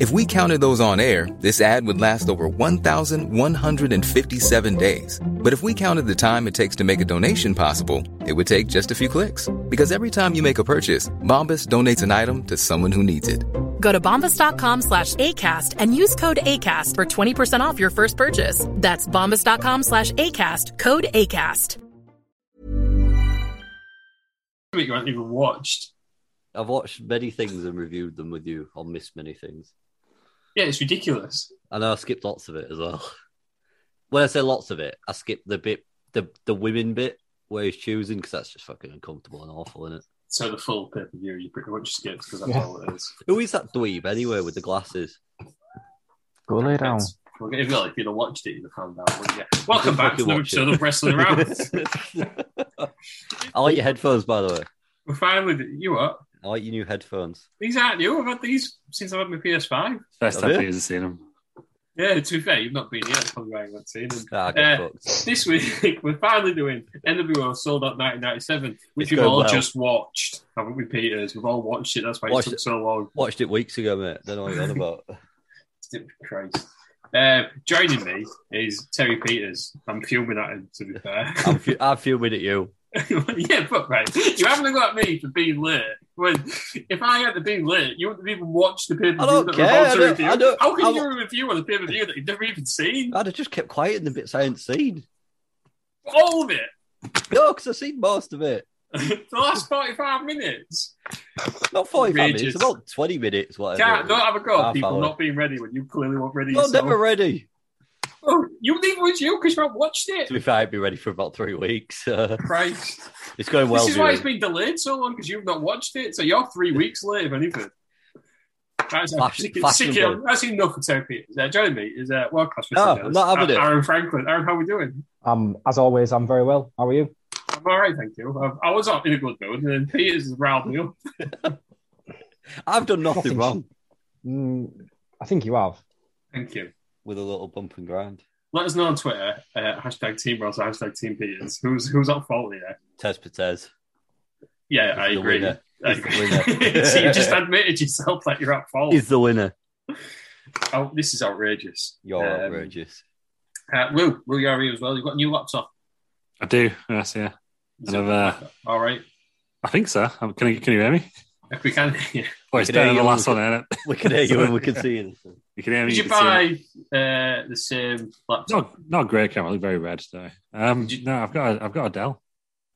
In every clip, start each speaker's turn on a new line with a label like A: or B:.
A: If we counted those on air, this ad would last over 1,157 days. But if we counted the time it takes to make a donation possible, it would take just a few clicks. Because every time you make a purchase, Bombas donates an item to someone who needs it.
B: Go to bombas.com slash ACAST and use code ACAST for 20% off your first purchase. That's bombas.com slash ACAST, code ACAST.
C: week you haven't even watched.
D: I've watched many things and reviewed them with you on Miss Many Things.
C: Yeah, it's ridiculous.
D: I know I skipped lots of it as well. When I say lots of it, I skipped the bit, the, the women bit where he's choosing because that's just fucking uncomfortable and awful, isn't it?
C: So the full pay per view you pretty much skipped because that's all it is.
D: Who is that dweeb anyway with the glasses?
E: Go lay down.
C: It's- Well, if you'd have watched it, you'd have found out. Wouldn't you? Welcome back to the
D: watch
C: episode
D: it.
C: of Wrestling Around.
D: I like your headphones, by the way.
C: We're finally. You what?
D: I like your new headphones.
C: These aren't new. I've had these since I've had my PS5.
E: First
D: Have
E: time
D: you?
E: Peter's seen him.
C: Yeah, to be fair, you've not been yet. That's probably why I haven't seen them.
D: Ah, I got
C: Uh,
D: fucked.
C: This week, we're finally doing NWO Sold Out 1997, which
D: It's
C: we've
D: going
C: all
D: well.
C: just watched, haven't we, Peters? We've all watched it. That's why
D: Watched
C: it took
D: it.
C: so long.
D: Watched it weeks ago, mate. Don't know what you're on about.
C: Christ. Uh, joining me is Terry Peters. I'm fuming at him, to be fair.
D: I'm, fu- I'm fuming at you.
C: yeah, but right, you haven't got me for being late. When if I had to be late, you wouldn't have even watched the pay per
D: I don't
C: view that
D: care,
C: we're about
D: I
C: to
D: don't-
C: review.
D: I don't-
C: How can
D: I
C: you
D: don't-
C: review on a pay per view that you've never even seen?
D: I'd have just kept quiet in the bits I hadn't seen.
C: All of it.
D: No, because I've seen most of it.
C: the last forty-five minutes.
D: Not 45
C: Outrageous.
D: minutes, about 20 minutes, whatever.
C: Can't
D: it
C: don't
D: was.
C: have a go at
D: Half
C: people
D: hour.
C: not being ready when you clearly weren't ready.
D: Well,
C: yourself.
D: never ready.
C: Oh, you think it was you because you haven't watched
D: To
C: it.
D: be fair, I'd be ready for about three weeks. Uh,
C: Christ.
D: it's going well.
C: this is why
D: viewing.
C: it's been delayed so long because you've not watched it. So you're three weeks late, if anything. That's
D: Fashion-
C: sick- sick- um,
D: fashionable.
C: that's enough for therapy. Uh, joining me is uh, world class.
D: No, I'm not having it.
C: Aaron Franklin. Aaron, how are we doing?
F: Um, as always, I'm very well. How are you?
C: I'm all right, thank you. Uh, I, I was up in a good mood, and then Peters has riled me up.
D: I've done nothing
F: Nothing.
D: wrong
F: Mm, I think you have.
C: Thank you.
D: with a little bump and grind.
C: Let us know on Twitter uh, hashtag Team Ross, hashtag Team Peters. Who's who's at fault here?
D: Tez Patez.
C: Yeah, I
D: He's the
C: agree.
D: winner.
C: I
D: He's the
C: agree.
D: winner.
C: so you just admitted yourself that you're at fault.
D: He's the winner.
C: Oh, this is outrageous.
D: You're
C: Um,
D: outrageous.
C: Uh, Will, Will, you're here as well. You've got a new laptop.
E: I do. Yes, yeah. And I've, uh,
C: All right.
E: I think so. Um, Can you, can you hear me?
C: If we can. yeah.
E: Well, it's
D: can hear
E: better than the
D: you.
E: last one, isn't it?
D: We can hear you and we can see you.
E: You can hear me.
C: Did you
E: can see me.
C: buy uh, the same laptop?
E: Not, not a great camera. Look very red though. Um,
C: Did you-
E: no, I've got a, I've got a Dell.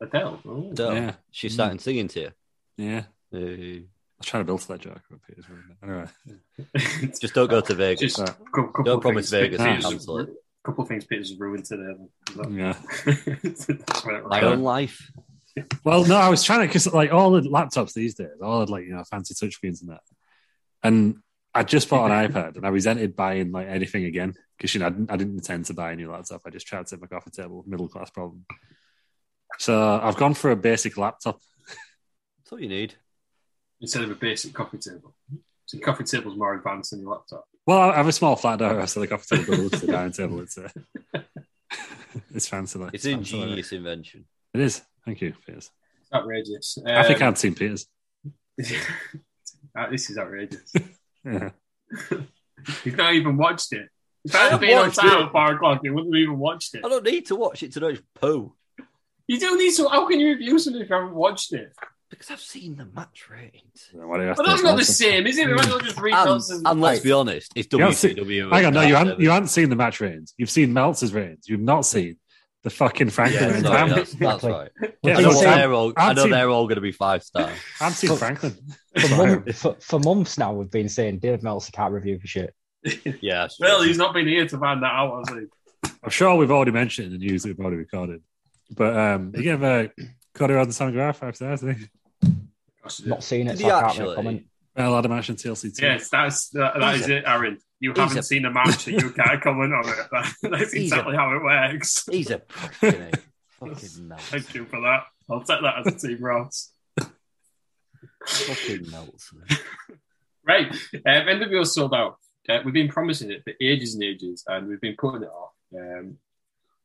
C: Adele. Oh.
D: So,
E: Yeah.
D: She's starting singing to Uh,
E: Yeah, I
D: you.
E: was trying to build to that joke. but Peter's ruined it. Anyway,
D: Uh, Just don't go to Vegas.
C: Just
E: Uh,
C: a cou- couple
D: don't
C: of
D: promise
C: things
D: Vegas
E: you'll
C: Peter's-
D: cancel it.
C: couple of things Peter's ruined today.
E: yeah.
C: That's where it
D: My
C: ran.
D: own life.
E: Well, no, I was trying to because like all the laptops these days, all the like you know fancy touchscreens and that, and I just bought an iPad and I resented buying like anything again because you know I didn't, I didn't intend to buy a new laptop. I just tried to make off a table, middle class problem. So I've gone for a basic laptop.
D: That's all you need.
C: Instead of a basic coffee table. So your coffee table's more advanced than your laptop.
E: Well, I have a small flat door, so the coffee table looks the dining table. It's uh, it's fancy. like-
D: It's
E: fancy
D: an
E: like
D: ingenious invention.
E: It is. Thank you, Piers.
C: It's outrageous.
E: I think
C: Um,
E: I'd seen Piers.
C: Ah, this is outrageous.
E: Yeah.
C: He's not even watched it. If I had
D: I've
C: been on
D: watched
C: time
D: it.
C: at four o'clock, he wouldn't have even watched it.
D: I don't need to watch it to know it's poo
C: You do need to. How can you review something if you haven't watched it?
D: because I've seen the match ratings.
E: What do you have
C: But
E: to
C: that's not the
E: answer?
C: same, is it? We might as well just read
D: And,
C: those as-
D: and let's Um, be honest, it's E
E: You haven't seen-
D: WCW.
E: Hang on, no, you
D: Dark
E: haven't, you
D: Service.
E: haven't seen the match reigns. You've seen Meltzer's reigns. You've not seen the fucking Franklin.
D: Yeah,
E: in
D: sorry,
E: town.
D: that's, that's
F: Exactly.
D: right.
E: Yeah,
D: I
E: no,
D: know,
F: Sam-
D: they're all, I
E: I've
D: know
E: seen-
D: they're all going to be five star.
E: I've seen Franklin.
F: For, month, for, for months now, we've been saying David Meltzer can't review for shit.
D: Yeah, that's
C: Well,
D: true.
C: he's not been here to find that out, has he?
E: I'm sure we've already mentioned it in the news that we've already recorded. But um, you gave a Cody Rhodes and Sam Guerrero five stars, I think.
C: Gosh,
F: Not seen it,
D: Did
F: so
D: he
F: I can't
D: actually?
F: make a comment.
E: Well, I'd imagine TLC too.
C: Yes, that's that, that
D: He's
C: is it, Aaron. You
D: he's
C: haven't
D: a-
C: seen a match, so you can't comment on it. That- that's
D: He's a-
C: exactly how it works.
D: He's a prick, isn't he? Fucking melts.
C: Thank you for that. I'll take that as a team route.
D: Fucking melts.
C: Right, um, NWO sold out. Uh, we've been promising it for ages and ages, and we've been putting it off. Um,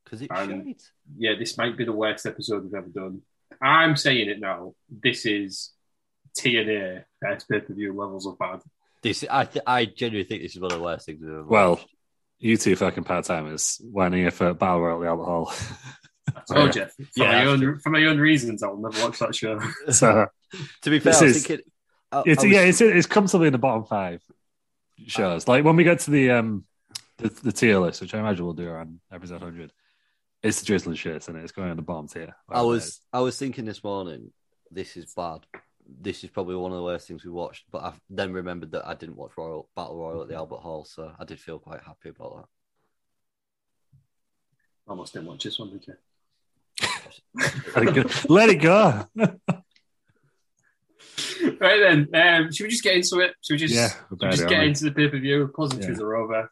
D: Because it's
C: Um,
D: shite.
C: yeah, this might be the worst episode we've ever done. I'm saying it now. This is TNA best pay per view levels of bad.
D: This, I, th- I genuinely think this is one of the worst things we've ever
E: Well,
D: watched.
E: you two fucking part timers weren't here for Battle Royal at the Albert Hall.
C: I told you. For,
D: Yeah,
C: Oh, my
D: that's
C: own, for my own reasons, I will never watch that show.
E: So
D: to be fair,
E: this
D: I
E: is-
D: was thinking. I, I
E: it's
D: was-
E: yeah, it's it's comfortably in the bottom five shows. like when we get to the um the, the tier list, which I imagine we'll do around episode hundred, it's the drizzling shirts and it? it's going on the bottom tier.
D: I was I was thinking this morning, this is bad. This is probably one of the worst things we watched. But I then remembered that I didn't watch Royal Battle Royal at the Albert Hall, so I did feel quite happy about
C: Almost didn't watch this one, did you?
E: Let it go. Let it go.
C: right then, um, should we just get into it? Should we just,
E: Yeah,
C: should we
E: about
C: just
E: it,
C: get
E: aren't we?
C: into the pay per view? Positives are over.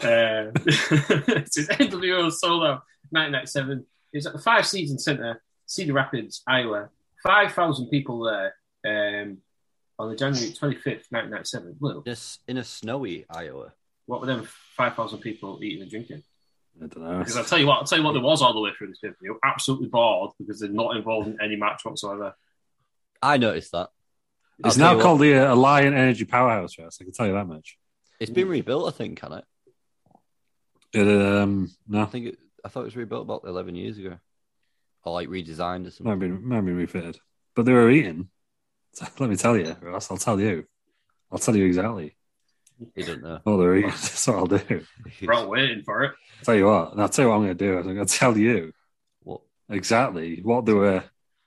C: Uh, this is NWO Solo 1997. It's at the Five Season Centre, Cedar Rapids, Iowa. 5,000 people there um, on the January 25th, 1997. Well,
D: that. Just in a snowy Iowa.
C: what were them 5,000 people eating and drinking?
E: I don't know.
C: Because I'll tell you what, I'll tell you what, there was all the way through this pay per view. Absolutely bored because they're not involved in any match whatsoever.
D: I noticed that. I'll
E: It's
D: tell you
E: now
D: what,
E: called the uh, Alliant Energy Powerhouse Trust. I can tell you that much.
D: It's been rebuilt, I think, can it?
E: But, um, no,
D: I think it, I thought it was rebuilt about eleven years ago, or like redesigned or
E: might have
D: something.
E: been might have been refitted. But they were eating. So let me tell you, Ross. I'll tell you. I'll tell you exactly.
D: You don't know.
E: Oh, they're eating. That's what I'll do.
C: We're all waiting for it.
E: Tell you what. And I'll tell you what I'm going to do. I'm going to tell you
D: What
E: exactly what they were.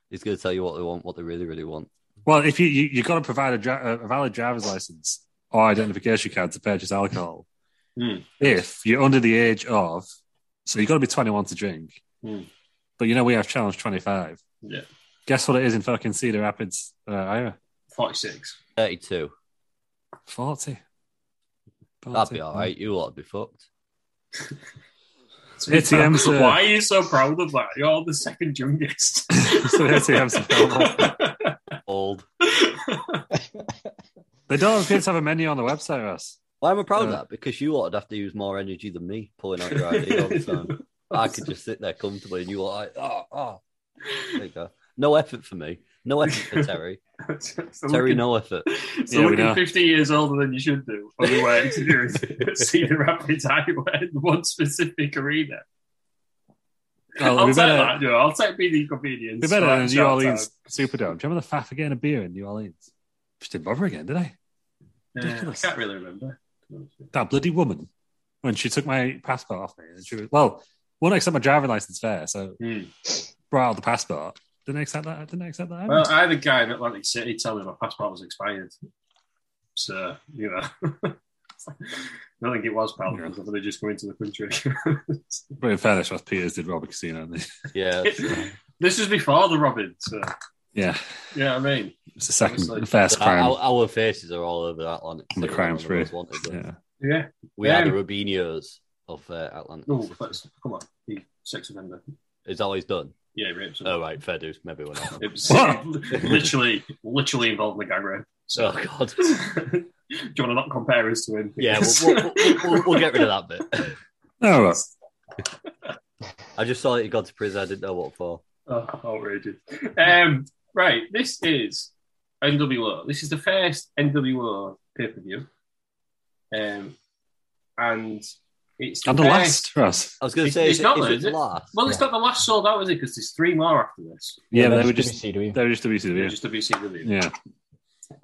D: he's going to tell you what they want, what they really, really want.
E: Well, if you you you got to provide a, dri- a valid driver's license or identification card to purchase alcohol,
C: Hmm.
E: if you're under the age of, so you got to be 21 to drink.
C: Hmm.
E: But you know we have challenge 25.
C: Yeah,
E: Guess what it is in fucking Cedar Rapids, uh, Iowa?
C: 46.
D: Thirty-two.
E: 40.
D: That'd be all right. You lot would be fucked.
E: ATMs, uh,
C: Why are you so proud of that? You're the second youngest.
E: So ATMs are proud
D: Old.
E: They don't appear to have a menu on the website, Ross.
D: Why am I proud of
E: Yeah.
D: that? Because you lot would have to use more energy than me pulling out your ID all the time. I could just sit there comfortably and you lot like, oh, oh. There you go. No effort for me. No effort for Terry.
C: so
D: Terry,
C: looking,
D: no effort.
C: so
E: Yeah, we
C: looking
E: know.
C: 50 years older than you should do. Otherwise, you're in Cedar Rapids Highway in one specific arena.
E: Oh, Well,
C: I'll
E: we
C: take
E: better,
C: that, Joe. I'll take BD convenience.
E: we better
C: Right,
E: than New
C: shout
E: Orleans Superdome. Do you remember the faff again a beer in New Orleans? Just didn't bother again, did I?
C: out. Yeah, I can't really remember.
E: that bloody woman when she took my passport off me. And she was, well, won't accept my driving license fair, so
C: Hmm.
E: brought out the passport. Didn't accept that. Didn't accept that.
C: Well, uh, I had a guy in Atlantic City tell me my passport was expired. So, you know. I don't think it was, pal, because I think they just come into the country.
E: but in fairness, Ross Peters did rob a casino. didn't he?
D: Yeah.
C: this is before the Robin, so,
E: yeah,
C: you know what I mean?
E: it's the second,
C: Obviously.
E: the first crime.
D: Our, our faces are all over Atlantic.
E: The
D: City, one
E: crime
D: of the most
E: spree.
D: wanted ones.
E: yeah.
C: Yeah.
D: We
C: Yeah.
D: are the Rubinos of uh, Atlantic.
C: Oh,
D: City.
C: let's come on. The sex offender.
D: It's always done.
C: Yeah, rapes.
D: Oh, right. Fair dues. Maybe we're not.
C: It was
E: What?
C: literally, literally involved in the gang rape.
D: oh,
C: So,
D: God.
C: do you want to not compare us to him?
D: Yeah, we'll, we'll, we'll, we'll, we'll get rid of that bit.
E: No, Ross.
D: I just saw that he got to prison. I didn't know what for.
C: Oh, outrageous. Um, right, this is NWO. This is the first NWO pay per view. Um, and it's
E: and the
C: first-
E: last Ross.
D: I was going to
C: It's-
D: say,
C: it's
D: is, it-
C: not
D: is
C: though,
D: it
C: is it?
D: last?
C: Well, it's not the last sold out, is it? Because there's three more after this.
E: Yeah, they
F: that's
E: were
F: just
E: just
F: WCW.
E: they were just WCW.
C: Just a WCW.
E: Yeah,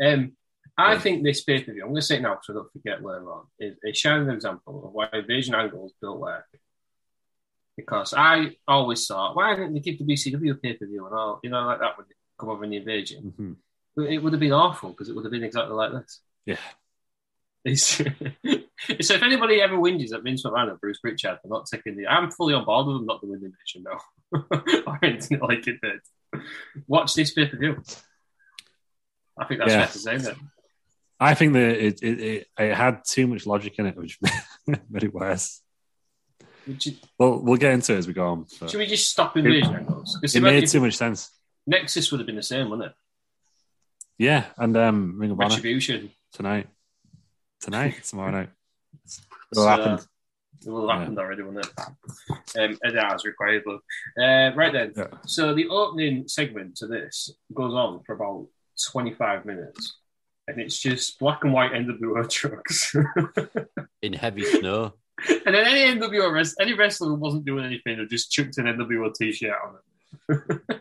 C: Um, I think this pay per view, I'm going to say it now so I don't forget later on, is a shining example of why Invasion Angle is built where because I always thought, why didn't they give the BCW pay per view and all, you know, like that would come over in the invasion?
E: Mhm.
C: It would have been awful because it would have been exactly like this.
E: Yeah.
C: It's- so if anybody ever whinges at Vince McMahon or Bruce Pritchard for not taking the, I'm fully on board with them not doing the division now, or anything like it did. Watch this pay per view. I think that's
E: Yeah.
C: fair to say that.
E: I think that it it, it it had too much logic in it, which made it worse.
C: Would you-
E: Well, we'll get into it as we go on. but
C: Should we just stop invasion angles? Because
E: it made too much sense.
C: Nexus would have been the same, wouldn't it?
E: Yeah, and um, Ring of Honor
C: Retribution.
E: tonight, tonight, tomorrow night. It
C: So-
E: all happened.
C: It will have happened already, wouldn't it? Um, and that was required. But, uh, right then.
E: Yeah.
C: So the opening segment to this goes on for about 25 minutes. And it's just black and white NWO trucks.
D: in heavy snow.
C: and then any NWO wrestler, any wrestler who wasn't doing anything, they just chucked an NWO t-shirt on it.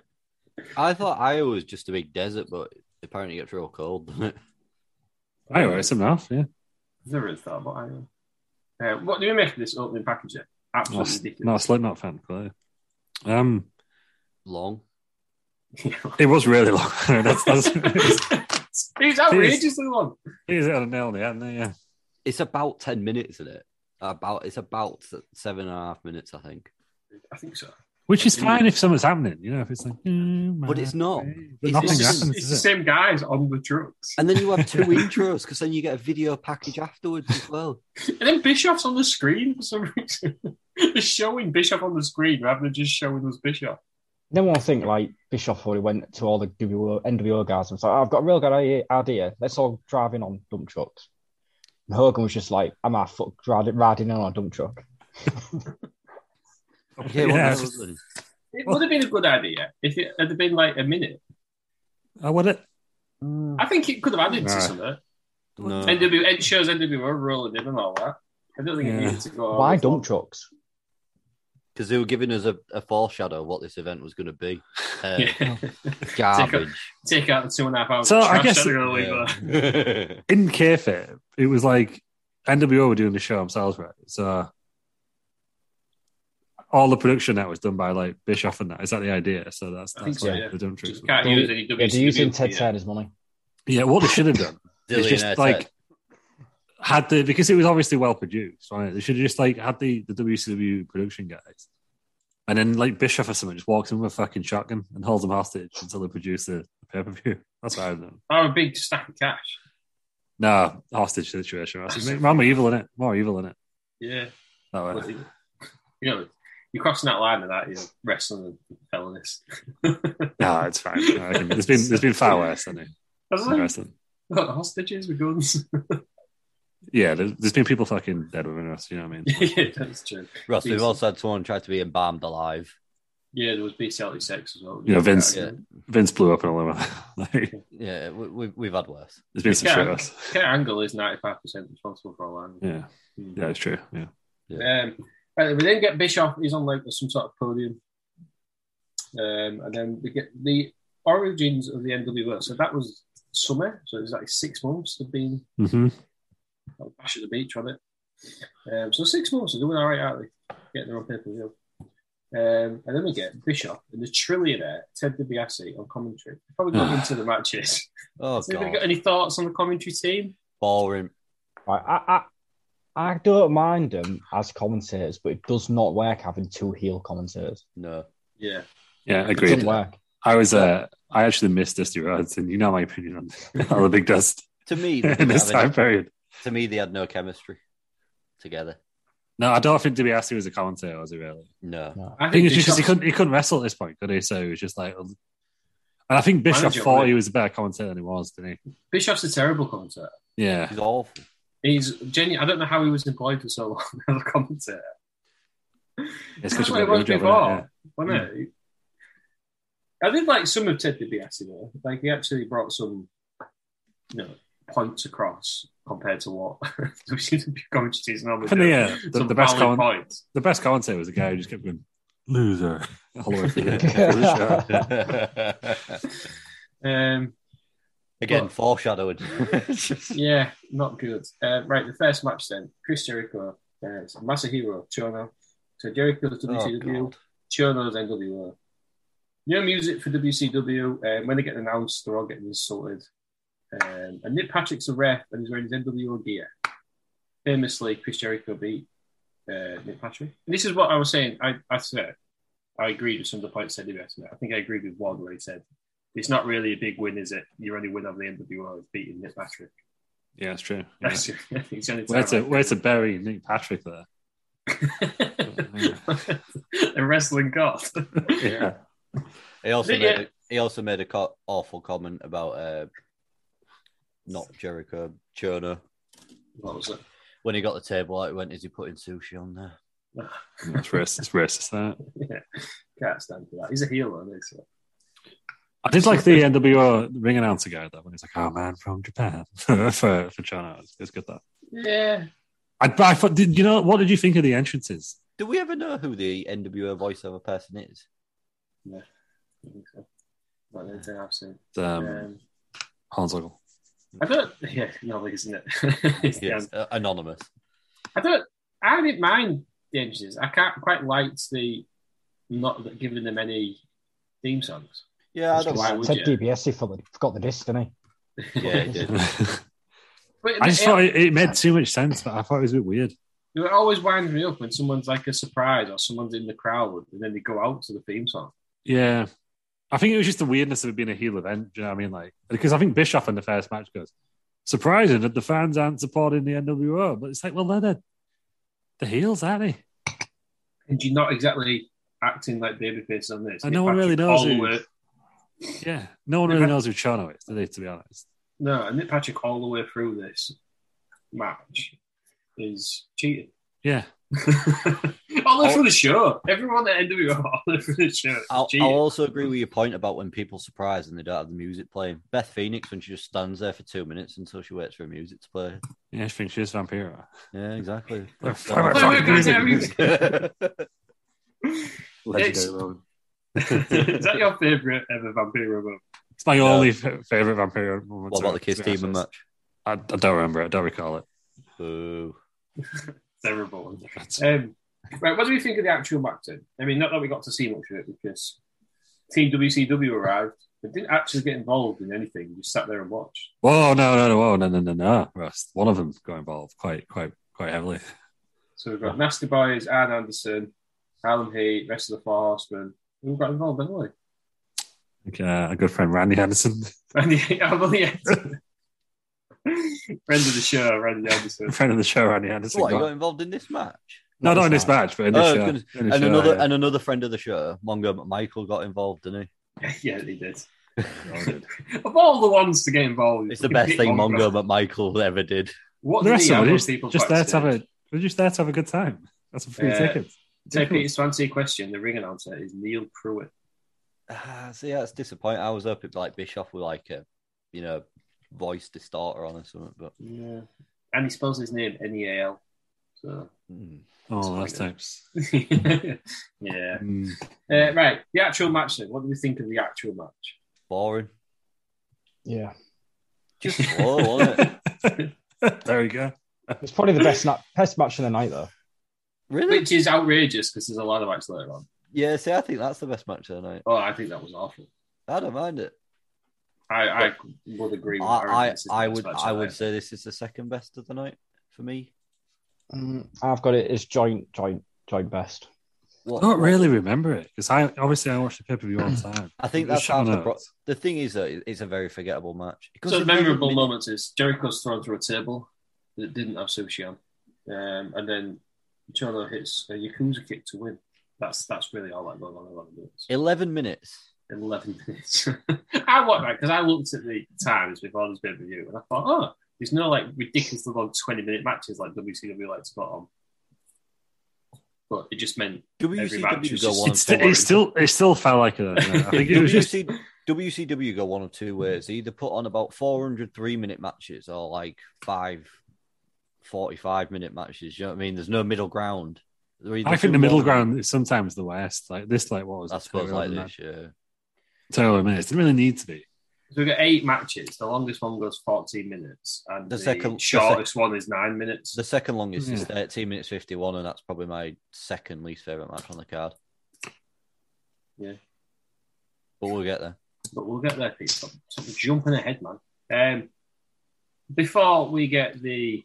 D: I thought Iowa was just a big desert, but apparently it gets real cold. doesn't it?
C: uh,
E: I know, it's enough. Yeah,
C: I've never really thought about it. Uh, what do you make of this opening package? then?
E: not,
C: Absolutely
E: a- not a
C: ridiculous.
E: Slipknot fan, clearly. Um,
D: Long.
E: it was really long. that's, that's,
C: He's outrageously long.
E: he's had a nail in the head, there, yeah.
D: It's about ten minutes in it. About it's about seven and a half minutes, I think.
C: I think so.
E: Which is fine if something's happening, you know, if it's like, "Mm,
D: But it's not.
E: But
D: It's-
E: nothing
C: it's just-
E: happens,
C: it's
E: is
C: the
E: it?
C: same guys on the trucks.
D: And then you have two intros because then you get a video package afterwards as well.
C: And then Bischoff's on the screen for some reason. They're showing Bischoff on the screen rather than just showing us Bischoff.
F: No one think like Bischoff already went to all the WO, NWO guys and was like, "Oh, I've got a real good idea- idea. Let's all drive in on dump trucks. And Hogan was just like, I'm a fuck riding, riding in on a dump truck.
D: Yeah, what
E: Yeah.
D: else was there?
C: It would have been a good idea if it had been like a minute.
E: I would Oh, it.
C: I think it could have added to
E: Nah.
C: something.
D: No.
C: NW, it shows NWO rolling in and all that. I don't think
E: Yeah.
C: it needed to go.
F: Why
C: on.
F: dump trucks?
D: because they were giving us a, a foreshadow of what this event was going to be. Uh,
C: Yeah.
D: Garbage.
C: Take out the two and a half hours.
E: So
C: of
E: I
C: trash
E: guess-
C: that they're gonna leave there.
D: Yeah.
E: in kayfabe, it was like NWO were doing the show themselves, right? So all the production that was done by like Bischoff and that is that the idea? So that's
C: I think
E: that's
C: so,
E: why
C: yeah.
E: the dumb tricks.
C: Just can't
F: Don't-
C: use any
F: Yeah,
C: WCW.
F: they're using Ted
C: here.
F: Turner's money.
E: Yeah, what they should have done is
D: Billionaire
E: just like
D: Ted.
E: had the because it was obviously well produced, right? They should have just like had the the WCW production guys, and then like Bischoff or something just walks in with a fucking shotgun and holds them hostage until they produce the pay per view. That's what I've done.
C: Or a big stack of cash.
E: No hostage situation. That's more evil in it. More evil in it.
C: Yeah.
E: That way.
C: But it- you know, you're crossing that line of that, you're wrestling and felonies.
E: No, it's fine. No, I can, there's been there's been far worse than it.
C: That's
E: in
C: like,
E: wrestling.
C: Not the hostages with guns.
E: Yeah, there's, there's been people fucking dead within us. You know what I mean?
C: yeah, that's true.
D: Ross, we've
C: Decent.
D: also had someone try to be embalmed alive.
C: Yeah, there was bestiality sex as well.
E: You know, Vince
D: Yeah.
E: Vince blew up in a limo. like,
D: Yeah, we, we, we've had worse.
E: there's been some shit.
C: Yeah.
E: us.
C: Kurt Angle is 95% responsible for all that.
E: Yeah, yeah, it's true. Yeah,
C: Um, right, we then get Bischoff. He's on like some sort of podium, um, and then we get the origins of the NWO. So that was summer. So it was like six months. They've been
E: mm-hmm.
C: like, bash at the beach on it. Um, so six months. They're doing all right, aren't they? Getting their own paper deal. Um, and then we get Bischoff and the trillionaire Ted DiBiase on commentary. Probably got into the matches.
D: Oh,
C: Has anybody got
D: God.
C: any thoughts on the commentary team?
D: Boring.
F: Right, I, I, I don't mind them as commentators, but it does not work having two heel commentators.
D: No.
C: Yeah.
E: yeah,
F: It doesn't
E: agreed.
F: work.
E: I was uh, I actually missed Dusty Rhodes, and you know my opinion on all the big dust
D: To me, they
E: in
D: didn't
E: this
D: have any-
E: time period.
D: to me, they had no chemistry together.
E: No, I don't think DiBiase was a commentator, was he really?
D: No.
F: No.
E: I think it's just
C: Bischoff-
E: because he couldn't he couldn't wrestle at this point, could he? So he was just like, and I think Bischoff
C: Manager,
E: thought
C: really.
E: he was a better commentator than he was, didn't
C: Bischoff's a terrible commentator.
E: he? Yeah,
D: It's awful.
C: He's genuine. I don't know how he was employed for so long as a commentator.
E: it's
C: That's
E: because you
C: what it
E: got
C: was
E: your job. innit? Yeah. Mm.
C: before, wasn't it? I did like some of Ted DiBiase though. Like he actually brought some, you know, points across compared to what we seem to be commentators normally.
E: Funny,
C: do.
E: yeah. uh, The-
C: Some
E: the best
C: valid
E: comment-
C: points.
E: The best commentator was a guy who just kept going, loser. all the way through the- through the show.
D: Again,
C: Um,
D: foreshadowed.
C: yeah, not good. Uh, right, the first match then: Chris Jericho, uh, Masahiro Chono, So Jericho's
D: Oh,
C: WCW,
D: God.
C: Chono's NWO. New music for WCW. Um, when they get announced, they're all getting insulted. Um, and Nick Patrick's a ref and he's wearing his NWO gear. Famously, Chris Jericho beat uh, Nick Patrick. And this is what I was saying. I, I said, I agreed with some of the points said about it. I think I agreed with one where he said, it's not really a big win, is it? Your only win over the NWO is beating Nick Patrick.
E: Yeah, that's true. Yeah.
C: That's it's the only
E: Where to
C: time
E: where to bury Nick Patrick there?
C: I- a wrestling god.
E: Yeah.
D: He also
C: But
D: made
C: yeah.
D: a, he also made a co- awful comment about uh, not Jericho Chono
C: What was it?
D: when he got the table out. He went, "Is he putting sushi on there?"
E: That's racist. It's racist. That
C: Yeah. Can't stand for that. He's a heel, I think. So.
E: I did like the NWO ring announcer guy though when he's like, "Oh man, from Japan" for for China. It's, it's good that.
C: Yeah.
E: I, but I thought, did you know what did you think of the entrances?
D: Do we ever know who the NWO voiceover person is?
C: I think so. Not anything I've seen.
E: Um,
C: Um,
E: Hornswoggle.
C: I don't. Yeah, no, isn't it? It's the
D: Yes, uh, anonymous.
C: I don't. I didn't mind the entrances. I can't quite liked the not giving them any theme songs.
D: Yeah, I
C: That's
D: don't
C: why
D: mind.
C: would
F: Ted
C: you?
F: DBS, he forgot forgot the disc, didn't he?
D: Yeah, he did.
C: But
E: I just
C: it-
E: thought it, it made too much sense, but I thought it was a bit weird.
C: It always winds me up when someone's like a surprise or someone's in the crowd and then they go out to the theme song.
E: Yeah. I think it was just the weirdness of it being a heel event. Do you know what I mean? Like, because I think Bischoff in the first match goes, surprising that the fans aren't supporting the NWO. But it's like, well, they're the, the heels, aren't they?
C: And you're not exactly acting like babyface on this.
E: And no one really
C: Patrick
E: knows who-
C: way,
E: Yeah. No one really knows who Chono is, do they, to be honest?
C: no, and Nick Patrick all the way through this match is cheating.
E: Yeah.
C: all the way through the show. Everyone at NWO all the way through the show. is
D: I'll, I'll
C: cheating.
D: also agree with your point about when people surprise and they don't have the music playing. Beth Phoenix when she just stands there for two minutes until she waits for her music to play.
E: Yeah, I think she is Vampiro.
D: Yeah, exactly.
E: Wait,
C: wait, wait,
E: fucking
C: wait,
E: music.
C: It's- is that your favourite ever Vampiro moment?
E: It's my
D: Yeah.
E: only f- favorite Vampiro. moment,
D: what about the
E: to be
D: Kiss Demon
E: honest.
D: match?
E: I, I don't remember it. I don't recall it.
D: Boo.
C: Terrible one.
E: That's-
C: Um, right, what do we think of the actual match then? I mean, not that we got to see much of it because Team WCW arrived. They didn't actually get involved in anything. Just sat there and watched.
E: Whoa, no, no, no, whoa, no, no, no, no. Rust. One of them got involved quite, quite, quite heavily.
C: So we've got Nasty Boys, Arn Anderson, Alan Hay, rest of the Four Horsemen. Who got involved anyway?
E: Like, uh, a good friend, Randy Anderson,
C: Randy, I've only friend of the show, Randy Anderson.
E: a friend of the show, Randy Anderson.
D: What,
E: got-
D: you got involved in this match?
E: no, not in this match, but in this
D: Oh, I was
E: show.
D: gonna-
E: In
D: And
E: this show,
D: another
E: yeah.
D: and another friend of the show, Mongo McMichael, got involved, didn't
C: yeah, they did.
E: Oh, dude.
C: Of all the ones to get involved,
D: he? It's the best
C: pick
D: thing
C: Mongo.
D: Mongo McMichael ever did.
C: What
E: the
C: did
E: rest
C: he
E: of
C: have
E: them
C: on
E: are just,
C: people
E: just there to have
C: backstage?
E: a, they're just there to have a good time. That's a free
C: Yeah.
E: ticket.
C: Ted Peter's fancy question. The ring announcer is Neil Pruitt.
D: Ah, see, that's disappointing. I was hoping like Bischoff with like a, you know, voice distorter on or something, but
C: Yeah. And he spells his name N E A L. So
D: mm.
E: Oh, those types.
C: yeah.
E: Mm.
C: Uh, right. The actual match then. What do we think of the actual match?
D: boring.
F: Yeah.
D: Just slow, wasn't it?
E: there we go.
F: It's probably the best, na- best match of the night, though.
D: Really?
C: Which is outrageous because there's a lot of matches later on.
D: Yeah, see, I think that's the best match of the night.
C: Oh, I think that was awful.
D: I don't mind it.
C: I, I would agree
D: I,
C: with Aaron,
D: I,
C: this is the
D: I
C: best
D: would,
C: match
D: I
C: of the
D: would
C: night.
D: say this is the second best of the night for me.
F: Mm, I've got it as joint, joint, joint best.
E: I
D: What?
E: don't really remember it because I obviously I watched the pay per view all the time.
D: I think
E: Just
D: that's half the
E: showing
D: pro-
E: us.
D: The thing is, though, it- it's a very forgettable match. It goes
C: So the
D: in
C: memorable
D: every minute.
C: moments is Jericho's thrown through a table that didn't have sushi on, um, and then Cholo hits a Yakuza kick to win. That's that's really all that goes on in eleven minutes.
D: Eleven minutes.
C: Eleven minutes. I watched that because I looked at the times before this pay per view, and I thought, oh, there's no like ridiculously long twenty minute matches like WCW like to put on. But it just meant match
D: WCW
C: was just-
D: go one. of
E: It's,
D: two
E: it
D: ways.
E: still it still felt like a. I think it was just
D: WC WCW go one of two ways. They either put on about 400 three minute matches or like five 45 minute matches. You know what I mean? There's no middle ground. They're either
E: I think
D: too
E: the middle
D: long-
E: ground is sometimes the worst. Like this, like what was
D: I
E: it,
D: suppose, like
E: 31
D: this. Yeah.
E: Totally minutes. It didn't really need to be.
C: So we've got eight matches. The longest one goes 14 minutes, and
D: The
C: the,
D: second- the
C: shortest one is nine minutes.
D: The second longest is
E: Yeah.
D: 13 minutes 51, and that's probably my second least favourite match on the card.
C: Yeah.
D: But we'll get there.
C: but we'll get there, Pete. Stop, stop jumping ahead, man. Um, before we get the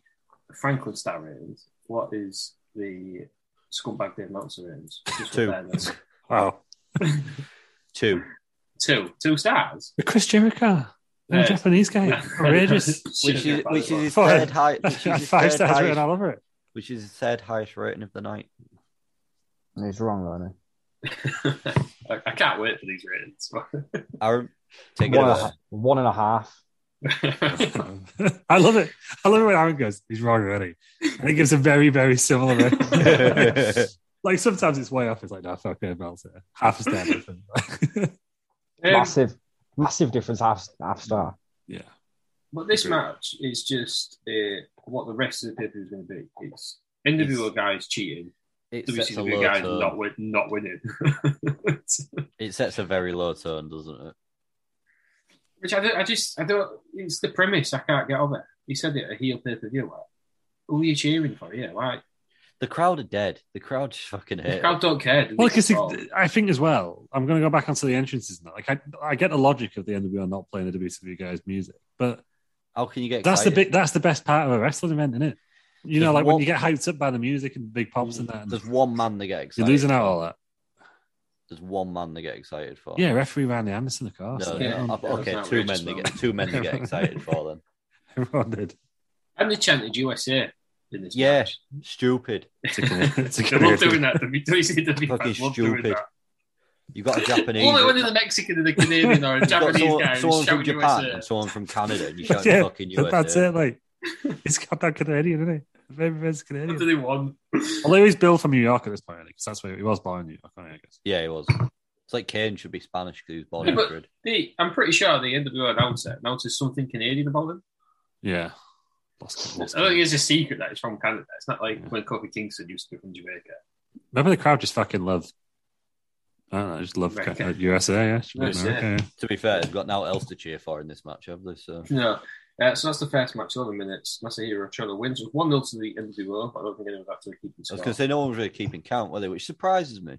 C: Franklin star ratings, what is the scumbag Dave Meltzer ratings? Just
D: Two.
C: for fairness.
E: Wow.
D: Two.
C: Two. Two stars.
E: The Chris Jericho. The
C: Yeah.
E: Japanese guy. Outrageous.
D: Which is, which is his
E: Five-
D: third high, which is his
E: Five
D: third
E: stars written
D: highest,
E: all over it.
D: which is his third highest rating of the night.
F: He's wrong, though.
C: I, I can't wait for these ratings.
D: Aaron, take
F: Isn't
D: it
F: he? One, and a,
D: away.
F: ha- one and a half.
E: I love it. I love it when Aaron goes, he's wrong already. And it gives a very, very similar rating. like sometimes it's way off. It's like, no, fuck it, Meltzer. Half a star. difference.
C: Um,
F: massive, massive difference. Half, half star.
E: yeah.
C: But this
E: Agreed.
C: match is just uh, what the rest of the paper is going to be. It's NWO guys cheating,
D: It sets a
C: WCW
D: low
C: guys
D: tone.
C: not win- not winning,
D: It sets a very low tone, doesn't it?
C: which I, don't, I just I don't. It's the premise I can't get over. He said it at a heel pay per view. Like, who are you cheering for? Yeah, like
D: The crowd are dead. The crowd just fucking hate
C: the
D: it.
C: crowd don't care.
E: Well, because
C: Oh,
E: I think as well, I'm going to go back onto the entrances. Now. Like, I, I get the logic of the NWO not playing the WCW guys' music, but
D: How can you get
E: that's the
D: excited?
E: big, that's the best part of a wrestling event, isn't it? You
D: There's
E: know,
D: Mm-hmm.
E: like
D: one-
E: when you get hyped up by the music and big pops and that, and
D: There's one man they get excited.
E: you're losing out
D: for.
E: all that.
D: There's one man they get excited for.
E: Yeah, referee Randy Anderson, of course.
D: No,
C: Yeah.
D: no.
E: Um,
D: Uh, okay,
C: That's
D: two
C: outrageous,
D: men they
C: man.
D: get two men they get excited for then.
E: Everyone did.
C: and they chanted USA in this.
D: Yeah.
C: match.
D: Stupid.
E: It's a
C: I love
E: good-
C: doing that. The WCW
D: Fucking
C: fans love doing
D: stupid.
C: that.
D: You got a Japanese.
C: Only when there's a Mexican and a Canadian or a
D: You've got
C: Japanese
D: someone,
C: guy who's shouting
D: someone from Japan
C: USA.
D: and someone from Canada, and you shout
E: Yeah,
D: fucking USA.
E: But that's it. Like, it's goddamn Canadian, isn't it? Very, very
C: What do
E: Canadian.
C: they want?
E: Although he's built from New York at this point, because that's where he was born in New York, wasn't he, I guess.
D: Yeah, he was. It's like Kane should be Spanish because he was born
C: Yeah,
D: in
C: but-
D: Madrid.
C: The, I'm pretty sure the NWO announcer announces something Canadian about them.
E: Yeah. Lost-
C: I
E: lost-
C: don't think it's a secret that it's from Canada. It's not like when Kofi Kingston used to be from Jamaica.
E: Remember the crowd just fucking loved. I don't know, just love
C: America.
E: uh, USA. Yeah, Should be
C: USA.
E: America, yeah.
D: To be fair, they've got now else to cheer for in this match, have they? So
C: No. Uh, so that's the first match, 11 minutes. Masahiro Chono wins with 1 0 to the NWO. I don't think anyone's actually keeping
D: I was
C: score.
D: going to say no one was really keeping count, were they? Which surprises me.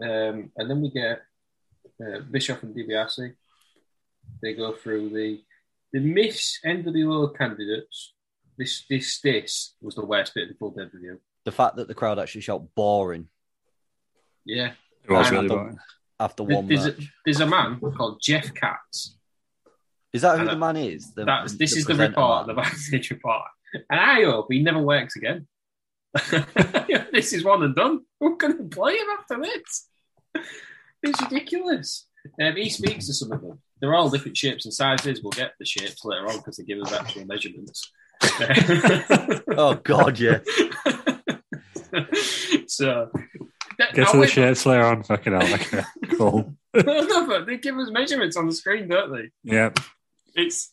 C: Um, and then we get uh, Bischoff and DiBiase. They go through the the Miss NWO candidates. This this this was the worst bit of the full debut.
D: The fact that the crowd actually shout boring
C: Yeah,
E: It was
C: I
E: really
D: don't-
E: boring.
D: after
C: There-
D: one
C: there's a,
D: match.
C: there's a man called Jeff Katz
D: Is that who
C: and
D: the
C: that-
D: man is? The-
C: That's this is the
D: presenter
C: report, the
D: man?
C: backstage report. And I hope he never works again. this is one and done. Who can employ him after this? It's ridiculous. Um, he speaks to some of them. They're all different shapes and sizes. We'll get the shapes later on because they give us actual measurements.
D: Oh God, yeah.
C: so that-
E: Get
C: I
E: to the
C: went-
E: shirts later on. Fucking hell. Okay. cool.
C: No, but they give us measurements on the screen, don't they?
E: Yeah.
C: it's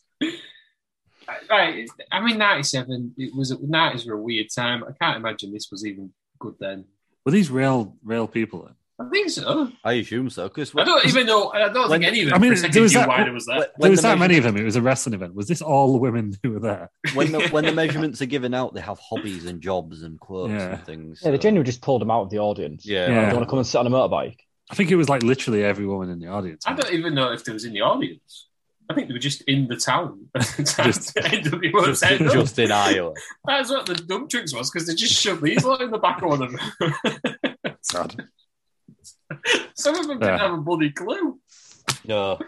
C: right. I mean, '97. It was nineties were a weird time. I can't imagine this was even good then.
E: Were these real, real people then?
C: I think so.
D: I assume so because
C: I don't even know. I don't
D: When-
C: think any of them.
E: I mean,
C: for a second
E: there was
C: knew
E: that-
C: why there was that.
E: there was that many of them. It was a wrestling event. Was this all the women who were there?
D: when the when the measurements are given out, they have hobbies and jobs and quirks
E: Yeah.
D: and things.
F: Yeah, they
D: so-
F: genuinely just pulled him out of the audience.
D: yeah.
E: Yeah.
F: You want to come and sit on a motorbike?
E: I think it was like literally every woman in the audience.
C: I don't even know if there was in the audience. I think they were just in the town.
E: Just-
C: The NWO
D: Just,
C: said, "No."
D: just in Iowa.
C: That's what the dump tricks was because they just shoved these lot in the back of one of them.
E: God.
C: Some of them didn't
E: Yeah.
C: have a bloody clue.
D: No,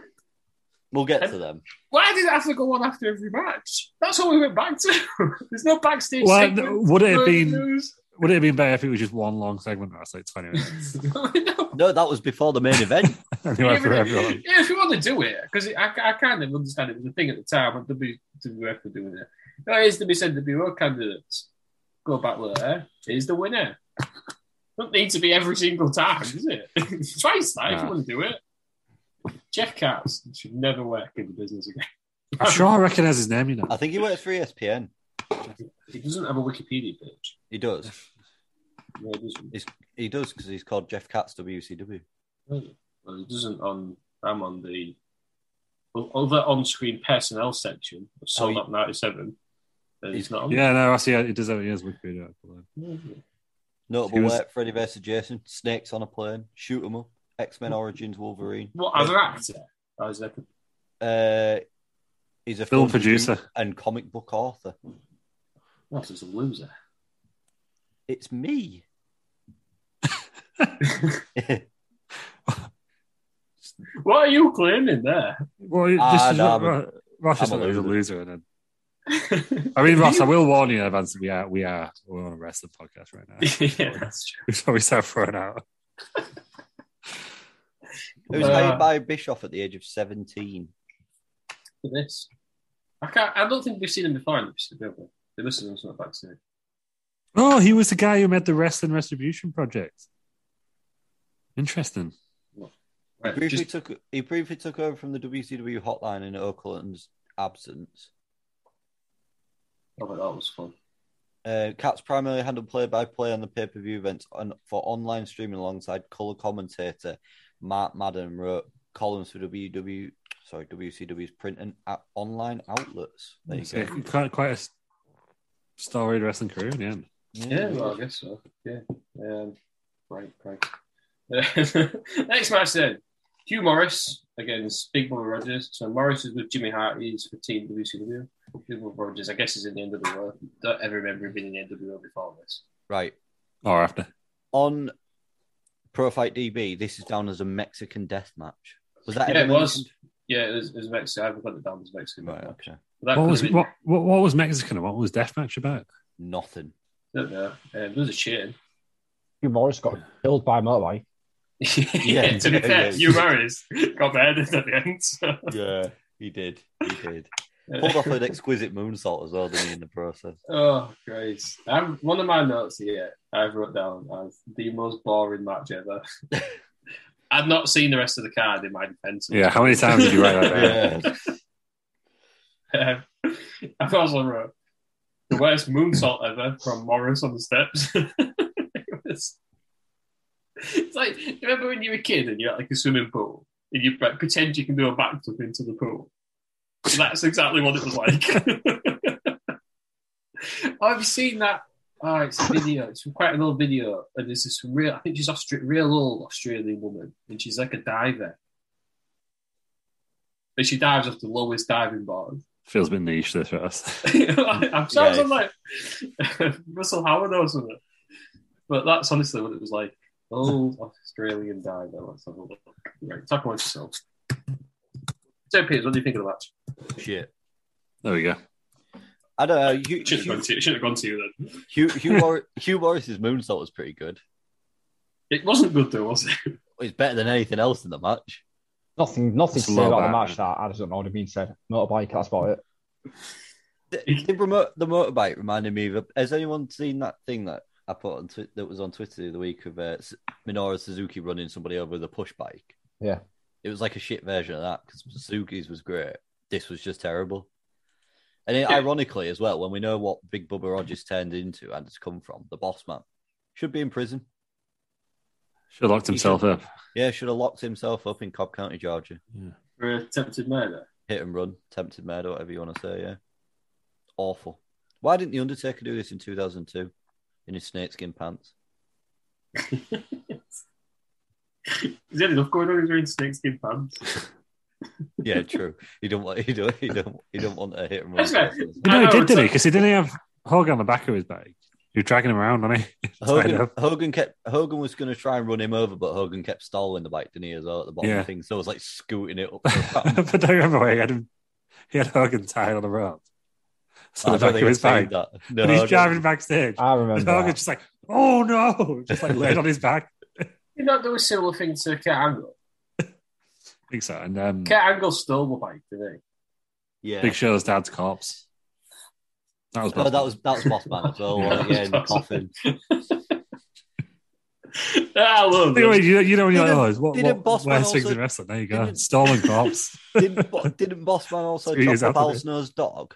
D: we'll get to them.
C: Why did it have to go on after every match? That's what we went back to. There's no backstage.
E: Well,
C: segments,
E: would it have
C: no
E: been-
C: news.
E: Would it have been better if it was just one long segment? That's like 20 minutes.
C: No.
D: No, that was before the main event.
E: anyway, for
C: Even-
E: everyone.
C: yeah, if you want to do it, because I, I kind of understand it was a thing at the time, but WWF E were doing it. No, here's the WCWO E candidates. Go back later. Here's the winner. Don't need to be every single time, does it? Twice that if you
E: Nah.
C: want to do it. Jeff Katz should never work in the business again.
E: I'm sure I recognize his name, you know.
D: I think he works for E ESPN.
C: He doesn't have a Wikipedia page.
D: He does.
C: No, he doesn't.
D: He's, he does because he's called Jeff Katz WCW.
C: Well, it doesn't on. I'm on the well, other on-screen personnel section was sold up '97. And he's
D: Um,
C: not on.
E: Yeah, no, I see. It does have it is Wikipedia. article.
D: Notable
E: He was-
D: work: Freddy vs. Jason, Snakes on a Plane, Shoot 'Em Up, X Men Origins, Wolverine.
C: What other actor? Oh, is there-
D: Uh, he's a
E: Film
D: film
E: producer.
D: and comic book author.
C: What is a loser?
D: It's me.
C: What are you claiming there?
E: Well, this
D: Ah,
E: is
D: no,
E: Ro-
D: I'm a-
E: Ro- Ross is
D: I'm
E: a
D: a
E: loser.
D: loser.
E: loser and I mean, Ross, I will warn you in advance. that We are, we are, we're on a wrestling podcast right now.
C: yeah, that's true.
E: we probably start throwing out.
D: He was
C: Uh,
D: hired by Bischoff at the age of seventeen.
C: For this, I can't. I don't think we've seen him before in the episode, have we? They must have done something back to
E: Oh, he was the guy who made the Wrestling Retribution project. Interesting.
D: He
C: Right,
D: briefly
C: just,
D: took he briefly took over from the WCW hotline in Oakland's absence.
C: oh, that was fun.
D: Uh, Cats primarily handled play-by-play on the pay-per-view events and for online streaming alongside color commentator Mark Madden wrote columns for WW sorry WCW's print and out- online outlets. There you
E: So
D: go. Mm.
E: quite, quite a s- storied wrestling career in the end.
D: Mm.
C: Yeah, well, I guess so. Yeah. Um, right, right. Next match then. Hugh Morris against Big Brother Rogers. So Morris is with Jimmy Hartys for Team WCW. Big Brother Rogers, I guess, is in the NWO. Don't ever remember him being in the NWO before this.
D: Right.
E: Or after.
D: on Pro Fight DB, this is down as a Mexican death match. Was that
C: Yeah, it
D: ever
C: was.
D: mentioned?
C: Yeah, it was, it was Mexico. I've got it down as Mexico.
D: Right, okay.
C: But that
E: What
C: could
E: was,
C: have been-
E: what, what, what was Mexican and what was Deathmatch about?
D: Nothing.
C: don't know. Um, there was a cheering.
F: Hugh Morris got killed by a motorbike.
C: yeah, to be
D: yeah,
C: fair,
D: yeah.
C: Hugh Morris got beheaded at the end. so-
D: Yeah, he did. He did. Pulled off an exquisite moonsault as well, didn't he, in the process?
C: Oh, great. I've, one of my notes here I've wrote down as the most boring match ever. I've not seen the rest of the card in my defense.
E: Yeah, how many times did you write that down?
D: Yeah.
C: Um, I've also wrote the worst moonsault ever from Morris on the steps. it was, it's like, you remember when you were a kid and you're at like a swimming pool and you pre- pretend you can do a backflip into the pool? That's exactly what it was like. I've seen that. Oh, it's a video. It's quite an old video, and there's this real. I think she's Austra- real old Australian woman, and she's like a diver, and she dives off the lowest diving board,
E: Feels a bit niche, this for us.
C: I'm sure
D: Yeah,
C: I'm like Russell Howard or something. But that's honestly what it was like. Old Australian diver. Let's have a look. Right, talk about yourself. So, Piers, what do you think of the match?
D: Shit.
E: There we go.
D: I don't know. Hugh,
C: Should have
D: Hugh,
C: gone to you. Should have gone to you then.
D: Hugh, Hugh, Mor- Hugh Morris's moonsault was pretty good.
C: It wasn't good though, was it?
D: It's better than anything else in the match.
F: Nothing, nothing
E: It's
F: to
E: a
F: say
E: low
F: about the
E: bat.
F: match that I just don't know what it means said. Motorbike, that's about it.
D: The, the, remote, the motorbike reminded me of. a- Has anyone seen that thing that I put on twi- that was on Twitter the other week of uh, S- Minoru Suzuki running somebody over with a push bike?
F: Yeah.
D: it was like a shit version of that because Suzuki's was great. This was just terrible. And it,
C: Yeah.
D: ironically, as well, when we know what Big Bubba Rogers turned into and has come from, the boss man should be in prison.
E: Should have locked himself up.
D: Yeah, should have locked himself up in Cobb County, Georgia.
C: For attempted murder.
D: Hit and run, tempted murder, whatever you want to say. Yeah, awful. Why didn't the Undertaker do this in 2002 in his snakeskin pants?
C: Is there enough going on? He's wearing snakeskin pants.
D: Yeah, true. he don't want. He don't. He don't. He don't want a hit and
C: That's right.
D: run.
E: But
C: I
E: no, he
C: know,
E: did,
C: it's
E: didn't he?
C: like-
E: Because he didn't have Hogan on the back of his bike. He was dragging him around, wasn't he? Tied
D: Hogan,
E: up.
D: Hogan kept Hogan was going to try and run him over, but Hogan kept stalling the bike, didn't he? As well at the bottom
E: Yeah.
D: of things, so it was like scooting it up. the ramp.
E: but don't remember where he had him. He had Hogan tied on the rope. So
D: I
E: the
D: don't
E: back
D: think
E: of
D: I've
E: his
D: seen
E: bike.
D: that. No,
E: and
D: I
E: he's
D: don't-
E: driving backstage.
F: I
E: And
F: remember.
E: Hogan's
F: that.
E: just like, oh no! Just like laid on his back.
C: You know, there was a similar thing to Kurt Angle.
E: I think so. And um,
C: Kurt Angle stole the bike, didn't
D: Yeah,
E: Big Show's dad's corpse. That was
D: Oh,
E: bad.
D: that was that was Bossman as well.
C: Yeah.
D: wasn't it? yeah, in the coffin.
C: he? Ah, I love
E: Anyway,
C: it.
E: you, you know when you're like,
D: Didn't-
E: oh, it's what,
D: didn't
E: what
D: Bossman
E: worst things
D: also-
E: in wrestling? There you go.
D: didn't-
E: Stolen corpse.
D: Didn't, Bo- didn't Bossman also
E: Three
D: chop
E: years
D: the
E: after
D: Val
E: this.
D: Snow's dog?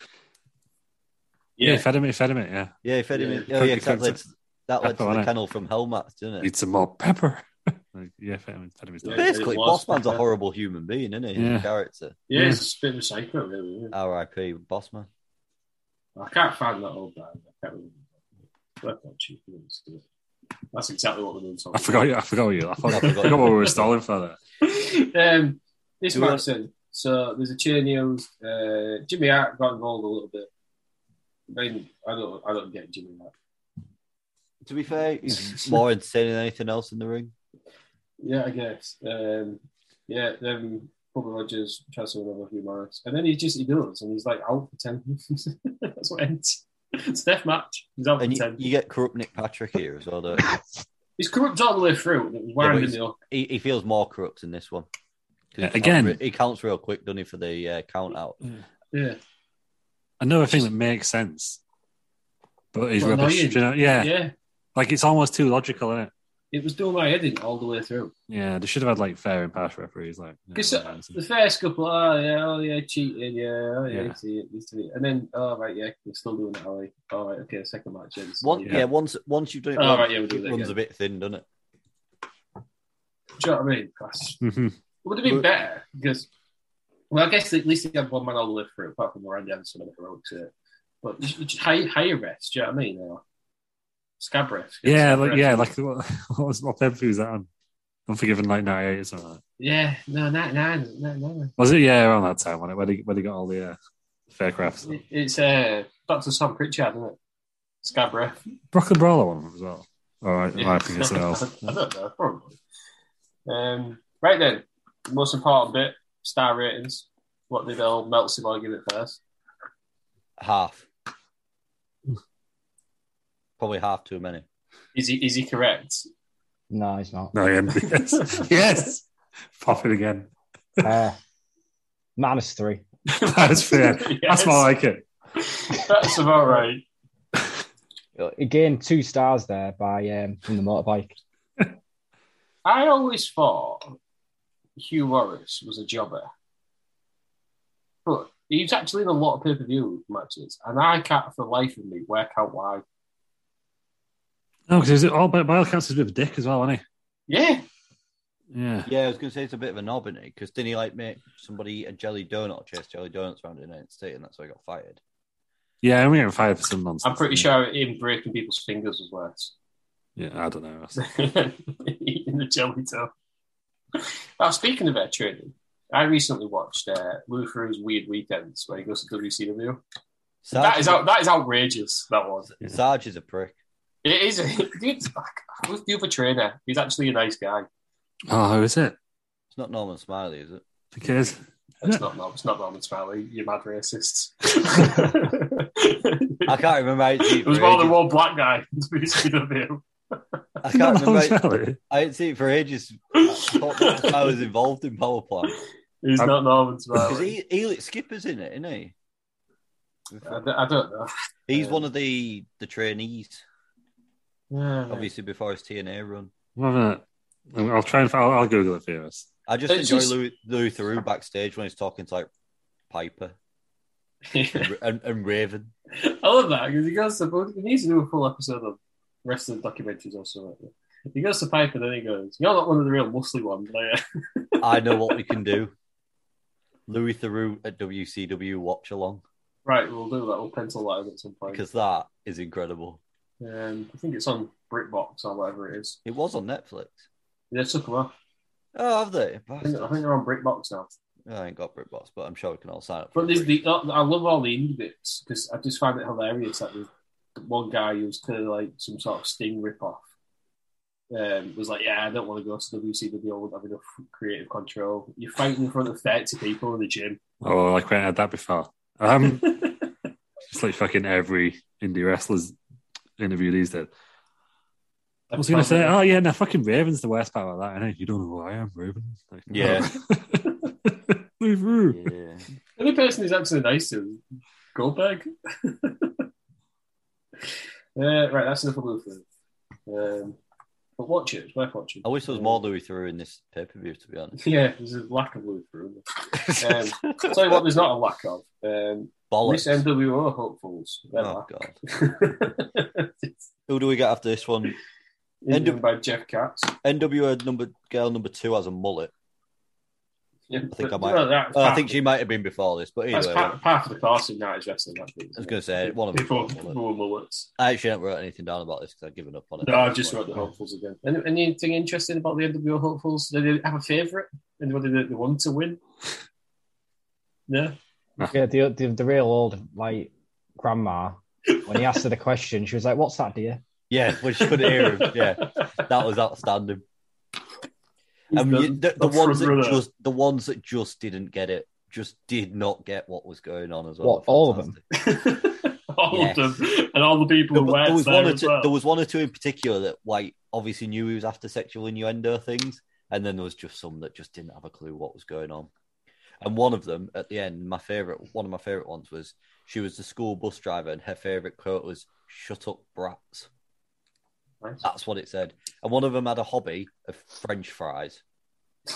E: yeah,
C: Yeah.
E: he fed him it, fed him it, yeah.
D: Yeah, if anyone,
C: Yeah.
D: oh, yeah,
E: Cooked-
D: that led,
E: cooked
D: that led
E: pepper
D: to
E: on
D: the
E: it.
D: kennel from Hellmat, didn't it?
E: Need some more pepper. Like, yeah, fed him, fed him his
C: Yeah.
E: diet.
D: Basically,
C: it was.
D: Bossman's a horrible human being, isn't he? He's a
E: Yeah.
D: character.
C: Yeah, it's a bit of a psycho, really. isn't it?
D: R.I.P. Bossman.
C: I can't find that old guy. I can't remember. Work on cheap notes, do it. That's exactly what we're doing. Tom.
E: I forgot. you- I forgot you. I forgot,
D: I
E: I
D: forgot.
E: forgot what we were stalling for. There.
C: um, this
D: Do we
C: man said, so there's a chain news. Uh, Jimmy Hart got involved a little bit. Then I don't, I don't get Jimmy Hart.
D: To be fair, he's more insane than anything else in the ring.
C: Yeah, I guess. Um, yeah, then Bobby Rogers tries to win over Hugh Morris, and then he just he does, and he's like out for ten. That's what ends. It's a death match. He's out for
D: And you,
C: ten.
D: you get corrupt Nick Patrick here as well, don't you?
C: He's corrupt all the way through. and It was
D: but
C: winding
D: he's-
C: me up.
D: He, he feels more corrupt in this one. 'Cause he
E: Yeah,
D: counts
E: again.
D: re- he counts real quick, doesn't he, for the uh, count out?
C: Yeah,
E: Another thing that makes sense, but he's
C: Well,
E: rubbish.
C: annoying.
E: Do you know? Yeah.
C: yeah.
E: like it's almost too logical, isn't it?
C: It was doing my head in all the way through.
E: Yeah, they should have had like fair and partial referees. Like, you know,
C: Because
E: like,
C: the first couple, oh yeah, oh yeah, cheating, yeah, oh yeah,
E: Yeah.
C: this, yeah, this, yeah. and then oh right, yeah, we're still doing that, are we? All right, okay, second match. Ends.
D: One, yeah.
E: Yeah.
D: once once you've done it,
C: Oh,
D: once,
C: right, yeah, we'll do
D: it
C: that
D: runs
C: again.
D: a bit thin, doesn't it?
C: Do you know what I mean? That's-
E: Mhm.
C: It would have been
D: But-
C: better because, well, I guess at least he had one man all the way through, apart from Randy Anderson and heroics. uh, But you should- high, higher rest, do you know what I mean? Or scab rest.
E: yeah,
C: Scab
E: like
C: rest.
E: yeah, like what, what was what pay-per-view was that on? Unforgiven, like '98 or something. Like that.
C: yeah, no, nine, nine, nine, nine.
E: Was it? Yeah, around that time when it when he, when he got all the uh, fair crafts.
C: It, it's uh, Doctor Sam Pritchard, isn't it? Scab rest.
E: Brooklyn Brawler one as well. All right,
C: Yeah.
E: I think it's else.
C: I don't know, probably. Um, right then, most important bit: star ratings. What did old Meltzer give it first?
D: Half. Probably half too many.
C: Is he is he correct?
F: No, he's not.
E: No, yeah, yes, yes, pop it again.
F: Uh, minus three.
E: That's fair. That's
C: Yes.
E: more like it.
C: That's about right.
F: Again, two stars there by um, from the motorbike.
C: I always thought Hugh Morris was a jobber, but he's actually in a lot of pay per view matches, and I can't for the life of me work out why.
E: No, because all by, by all accounts he's a oh, bit of a dick as well, isn't
C: Yeah,
E: he? Yeah.
D: Yeah, I was going to say it's a bit of a knob, isn't it? Because didn't he like make somebody eat a jelly donut or chase jelly donuts around in the United States and that's why he got fired?
E: Yeah, and we getting fired for some nonsense.
C: I'm pretty
E: Yeah.
C: sure him breaking people's fingers was worse.
E: Yeah, I don't know.
C: eating the jelly toe. Now, speaking of that training, I recently watched uh, Lou Ferrigno's Weird Weekends where he goes to WCW.
D: Sarge,
C: that is out, that is outrageous. That was
D: Sarge is a prick.
C: it is. Dude's back. Who's the other trainer? He's actually a nice guy.
E: Oh, who is it?
D: It's not Norman Smiley, is it?
E: Because
C: It's not. Norm- It's not Norman Smiley. You mad racists.
D: I can't remember. How it's
C: It was more than one black guy in WCW.
D: I can't
E: Not Norman
D: remember.
E: Smiley.
D: I didn't see it for ages. I thought I was involved in power plant
C: He's
E: I'm-
C: not Norman
D: because
C: Smiley.
D: he, he skipper's in it, isn't he?
C: I don't, I don't know.
D: He's
C: Um,
D: one of the the trainees,
C: Yeah.
D: obviously before his TNA run.
E: I'm having a- I'll try and find, I'll, I'll Google it for us.
D: I just
C: It's
D: enjoy
C: just-
D: Lou, Lou Theroux backstage when he's talking to like Piper and, and, and Raven.
C: I love that because he goes to both. He needs to do a full episode of wrestling documentaries or something. He goes to Piper, then he goes, "You're not one of the real muscly ones." Like,
D: I know what we can do. Louis Theroux at WCW watch along
C: right, we'll do that. We'll pencil that in at some point.
D: because that is incredible.
C: Um, I think it's on BritBox or whatever it is.
D: It was on Netflix.
C: They took them off.
D: Oh, have they?
C: I think, I think
D: Bastards.
C: they're on BritBox now.
D: I ain't got BritBox, but I'm sure we can all sign up. For
C: But there's
D: it.
C: the I love all the indie bits because I just find it hilarious that the one guy who's clearly like some sort of Sting ripoff um, was like, "Yeah, I don't want to go to WCW. I won't have enough creative control. You're fighting in front of thirty people in the gym."
E: Oh, like we had that before. Um, it's like fucking every indie wrestler's interview these days. I was going to say, oh yeah, no, fucking Raven's the worst part about that. I know you don't know who I am, Raven. Like, no.
D: Yeah.
E: Leave room.
D: Yeah.
C: The only person who's actually nice to him is Goldberg. uh, right, that's enough of Luther. Um, but watch it, it's worth watching.
D: I wish there was more Louis Theroux in this pay per view, to be honest.
C: Yeah, there's a lack of Luther. Isn't there? Um, tell you what, there's not a lack of. Um, Miss
D: Bollocks.
C: NWO hopefuls. They're
D: Oh,
C: lack.
D: God. Who do we get after this one?
C: He's
D: And-
C: done by Jeff Katz.
D: NWA number girl number two has a mullet.
C: Yeah,
D: I think
C: but-
D: I might-
C: well, that's
D: Oh, I
C: part
D: think
C: of-
D: she might have been before this, but
C: That's
D: either way,
C: part, part of the course of night wrestling. That's I
D: I was gonna say, one of them
C: before
D: was a mullet.
C: before mullets.
D: I actually haven't wrote anything down about this because I've given up on it.
C: No, I just wrote the hopefuls again. Any, anything interesting about the NWO hopefuls? Did they have a favourite? Anybody that they want to win? No.
F: Yeah, the, the the real old like grandma. When he asked her the question, she was like, "What's that, dear?"
D: Yeah, which could hear him. Yeah, that was outstanding. Um, you- the, the ones that just the ones that just didn't get it, just did not get what was going on as well.
F: What, all of them?
D: Fantastic.
C: all
D: Yes.
C: of them and all the people
D: No,
C: who
D: but
C: were
D: there was one or
C: there. as
D: two.
C: well.
D: There was one or two in particular that like obviously knew he was after sexual innuendo things, and then there was just some that just didn't have a clue what was going on. And one of them at the end, my favorite, one of my favorite ones was she was the school bus driver, and her favorite quote was "Shut up, brats."
C: Nice.
D: That's what it said. And one of them had a hobby of French fries.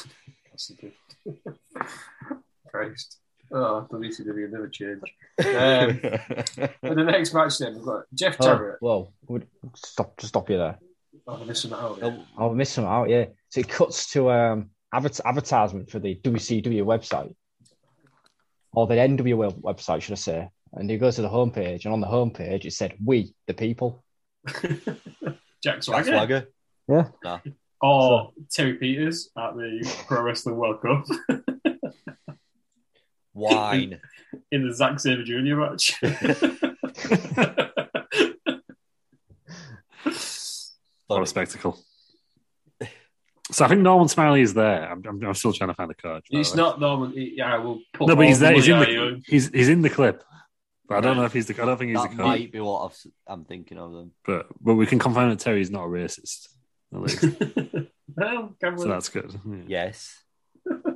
C: That's a good- Christ. Oh, WCW never change. Um, for the next match, then we've got Jeff
F: Oh,
C: Jarrett.
F: whoa, would stop, just stop you there.
C: Oh, I'm missing that out.
D: Oh,
F: I'll miss some out. Yeah, so it cuts to um adver- advertisement for the WCW website or the NWL website, should I say? And he goes to the homepage, and on the homepage it said, "We the people."
C: Jack
D: Jack
C: Swagger.
D: Swagger.
C: Or Terry Peters at the Pro Wrestling World Cup
D: Wine.
C: in the Zack Sabre Jr. match.
E: What a
D: Funny.
E: spectacle. So I think Norman Smiley is there. I'm, I'm, I'm still trying to find the coach. by
C: He's
E: the way.
C: not Norman. He, yeah, I will put
E: No, but he's
C: all
E: there. He's in
C: money on
E: the.
C: you.
E: He's he's in the clip. But I don't
C: Right.
E: know if he's the. I don't think he's
D: That
E: the coach.
D: might be what I've, s- I'm thinking of them.
E: But but we can confirm that Terry's not a racist. At least.
C: well, can we-
E: so that's good. Yeah.
D: Yes.
E: Well,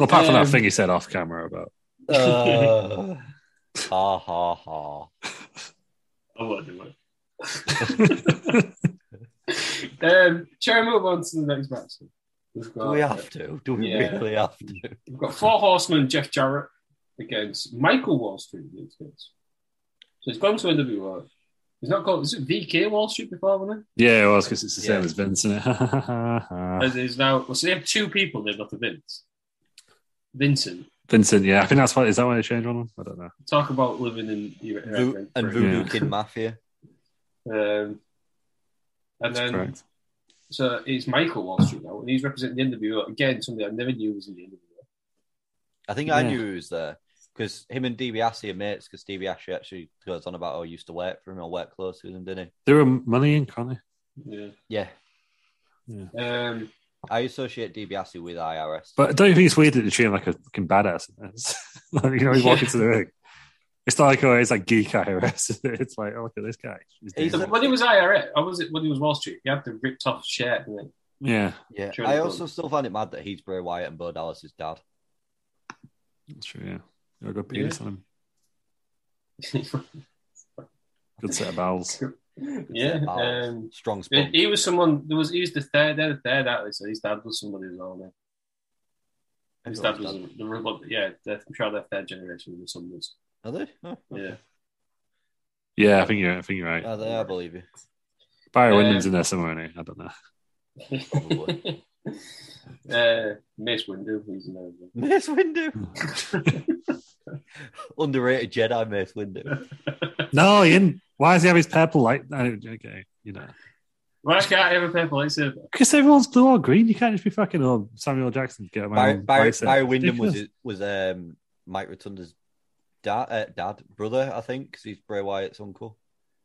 E: apart from
C: Um,
E: that thing he said off camera about
D: Uh, ha ha ha.
C: I won't do it. um, shall we move on to the next match? We've
D: Do
C: got,
D: we have to? Do we
C: Yeah.
D: really have to?
C: we've got Four Horsemen, Jeff Jarrett against Michael Wall Street. in this case. So he's gone to NWO. He's not called, is it VK Wall Street before, wasn't
E: yeah, it was because it's the same
D: Yeah.
E: as Vince, is
C: it? As is now, well, so they have two people named after Vince. Vincent.
E: Vincent, yeah, I think that's why. Is that why they changed one? of them? I don't know.
C: Talk about living in the
D: Vo- and Voodoo
E: Brilliant.
D: Kid Mafia.
C: Um, and
E: That's
C: then
E: correct.
C: So it's Michael Wall Street now, and he's representing the NWO again. Somebody I never knew was in the NWO.
D: I think I
E: Yeah.
D: knew he was there because him and DiBiase are mates. Because DiBiase actually goes on about oh, he used to work for him or work close with him, didn't
E: There were money in Connie.
C: Yeah.
D: he? Yeah,
C: Um,
D: I associate DiBiase with IRS.
E: But don't you think it's weird that they treat him like a fucking badass? in this? like, you know, he walks into the ring. It's not like oh, it's like geek IRS. it's like oh, look at this guy. He's
D: He's
E: doing
D: a-
E: it.
C: when he was IRA, I was it when he was Wall Street. He had the ripped off shirt. didn't he?
E: yeah,
D: yeah,
C: Sure,
D: I
C: no
D: also
C: problem.
D: still find it mad that he's Bray Wyatt and Bo Dallas's dad.
E: that's true. Yeah, got a good penis on him. Good set of bowels.
C: yeah.
D: Bowels.
C: Um,
D: strong
C: he,
D: spunk.
C: he was someone. There was he was the third. They're the third athlete. So his dad was somebody as well. Man. His dad was the robot. Yeah, they're- I'm sure they're third generation or something.
D: Are they? Oh, okay.
C: Yeah.
E: Yeah, I think you're. I think you're right.
D: Are they? I believe you.
E: Barry
C: Uh,
E: Windham's in there somewhere. Isn't he? I don't know.
D: Probably.
C: uh, Mace Windu, he's in there. as well.
D: Mace Windu, underrated Jedi Mace Windu.
E: No, he didn't. Why does he have his purple light? I don't- Okay, you know,
C: Why can't ever play for lightsaber?
E: because everyone's blue or green. You can't just be fucking oh Samuel Jackson. Get my
D: Barry,
E: own
D: Barry,
E: lightsaber.
D: Barry Windham was
E: Ridiculous.
D: was um, Mike Rotunda's dad, uh, dad, brother, I think, because he's Bray Wyatt's uncle.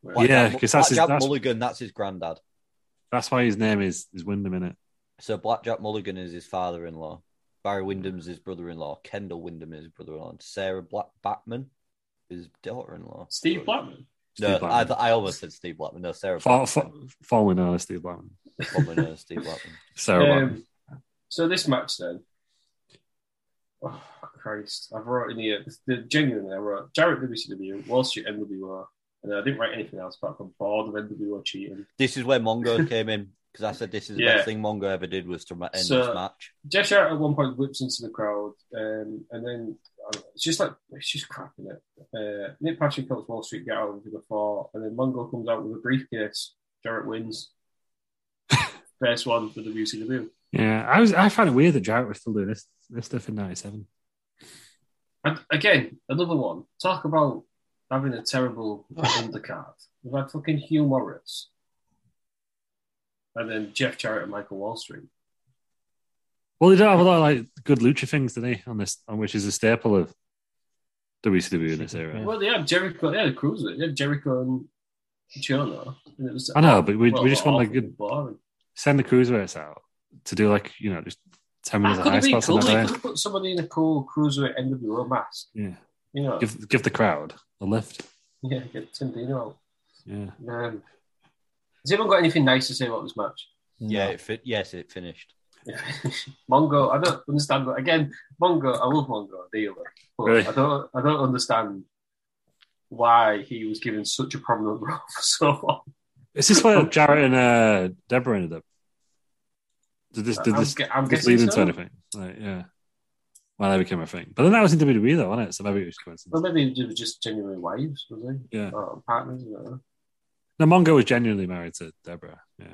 C: Right.
E: Yeah,
D: Blackjack-
E: 'cause that's his-
D: Blackjack
E: that's-
D: Mulligan. That's his granddad.
E: That's why his name is is Windham in it.
D: So Blackjack Mulligan is his father-in-law. Barry Windham's his brother-in-law. Kendall Windham is his brother-in-law. And Sarah Black Batman is his daughter-in-law.
C: Steve Blackman.
D: No,
E: Steve Blackman.
D: I, I almost said Steve Blackman. No, Sarah.
E: For, for,
D: Blackman.
E: formerly known as Steve Blackman.
D: Formerly known as Steve Blackman.
E: Sarah Blackman.
C: Um, so this match then. Oh Christ! I've wrote in here. The, genuinely, I wrote Jarrett WCW, Wall Street NWO, and I didn't write anything else. But I'm bored of NWO cheating.
D: This is where Mongo came in because I said this is the
C: Yeah.
D: best thing Mongo ever did was to ma- end
C: So-
D: this match.
C: Jeff Jarrett at one point whips into the crowd, um, and then uh, it's just like it's just crap in it. Uh, Nick Patrick helps Wall Street get out of the four, and then Mungo comes out with a briefcase. Jarrett wins. first one for the WCW.
E: Yeah, I was. I found it weird that Jarrett was still doing this, this stuff in '97.
C: And again, another one. Talk about having a terrible undercard. We've had fucking Hugh Morris, and then Jeff Jarrett and Michael Wallstreet.
E: Well, they don't have a lot of like good lucha things, do they? On this, on which is a staple of WCW in this era.
C: Well, they had Jericho. They had a cruiser. They had Jericho and Chono. And it was,
E: I know, but we- we just want,
C: awful,
E: like, good-
C: boring.
E: Send the cruiserweights out to do like you know just ten minutes
C: That
E: of
C: could
E: high
C: have been
E: spots
C: cool.
E: on
C: They
E: that
C: could have put somebody in a cool cruiserweight NWO mask.
E: Yeah,
C: You know,
E: give give the crowd a lift.
C: yeah, get Tim Dino.
E: Yeah,
C: out. Um, has anyone got anything nice to say about this match?
D: Yeah, it fit. Yes, it finished.
C: Mongo, I don't understand. But again, Mongo, I love Mongo dearly, but
E: Really?
C: I don't, I don't understand why he was given such a prominent role for so long.
E: is this where Jarrett and uh, Deborah ended up? Did this did
C: I'm
E: this,
C: gu- I'm
E: did this
C: guessing
E: lead into
C: so.
E: anything? Like, yeah. Well, they became a thing, but then that was in WWE though, wasn't it? So maybe it was coincidence.
C: Well, maybe they were just genuine wives, was they?
E: Yeah.
C: Or partners, I don't know.
E: No, Mongo was genuinely married to Deborah. Yeah,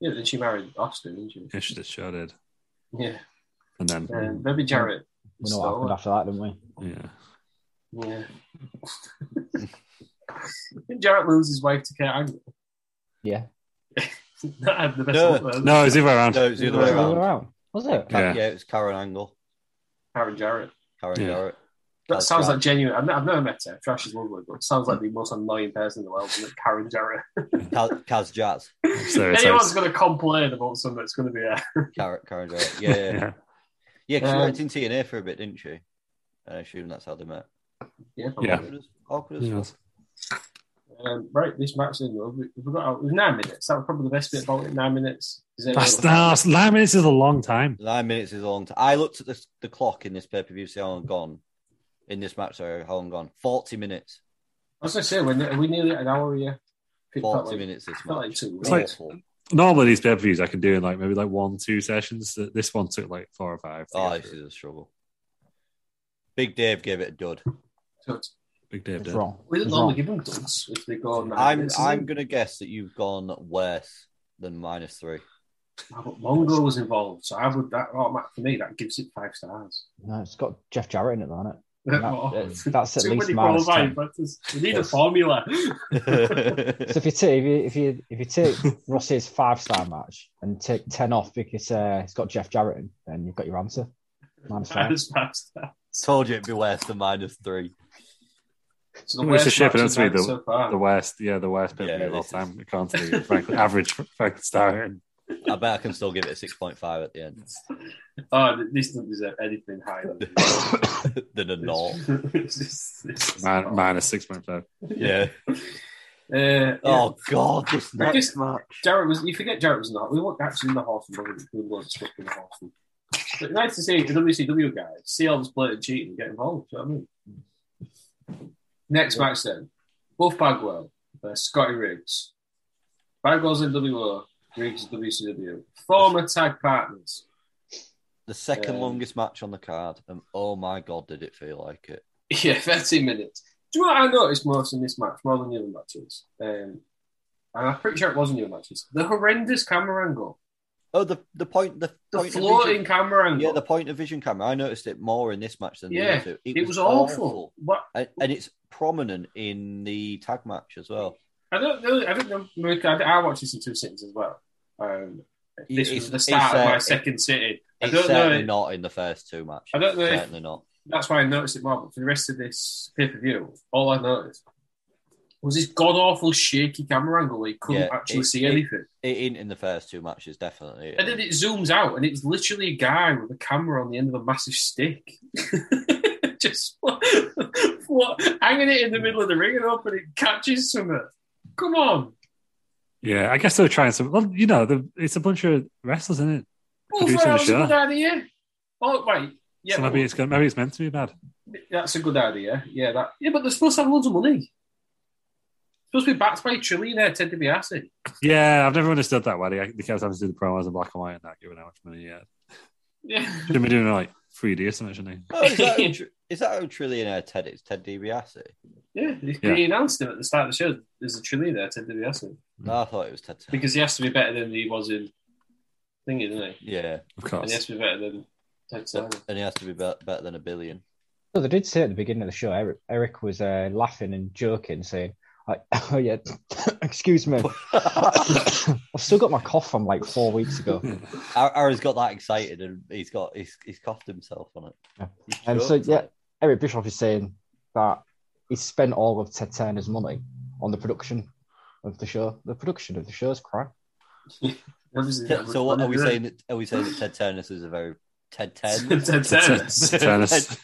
C: Yeah, then she married Austin, didn't she?
E: yeah she just sure did.
C: Yeah.
E: And then,
C: Um, maybe Jarrett.
F: We know what
C: stole
F: happened after that, didn't we?
E: yeah,
C: it. Yeah. Didn't Jarrett lose his wife to Kurt Angle?
F: Yeah.
C: that had the best
D: No.
C: look, though.
E: no, it was the other way around.
D: No, it was the other way
F: Yeah, we were
D: around.
F: out. Was it?
D: Ca-
E: Yeah.
D: Yeah. it was Karen Angle,
C: Karen Jarrett.
D: Karen
E: Yeah.
D: Jarrett.
C: That
D: That's
C: sounds
D: right.
C: like genuine. I've, ne- I've never met her. Trash is lovely, but sounds like the most annoying person in the world. Isn't it? Karen Jarrett.
D: Kaz, Kaz Jazz,
E: Stereotypes.
C: Anyone's going to complain about something that's going to be there.
D: Karen, Karen Jarrett. Yeah, yeah, yeah.
E: yeah.
D: yeah 'cause
C: Um,
D: she worked in TNA for a bit, didn't she? And I assume that's how they met.
C: yeah. probably.
E: Yeah.
D: Awkward as, awkward as
E: Yeah.
D: fuck.
C: Um, right, this match then, though, we- we've got out. We've nine minutes. That was probably the best bit about it. Nine minutes. Is anyone
E: That's,
C: else-
E: that's nine minutes is a long time.
D: Nine minutes is a long time. I looked at the, the clock in this pay per view, see how long gone. In this match, sorry, how long gone? 40 minutes.
C: I was going to say, we're, ne- are we nearly at an hour here? It felt
D: 40
C: like-
D: minutes this
C: felt like
D: match.
C: two
E: It's like-
D: Awful.
E: Normally, these pay per views I can do in like maybe like one, two sessions. Th- This one took like four or five. to
D: Oh,
E: get
D: this
E: through.
D: is a struggle. Big Dave gave it a dud.
C: So it's-
E: Big day of
F: It's
E: death.
F: wrong.
C: we don't
F: It's
C: normally
F: wrong.
C: give them duds if they go nine
D: I'm
C: minutes,
D: I'm
C: is it?
D: gonna guess that you've gone worse than minus three.
C: Ah, But Mongo was involved, so I would that oh, Matt, for me that gives it five stars.
F: No, it's got Jeff Jarrett in it, though, isn't it?
C: Oh,
F: That, that's at
C: too
F: least
C: many
F: minus
C: qualifying
F: 10.
C: factors. We need a
D: Yes.
C: formula.
F: So if you take if you if you, if you take Russ's five star match and take ten off because uh, it's got Jeff Jarrett, in, then you've got your answer. Minus five.
C: Minus five stars.
D: Told you it'd be worse than minus three.
C: So
E: Well, it's a shame for
C: match
E: them to be
C: we've had so far.
E: The worst, yeah, the worst pay per view
D: Yeah,
E: of all
D: this is-
E: time. I can't see it. Frankly, average Frank star. in.
D: I bet I can still give it a six point five at the end.
C: Oh, th- this doesn't deserve anything higher. Than
D: than a
C: No.
D: null.
C: Oh.
E: Min- minus six point five.
D: Yeah.
C: Uh, yeah.
D: Oh god, this
C: Right,
D: next
C: this-
D: match.
C: Jarrett was. You forget Jarrett was not. We weren't actually in the Horseman. wasn't We We weren't stuck in the Horseman. But nice to see the WCW guys see all this blatant cheating and get involved. Do you know what I mean? Next match then, Wolf Bagwell versus Scotty Riggs. Bagwell's in WO, Riggs is WCW. Former tag partners.
D: The second
C: Um,
D: longest match on the card, and oh my god, did it feel like it?
C: Yeah, 30 minutes. Do you know what I noticed most in this match, more than the other matches? Um, and I'm pretty sure it wasn't the other matches. The horrendous camera angle.
D: Oh, the the point, the,
C: The
D: point of
C: floating
D: vision-
C: camera angle.
D: Yeah, the point of vision camera. I noticed it more in this match than the
C: Yeah,
D: other two.
C: it was awful. What
D: and, and it's prominent in the tag match as well.
C: I don't know. I don't know. Marika, I, I watched this in two sittings as well. Um, this
D: It's-
C: was the
D: it's,
C: start of
D: uh,
C: my
D: it-
C: second sitting. I
D: It's
C: don't know.
D: certainly
C: if-
D: not in the first two matches.
C: I don't know if-
D: Certainly not.
C: That's why I noticed it more. But for the rest of this pay per view, all I noticed was this god awful shaky camera angle. Where you couldn't
D: Yeah,
C: actually
D: it-
C: see
D: it-
C: anything.
D: It ain't in the first two matches, definitely.
C: And then it zooms out, and it's literally a guy with a camera on the end of a massive stick. Just what, what, hanging it in the middle of the ring and hoping it catches something. Come on.
E: Yeah, I guess they were trying some. Well, you know, the, it's a bunch of wrestlers in it.
C: Well,
E: Producing
C: that
E: the
C: was a
E: show.
C: good idea. Oh, right. Yeah,
E: so
C: but-
E: maybe it's gonna, maybe it's meant to be bad.
C: That's a good idea. Yeah, that. Yeah, but they're supposed to have loads of money. Supposed to be backed by trillionaire Ted DiBiase.
E: Yeah, I've never understood that. Why they, they kept having to do the promos in black and white and not giving how much money yet.
C: Yeah.
E: Should be doing like three D or something, shouldn't
D: Oh, is, that who, tr- is that who trillionaire Ted is? Ted DiBiase?
C: Yeah, he
E: Yeah.
C: he announced him at the start of the show as a trillionaire Ted DiBiase
D: No, I thought it was Ted.
C: because he has to be better than he was in thingy, doesn't he?
D: Yeah,
E: Of
C: And he has
E: course.
C: to be better than Ted Turner.
D: and he has to be, be- better than a billion.
F: No, they did say at the beginning of the show, Eric, Eric was uh, laughing and joking, saying, like, "Oh yeah, excuse me, I've still got my cough from like four weeks ago."
D: Ar- Aaron's got that excited and he's got he's, he's coughed himself on it.
F: Yeah.
D: He's
F: And so
D: choked.
F: yeah, Eric Bischoff is saying that he spent all of Ted Turner's money on the production of the show. The production of the show's crap.
C: Obviously,
D: Yeah,
C: that
D: So what
C: was-
D: are we saying? That, are we saying that Ted Turnus is a very Ted Ten?
C: Ted Turner.
E: Ted Turnus.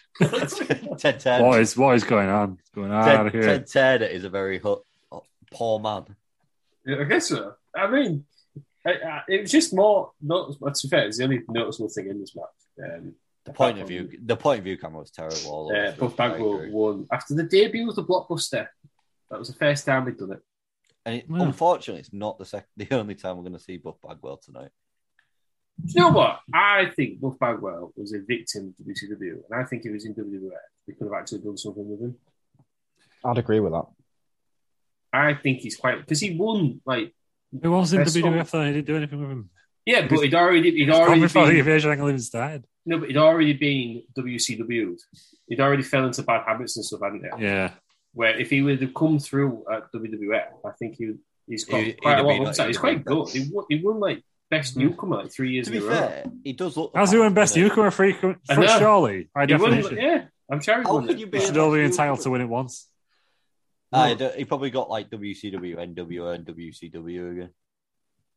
D: Ted Ten.
E: What is what is going on? What's going on
D: Ted,
E: here?
D: Ted Turner is a very hu- uh, poor man.
C: I guess so. I mean, I, I, it was just more noticeable. To be fair, it's the only noticeable thing in this match. Um,
D: The point of view, the point of view camera was terrible. all
C: Uh,
D: over.
C: Buff
D: I
C: Bagwell
D: agree.
C: won after the debut of the blockbuster. That was the first time they'd done it.
D: and it,
E: Yeah.
D: unfortunately, it's not the sec- the only time we're going to see Buff Bagwell tonight.
C: Do you know what? I think Buff Bagwell was a victim of WCW, and I think if he was in WWE, they could have actually done something with him.
F: I'd agree with that.
C: I think he's quite because he won like
E: Who was in
C: Best
E: WWF that he didn't do anything with him?
C: yeah, but he'd already he'd
E: Probably
C: already
E: before the
C: been,
E: invasion angle even started.
C: no, but he'd already been WCW. He'd already fell into bad habits and stuff, hadn't he?
E: Yeah.
C: Where if he would have come through at WWF, I think he he's got
D: He-
C: quite
D: he'd
C: a
D: have
C: lot
D: been
C: of
D: like-
C: upside. He's
D: he'd
C: quite
D: have been
C: good. He won, he won like
D: Hmm.
C: best newcomer like three years
D: To be
C: in a row.
D: fair, he does look. the
E: How's he
D: part,
E: win best
D: doesn't he?
E: newcomer free, free
C: I know.
E: surely? By
C: He won-
E: definition.
C: yeah, I'm sure he
D: How
C: won
D: could
C: it.
D: you be?
E: He should all be entitled to win it once.
D: Uh, he probably got like WCW, NWO, and WCW again.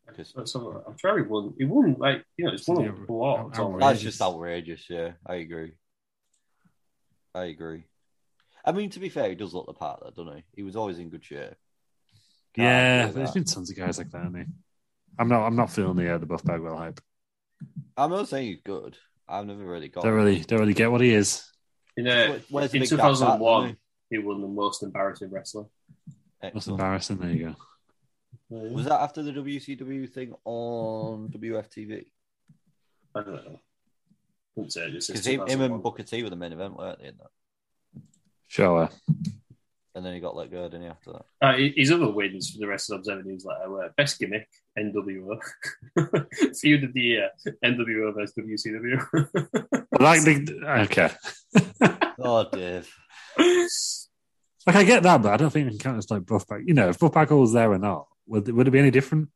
D: 'Cause
C: That's all right. I'm sure he won. He won like you know, it's one of the lot.
D: That's just outrageous. Yeah, I agree. I agree. I mean, to be fair, he does look the part, though, doesn't he? He was always in good shape. Can't
E: yeah,
D: argue with
E: there's
D: that.
E: been tons of guys like that. Hasn't he? I'm not. I'm not feeling the uh, the Buff Bagwell hype.
D: I'm not saying he's good. I've never really got.
E: Don't really. Don't really get what he is.
C: In, uh,
D: Where- Where's
C: in
D: big gap
C: 2001,
D: at,
C: he won the most embarrassing wrestler.
D: isn't he?
E: That's
D: Excellent.
E: embarrassing. There you go.
D: Was Eh, that after the WCW thing on WFTV?
C: I don't know. Wouldn't say this
D: Because
C: is
D: him, him
C: 2001.
D: and Booker T were the main event, weren't they? In that?
E: Sure.
D: And then he got let go, didn't he? After that,
C: Uh, his other wins for the rest of Observer Newsletter were best gimmick NWO, feud of the uh, year NWO versus WCW.
E: But like, the, okay.
D: oh, Dave.
E: Like I get that, but I don't think it can count as like Buff Bagwell. You know, if Buff Bagwell was there or not, would would it be any different?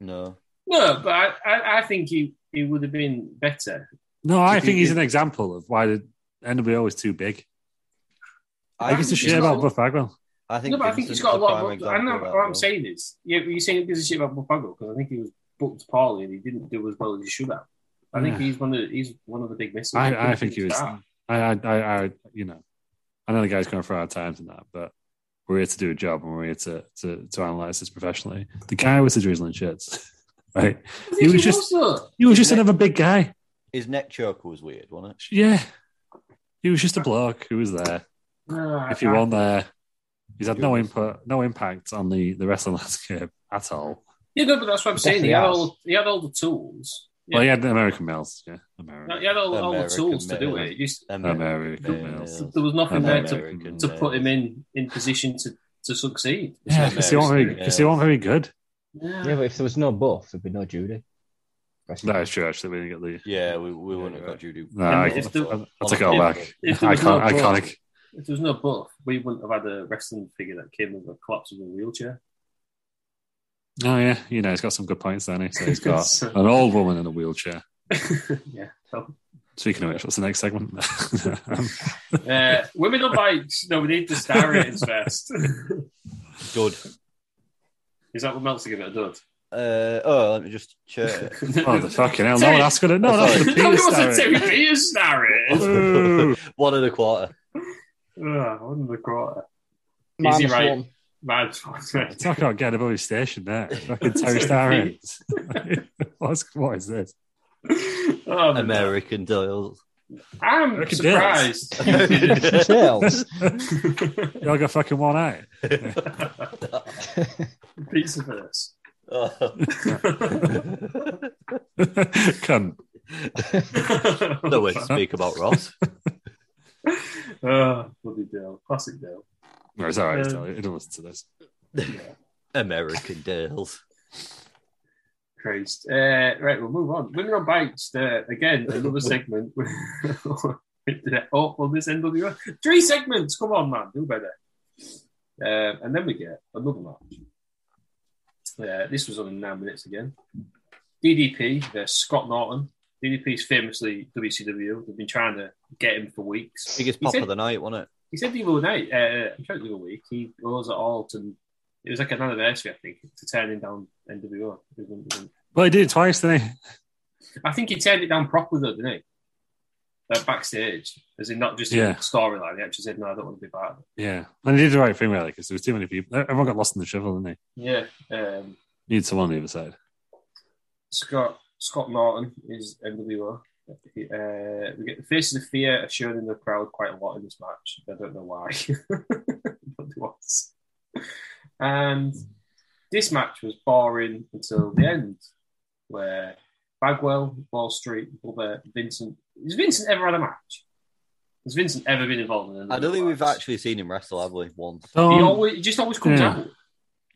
D: No,
C: no, but I, I, I think he, he would have been better.
E: No, I
C: If
E: think
C: he-
E: he's an example of why the NWO is too big.
D: I
E: I think
D: think
E: it's a
C: he's
E: shit
C: not-
E: about Buff Bagwell.
D: I think.
C: no, but I think
D: Vincent's
C: he's got a
D: the
C: lot
D: prime
C: of. I
D: example
C: know
D: of that,
C: what I'm
D: though.
C: saying is, you're, you're saying he gives a shit about Bufago because I think he was booked poorly and he didn't do as well as he should have. I think
E: Yeah.
C: he's one of the, he's one of the big misses.
E: I- I think he was-
C: Ah,
E: I, I, I, I, you know, I know the guy's going for hard times and that, but we're here to do a job and we're here to to, to analyze this professionally. The guy with the drizzling shirts, right?
C: I think
E: He was just-
C: though.
E: He was just another big guy.
D: His neck choke was weird, wasn't it?
E: Yeah, he was just a bloke who was there.
C: No,
E: If you
C: I-
E: weren't there, he's had no input, no impact on the the wrestling landscape at all.
C: yeah, no, but that's what I'm saying. He had
F: Definitely has.
C: all he had all the tools. Yeah.
E: Well, he had Oh, the American males, yeah, American,
C: He had all, all the
D: American
C: tools to do
D: man.
C: it. He Just,
E: American males.
C: there was nothing there to,
D: American
C: to put him
D: males.
C: in in position to to succeed.
E: Yeah,
D: American
E: because he wasn't very,
D: males.
E: because he wasn't very good.
F: Yeah, but if there was no buff, there'd be no Judy.
E: That is true. Actually, we didn't get the.
D: Yeah, we, we wouldn't have got Judy.
E: No,
C: Yeah,
E: I,
C: but if the-
E: I, I take it all back.
C: If there was
E: Icon-
C: no buff-
E: iconic.
C: If there was no buff, we wouldn't have had a wrestling figure that came with a collapse of a wheelchair.
E: Oh yeah, you know he's got some good points there. hasn't he? So he's got
C: So-
E: an old woman in a wheelchair.
C: yeah. So,
E: Speaking of which, what's the next segment?
C: uh, women on bikes. No, we need the star ratings first.
D: Good.
C: Is that what Meltzer gave it a dud?
D: Uh, oh, let me just check.
E: oh the fucking hell! No,
C: Terry-
E: that's gonna no,
D: Oh,
E: that's
D: sorry.
C: No,
E: the
C: it
E: penis
C: wasn't
E: star
C: Terry
E: rating.
C: Peters star rating.
E: Boo.
D: One and a quarter.
C: Ugh, one and a Oh, quarter.
F: Minus
C: Easy, right?
F: one.
C: Mad.
E: Talk about getting above his station there. Fucking Terry Star ratings. What's what is this?
C: Oh,
D: American Doyles.
C: I'm
E: American
C: surprised. you didn't-
F: Tails.
E: Y'all got fucking one eye.
C: Pizza for this.
D: Oh.
E: Come,
D: no way to speak about Ross.
C: Oh, bloody Dale. Classic Dale.
E: no, it's all right.
C: Uh,
E: It's all right. You don't listen to this.
D: American Doyles.
C: Christ. Uh, right, we'll move on. Women on bikes. Uh, again, another segment. Oh, with the awfulness NWO. Three segments. Come on, man. Do better. Uh, and then we get another match. Uh, this was only nine minutes again. DDP versus Scott Norton. DDP is famously WCW. They've been trying to get him for weeks.
D: Biggest
C: He
D: pop
C: said-
D: of the night, wasn't it?
C: he said the other night, uh, I'm trying to do a week, he goes at Alton. It was like an anniversary, I think, to turning down NWO. It was- it was-
E: Well, he did it twice, didn't he?
C: I think he turned it down properly, though, didn't he? Like backstage, as in not just in
E: Yeah.
C: the storyline. He actually said, "No, I don't want to be part of it."
E: Yeah, and he did the right thing, really, because there was too many people. Everyone got lost in the shovel, didn't
C: Yeah, um,
E: he? Need someone on the other side.
C: Scott Scott Norton is NWO. Uh, we get the faces of fear are shown in the crowd quite a lot in this match. I don't know why, but it was. And this match was boring until the end, where Bagwell, Wall Street, Bubba, Vincent. Has Vincent ever had a match? Has Vincent ever been involved in? an
D: I don't think we've
C: match?
D: actually seen him wrestle, have we? Once.
C: He
E: Um,
C: always he just always comes
E: Yeah.
C: out.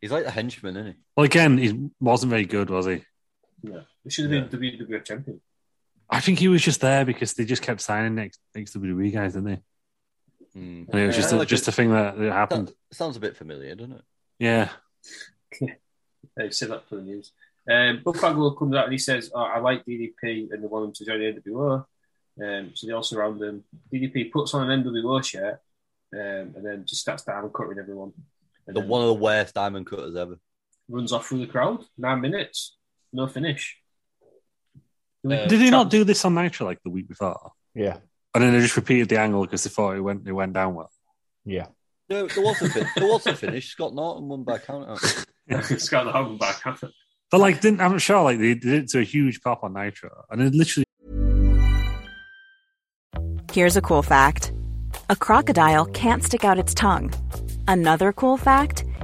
D: He's like the henchman, isn't he?
E: well, again, he wasn't very good, was he?
C: Yeah, he should have been WWF champion.
E: I think he was just there because they just kept signing next next WWE E guys, didn't they?
D: Mm.
E: And it was
C: Yeah,
E: just a,
D: like
E: just
D: a-
E: a thing that, that happened.
D: That sounds a bit familiar, doesn't it?
E: Yeah,
C: They've said that uh, for the news. Um, Buff Bagwell comes out and he says, oh, I like DDP and they want him to join the NWO. Um, so they all surround him. DDP puts on an NWO shirt um, and then just starts diamond cutting everyone. And
D: The
C: then
D: one of the worst diamond cutters ever.
C: runs off through the crowd. Nine minutes. No finish.
D: Uh,
E: did he not do this on Nitro like the week before?
F: Yeah,
E: And then they just repeated the angle because they thought it went it went down well.
F: yeah.
D: No, there was a fin- there was a finish. Scott Norton won by count out.
C: it's got the home back. hasn't it?
E: But like, didn't I'm sure like they did it to a huge pop on Nitro, and it literally
G: Here's a cool fact a crocodile can't stick out its tongue. Another cool fact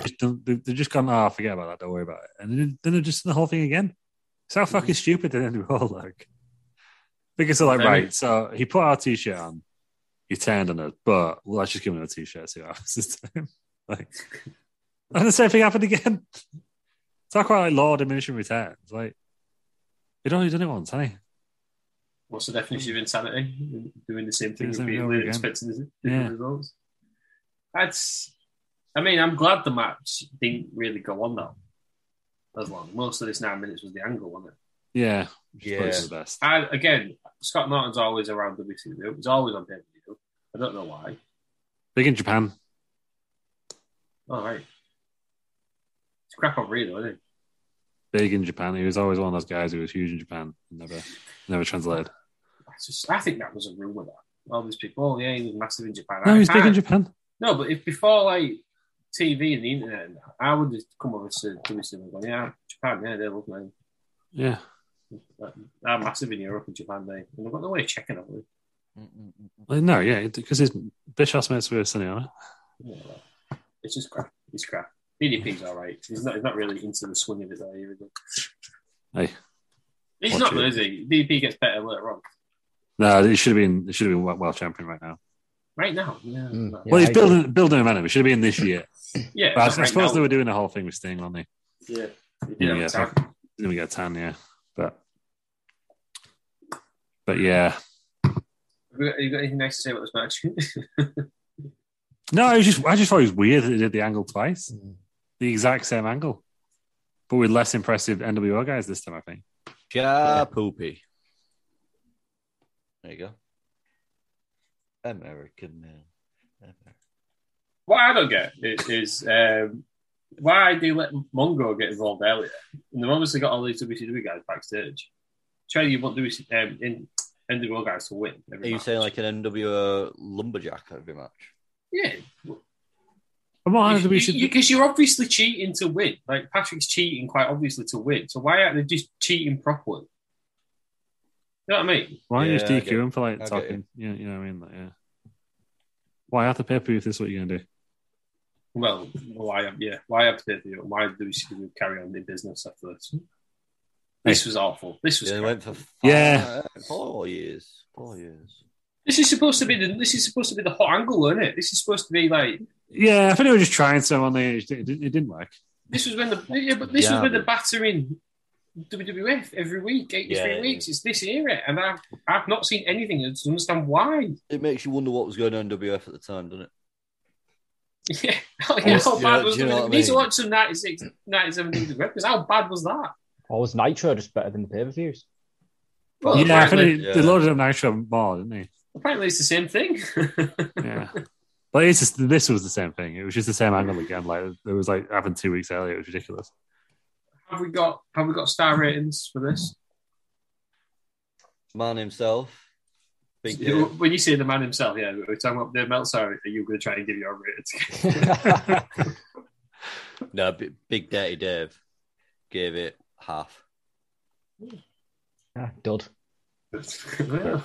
E: just don't- they- they've just gone, oh, forget about that, don't worry about it. And then- then they're just in the whole thing again. It's how
C: Mm.
E: fucking stupid they end all like. Because they're like,
C: Very.
E: right, so he put our t shirt on, he turned on us, but well, let's just give him a t shirt, see what happens this time. like, and the same thing happened again. Talk about like law of diminishing returns. Like, he'd only done it once, hey?
C: What's the definition of insanity? Doing the same thing
E: Hmm. Doing the same thing
C: repeatedly
E: over
C: and
E: again.
C: expecting different
E: Yeah.
C: results. That's. I mean, I'm glad the match didn't really go on though. As long, most of this nine minutes was the angle, wasn't it?
E: Yeah. Which
D: Yeah.
E: yeah. the best.
C: I, again, Scott Norton's always around WCW. He's always on WWE. I don't know why.
E: Big in Japan.
C: All right. It's crap on Reno, isn't
E: big in Japan. He was always one of those guys who was huge in Japan, never never translated.
C: That's just, I think that was a rumor. That all these people, oh yeah, he was massive in Japan.
E: No,
C: I
E: he's big in
C: can't-
E: Japan.
C: No, but if before like TV and the internet, and that, I would have come over to WCW and gone, yeah, Japan, yeah, they love me.
E: Yeah.
C: They're massive in Europe and Japan, they. And they've got no way of checking up with.
E: Well, no, yeah, because his Bischoff's mates with Sonny on
C: Yeah, well, it's just crap. It's crap. DDP's all right. He's not. He's not really into the swing of it though. Either.
E: it. Hey,
C: He's
E: Watch
C: not,
E: it.
C: though, is he? DDP gets better later on.
E: no, it should have been it should have been world- world champion right now.
C: Right now, yeah.
E: well, he's building building momentum. It should have been this year.
C: Yeah,
E: but I,
C: not
E: I
C: right
E: suppose
C: now.
E: they were doing the whole thing with Sting, weren't they?
C: Yeah. He did
E: Then we
C: have
E: get
C: a tag.
E: fuck- then we get tan, yeah. But but yeah,
C: Have you got- have you got anything nice to say about this match?
E: no, I was just I just thought it was weird that they did the angle twice, the exact same angle, but with less impressive NWO guys this time. I think.
D: Ja poopy. There you go. American man. American.
C: what I don't get is, is um, why they let Mongo get involved earlier. And they've obviously got all these WCW guys backstage. Try you want WC, um, in, NWO guys to win.
D: Are
C: every
D: you
C: match.
D: saying like an NWO lumberjack every match?
C: Yeah.
E: Come on, we
C: Because you, are obviously cheating to win. Like Patrick's cheating quite obviously to win. So why aren't they just cheating properly? You know what I mean?
E: Why don't you
C: Yeah,
E: just
C: I
E: DQ
C: get-
E: him for
C: I
E: like
C: get
E: talking? You know, you know what I mean? Like, yeah. Why have the pay per view if this is what you're gonna do?
C: Well, why have yeah? Why have they? Why do we carry on their business after this? This was awful. This was
D: Yeah, they went for five,
E: Yeah.
D: four years. Four years.
C: This is supposed to be the this is supposed to be the hot angle, isn't it? This is supposed to be like
E: Yeah, I think they were just trying some on the. It didn't, it didn't work.
C: this was when the yeah, but this
E: Yeah,
C: was when the battering WWF every week, eighty three
D: Yeah.
C: weeks. It's this era, and I've I've not seen anything. I just understand why.
D: It makes you wonder what was going on in WF at the time, doesn't it?
C: Yeah, how
D: Yeah,
C: bad
D: yeah,
C: was
D: do you know
C: WWE?
D: what I
C: Need to
D: mean?
C: watch some 96, 97 WWE because how bad was that?
F: Or was Nitro just better than the pay per views?
C: Well,
E: yeah, I think
C: apparently-
E: they, they loaded up Nitro more, didn't they?
C: Apparently, it's the same thing.
E: Yeah. But it's just, this was the same thing. It was just the same angle again. Like it was like happened two weeks earlier. It was ridiculous.
C: have we got have we got star ratings for this?
D: Man himself. Big
C: You-
D: Dave.
C: When you say the man himself, yeah, we're talking about the Meltzer. Are you going to try and give your own rating?
D: No, Big, big Dirty Dave gave it half.
F: Ah, dud.
C: Well,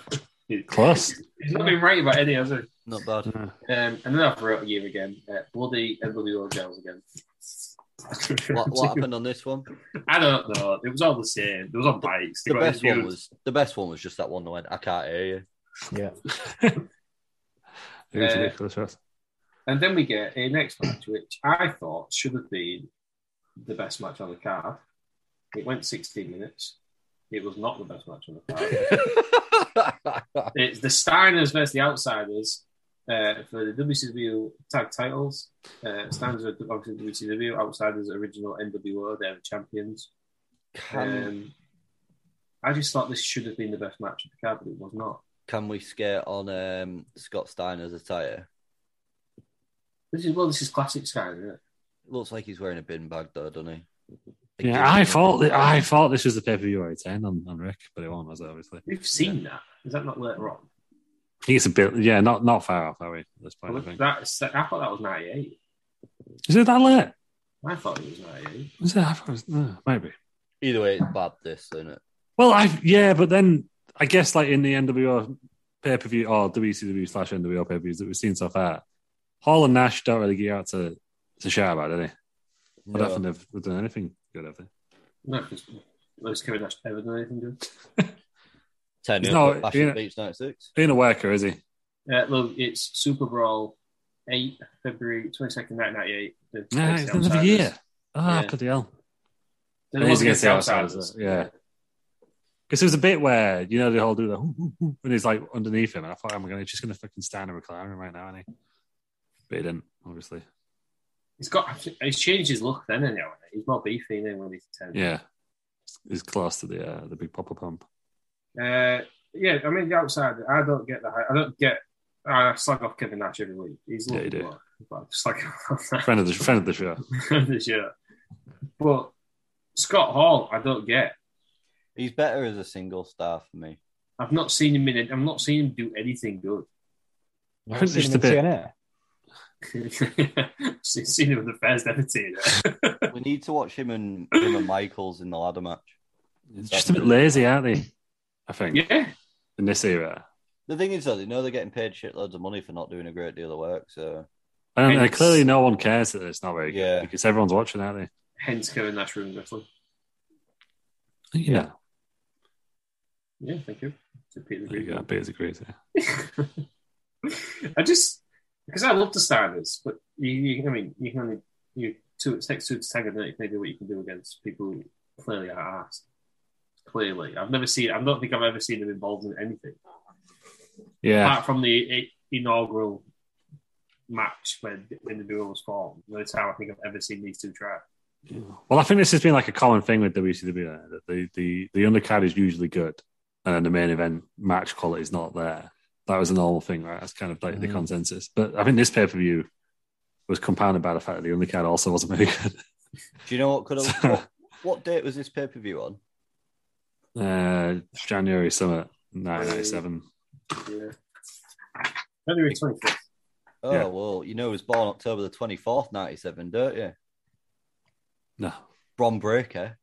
E: Close.
C: He's not been right about any, has he?
D: Not bad.
C: Um, and then I wrote a year again. Uh, bloody and bloody old girls again.
D: What, what happened on this one?
C: I don't know. It was all the same. It was on bikes. They
D: The
C: got
D: best one
C: interviewed.
D: was the best one was just that one that went, I can't hear you.
F: Yeah.
E: It was
C: Uh,
E: ridiculous. Right?
C: And then we get a next match, which I thought should have been the best match on the card. It went 16 minutes. It was not the best match on the card. it's the Steiners versus the Outsiders uh, for the WCW tag titles. Uh, Steiners are obviously WCW, Outsiders are original NWO, they're the champions.
D: Can-
C: Um, I just thought this should have been the best match of the card, but it was not.
D: Can we skate on um, Scott Steiner's attire?
C: This is well, this is classic Steiner, isn't it?
D: Looks like he's wearing a bin bag though, doesn't he?
E: Yeah, I thought that, I thought this was the pay per view I attend on, on Rick, but it wasn't, was it, obviously.
C: We've seen that. Is that not later on?
E: I think it's a bit, yeah, not not far off, are we? At this point, I think.
C: That's, I thought that was 98.
E: Is it that late?
C: I thought it was 98.
E: Is it? I thought it was, no, maybe.
D: Either way, it's bad. This, isn't it?
E: Well, I yeah, but then I guess like in the NWO pay per view or WCW slash NWO pay per views that we've seen so far, Hall and Nash don't really get out to to shout about, do they? I
C: No.
E: don't think they've- they've done anything good, have they?
C: No, because was Kevin Nash ever done anything good?
D: Ten.
E: He's
D: No,
E: not-
D: Bash
E: he-
D: at Beach '96.
E: Being a worker, is he?
C: Uh, look, it's Super Bowl 8, February 22nd, 1998. The-
E: Yeah,
C: the
E: it's another
C: Outsiders.
E: year. Ah,
C: Yeah.
E: bloody hell.
C: Then
E: And
C: it
E: he's
C: was
E: against the
C: Outsiders.
E: outsiders. Yeah. Because there was a bit where, you know, they all do the hoo, hoo, hoo, and he's like underneath him. And I thought, oh my God, he's just going to fucking stand and recline him right now, isn't he? But he didn't, obviously.
C: He's got, he's changed his look then, anyhow. He's more beefy than when he's 10.
E: Yeah. He's close to the uh, the big popper pump.
C: Uh, yeah, I mean, the outside, I don't get the hype. I don't get, I slag off Kevin Nash every week. He's
E: Yeah, you
C: lovely
E: do.
C: bloke, but I slag him off.
E: Friend of the, friend of the show.
C: this year. But Scott Hall, I don't get.
D: He's better as a single star for me.
C: I've not seen him in it. I've not seen him do anything good.
E: Why is just a bit?
C: See- seen him in the first ever TNA.
D: we need to watch him and him and Michaels in the ladder match.
E: It's just a bit lazy, aren't they? I think.
C: Yeah.
E: In this era,
D: The thing is, though, they know they're getting paid shitloads of money for not doing a great deal of work. So
E: and, uh,
D: Hence-
E: clearly no one cares that it's not very good because everyone's watching, aren't
C: Hence Kevin Nash room wrestling.
E: they? Yeah.
C: Yeah, thank you. To Peter
E: There you
C: Green.
E: go. Peter's agrees. yeah.
C: I just because I love the Stardust, but you, you, I mean, you can only you two it's next two to Tag and you can only do what you can do against people who clearly are asked. Clearly, I've never seen. I don't think I've ever seen them involved in anything.
E: Yeah.
C: Apart from the i- inaugural match when when the duo was formed, that's how I think I've ever seen these two try.
E: Well, I think this has been like a common thing with WCW uh, that the the the undercard is usually good, and then the main event match quality is not there. That was a normal thing, right? That's kind of like the
H: Mhm.
E: consensus. But I think this pay per view was compounded by the fact that the undercard also wasn't very good.
D: do you know what could have? what, what date was this pay per view on?
E: Uh, January summer nineteen ninety seven.
C: Yeah. January twenty fifth.
D: Oh
E: Yeah.
D: well, you know, he was born October the twenty fourth, ninety seven, don't you?
E: No.
D: Bron Breaker.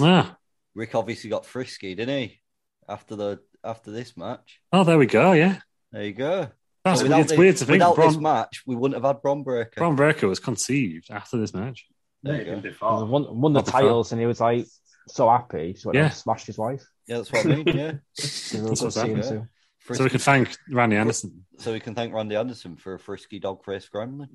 E: Ah.
D: Rick obviously got frisky, didn't he? After the after this match,
E: Oh, there we go. Yeah,
D: there you go.
E: That's
D: But
E: weird- it's weird to think
D: Without this
E: Bron-
D: match, we wouldn't have had Bron Breaker.
E: Bron Breaker was conceived after this match.
D: There you go.
F: He won, won the
E: Oh. Not the fan.
F: titles and he was like so happy. So
E: Yeah.
F: yeah. smashed his wife.
D: Yeah, that's what I mean. Yeah,
F: He was
E: That's what's
F: seeing
E: happened.
F: too.
E: So we can thank Randy Anderson,
D: So we can thank Randy Anderson for a frisky dog face gremlin.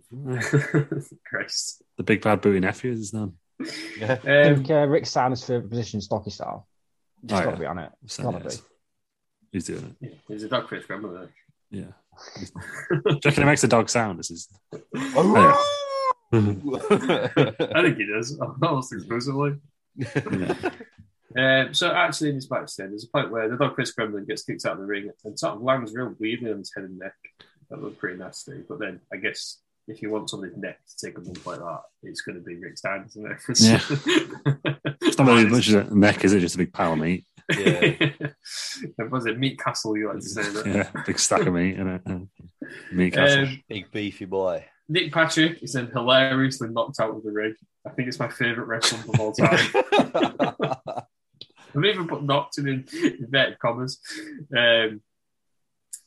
C: Christ. Um,
E: the big bad booty nephew, is um, his name.
D: Yeah.
F: think, uh, Rick Simon's favorite position is Docky Style. It's
E: Oh,
F: got to
E: yeah.
F: be on it. It's
E: So,
F: got to
E: yes.
F: be.
E: He's doing it.
C: Yeah, there's a dog Chris grandmother.
E: Yeah. Do you reckon it makes a dog sound? This is.
C: I think he does, almost exclusively. Um, so actually, in this match, then there's a point where the dog Chris Gremlin gets kicked out of the ring and sort of lands real weirdly on his head and neck. That looked pretty nasty. But then I guess if you want somebody's neck to take a bump like that, it's going to be Rick Stein, isn't it?
E: Yeah. It's not really much of a neck, is it? Just a big pile of meat.
C: That was it Meat Castle? You like to say that?
E: Yeah, big stack of meat in it. Meat castle.
C: Um,
D: Big beefy boy.
C: Nick Patrick is then hilariously knocked out of the ring. I think it's my favourite wrestling of all time. I've even put knocked in inverted commas. Um,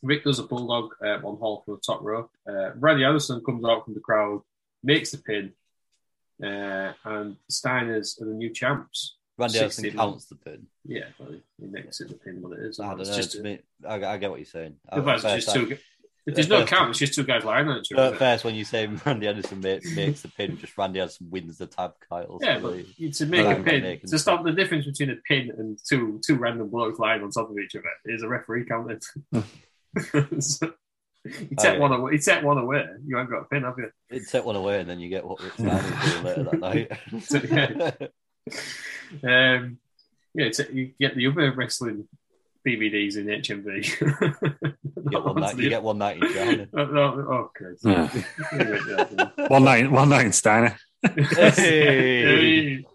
C: Rick does a bulldog um, on Hall from the top rope. Uh, Randy Anderson comes out from the crowd, makes the pin, uh, and Steiners are the new champs.
D: Randy Anderson
C: 16.
D: counts the pin.
C: Yeah, well, he makes it the pin, but it is.
D: I don't
C: It's
D: know.
C: just
D: to me- I, I get what you're saying.
C: Otherwise,
D: At
C: it's just
D: first,
C: two.
D: I-
C: gu- If there's
D: at
C: no
D: first-
C: count, it's just two guys lying on each
D: At
C: other.
D: first, when you say Randy Anderson ma- makes the pin, just Randy Anderson wins the tag titles.
C: Yeah, but you- to make a pin,
D: Making-
C: to stop the difference between a pin and two two random blokes lying on top of each other is a referee counted. so, you
D: Oh,
C: take
D: yeah.
C: one away. You take one away. You haven't got a pin, have you?
D: It set one away, and then you get what Rick Stein is doing later that night.
C: So, yeah. um, yeah, it's, you get the other wrestling DVDs in HMV.
D: You get one night. You get one night in China.
C: Oh, no, okay.
E: Yeah.
C: Yeah.
E: One night, one night in Steiner.
D: Hey.
C: Hey.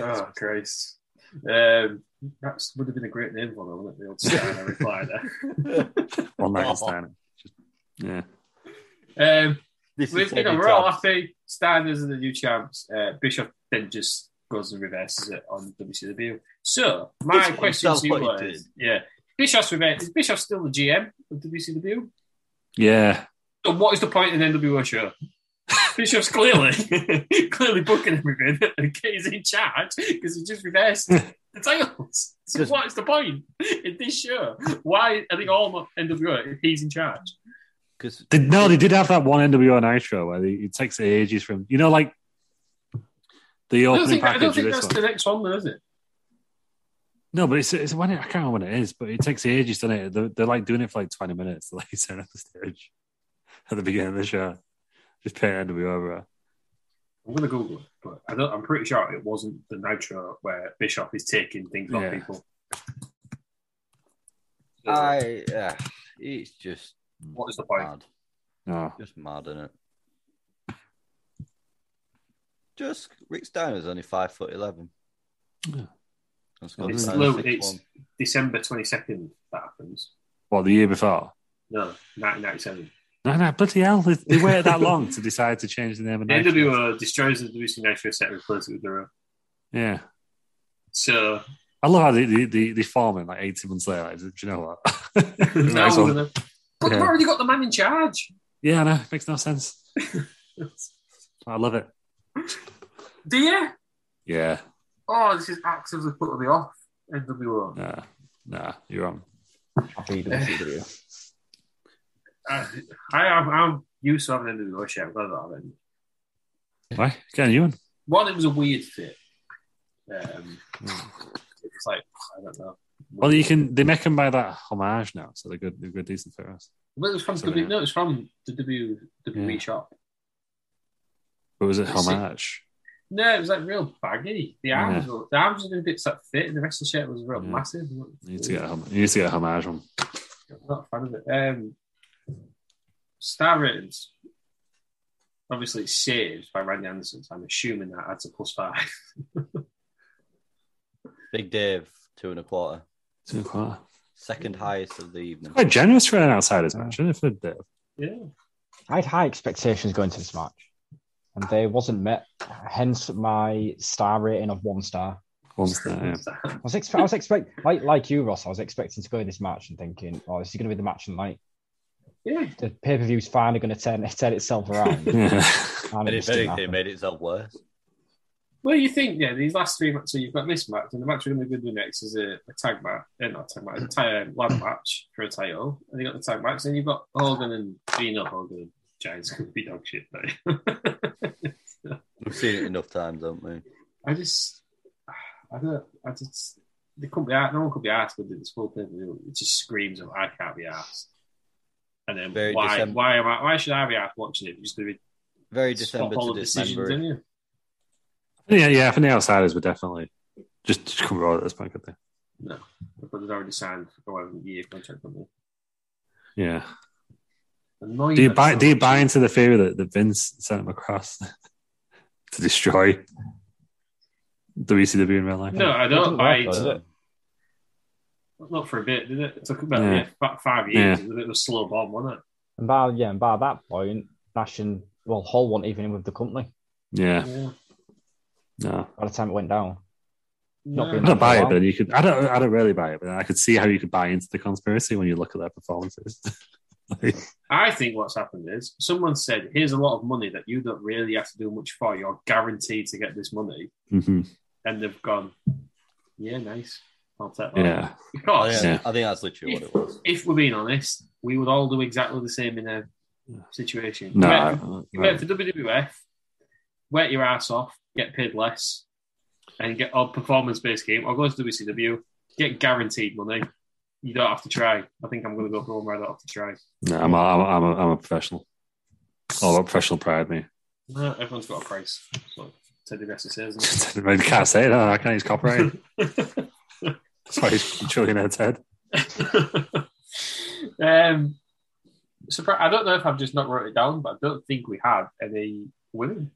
C: Oh, Christ. Um, that would have been a great name for them, wouldn't it? The old Steiner recliner.
E: One night in Steiner. Just, yeah.
C: Um,
D: This
C: we,
D: is
C: you know,
D: every
C: we're all
D: time.
C: happy. Steiners are the new champs. Uh, Bishop then just goes and reverses it on WCW. So,
D: That's
C: my
D: what
C: question
D: he
C: to you
D: does, what he
C: was, yeah, Bishop's reverse, is Bishop still the GM of WCW?
E: Yeah.
C: So what is the point in NWO show? Bishop's clearly clearly booking everything and he's in charge because he just reversed the titles. So
D: Just-
C: what is the point in this show? Why are they all NWO if he's in charge?
D: Because
E: Did, no, they did have that one NWO Nitro where they, it takes ages from, you know, like the
C: I don't
E: opening
C: think, I don't
E: package of
C: think
E: this
C: that's
E: one.
C: the next one, though, is it?
E: No, but it's, it's when it, I can't remember when it is, but it takes ages, doesn't it? They're, they're like doing it for like 20 minutes, the lady on the stage at the beginning of the show. Just paying NWO over.
C: I'm going to Google it, but I don't, I'm pretty sure it wasn't the Nitro where Bishop is taking things off
E: Yeah.
C: people.
D: Uh, I, yeah, it's just
C: What is the point?
D: mad.
E: No.
D: Just mad, isn't it? Just Rick Steiner's only five foot eleven. That's good.
C: It's,
D: Steiner's
C: low,
D: six
C: it's
D: one.
C: December 22nd that happens.
E: What the year before?
C: No, 1997.
E: No, no, bloody hell! They, they waited that long to decide to change the name of
C: The
E: Nitro.
C: NWO uh, destroys the WC Nitro set and replaces it with their own.
E: Yeah,
C: So,
E: I love how they they, they, they form it like eighty months later. Like, do you know what?
C: No,
E: Nice one.
C: wouldn't but
E: Yeah.
C: you've already got the man in charge.
E: yeah, no, it makes no sense. I love it.
C: Do you?
E: Yeah,
C: Oh, this is actively putting me off. NWO.
E: nah, nah, you're wrong.
C: I, I, am- I'm used to having an NWO shirt. I'm glad that I haven't.
E: Why? Can you?
C: One, it was a weird fit. Um,
E: Hmm.
C: it's like, I don't know.
E: Well, you can. They make them by that homage now, so they're good. They're good, decent for us.
C: Well, it was from,
E: So,
C: w,
E: yeah.
C: no, it was from the W, WWE shop.
E: But was it
C: Let's see.
E: homage?
C: No, it was like real baggy. The arms,
E: Yeah.
C: were, the arms were in bits that fit, and the rest of the shirt was real massive.
E: You need to get a hom- you need to get a homage one.
C: I'm not a fan of it. Um, star ratings. Obviously, it's saved by Randy Anderson. So I'm assuming that adds a plus five.
D: Big Dave, two and a quarter.
E: Two and a quarter.
D: Second highest of the evening.
E: Quite generous for an outsiders match, isn't it? For Dave?
C: Yeah.
F: I had high expectations going into this match, and they wasn't met. Hence my star rating of one star.
E: One star, yeah.
F: I was, expe- I was expect like like you, Ross. I was expecting to go in this match and thinking, "Oh, this is going to be the match of the night."
C: Yeah.
F: The pay per view's finally going to turn turn itself around. And
D: And if
F: it just didn't
D: anything, it made itself worse.
C: Well, you think, yeah, these last three matches, you've got this match, and the match we're going to be good with next is a, a tag match, eh, not a tag match, a tag, um, lad match for a title. And you got the tag match, and you've got Hogan and, you know, Hogan and Giants going to be dog shit, though.
D: We've seen it enough times, haven't we?
C: I just, I don't, I just, they couldn't be asked, no one could be asked with this whole thing. It just screams of, I can't be asked. And then
D: Very
C: why,
D: Decem-
C: why am I, why should I be asked watching it? You're just going to be
D: Very
C: stop
D: December
C: all
D: to
C: the decisions,
D: December.
C: didn't you?
E: Yeah, yeah. For the outsiders, we're definitely just, just come roll at this point, could they?
C: No, because they'd already signed for a 11 year contract, haven't they?
E: Yeah.
C: Annoying
E: Do you
C: that
E: buy?
C: so
E: Do you
C: much.
E: buy into the theory that, that Vince sent him across to destroy the WCW in real life?
C: No, I don't
F: It doesn't
C: buy
F: work,
C: into
F: does
C: it. Not for a bit, did it? It took about yeah.
E: Yeah.
C: about five years.
E: Yeah.
C: It was a bit of a slow bomb, wasn't it?
F: And by yeah, and by that point, Nash and well, Hall weren't even in with the company
E: Yeah.
C: Yeah.
E: No.
F: by the time it went down. Not
E: I
F: being-
E: don't buy it,
F: Wow.
E: but then you could. I don't. I don't really buy it, but then I could see how you could buy into the conspiracy when you look at their performances. Like,
C: I think what's happened is someone said, "Here's a lot of money that you don't really have to do much for. You're guaranteed to get this money,"
E: mhm.
C: and they've gone, "Yeah, nice. I'll take that."
E: Yeah.
D: I
C: Because
D: think,
E: Yeah.
D: I think that's literally what
C: if,
D: it was.
C: if we're being honest, we would all do exactly the same in a situation.
E: No.
C: Wait-
E: I-
C: You
E: I-
C: went for WWF, work your ass off, get paid less, and get a performance based game, or go to WCW, get guaranteed money. You don't have to try. I think I'm going to go for one where I don't have to try.
E: No, I'm a, I'm a, I'm a, I'm a professional. All about professional pride, me.
C: No, everyone's got a price. That's what Teddy Bessie says. isn't
E: I mean, can't say it. No, I can't use copyright.
C: it?
E: That's why he's chilling in his head.
C: um, surpri- I don't know if I've just not wrote it down, but I don't think we had any women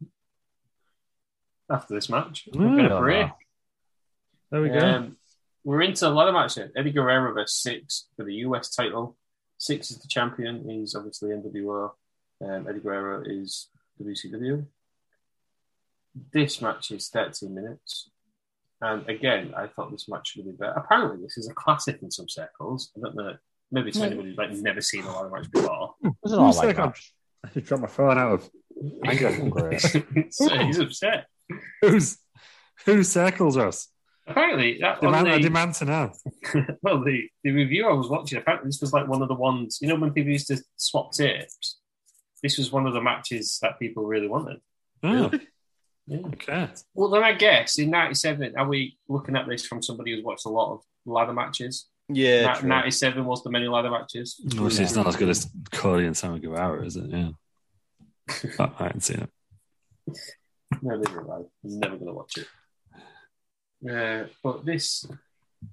C: after this match. We've got a
E: No.
C: break.
F: uh,
E: There
C: Um, we're into a lot of matches. Eddie Guerrero versus Six for the US title. Six is the champion. He's obviously NWO. Um, Eddie Guerrero is WCW. This match is 13 minutes. And again, I thought this match would be better. Apparently, this is a classic in some circles. I don't know. Maybe it's anybody who's like never seen a lot of match before.
F: It wasn't all
E: Who's
F: like
E: that
F: that.
E: I should drop my phone out of anger.
C: so he's upset.
E: who's who circles us?
C: Apparently, that on
E: Demand, I
C: the-
E: demand to know.
C: well, the, the review I was watching, apparently this was like one of the ones, you know, when people used to swap tapes, this was one of the matches that people really wanted.
E: Oh,
C: Yeah.
E: okay.
C: Well, then I guess in 97, are we looking at this from somebody who's watched a lot of ladder matches?
D: Yeah,
C: Ni-
D: true.
C: 97 was the many ladder matches.
E: Obviously, it's not as good as Cody and Sammy Guevara, is it? Yeah. I haven't seen it.
C: No, leave it alone. I'm never going to watch it. Uh, but this,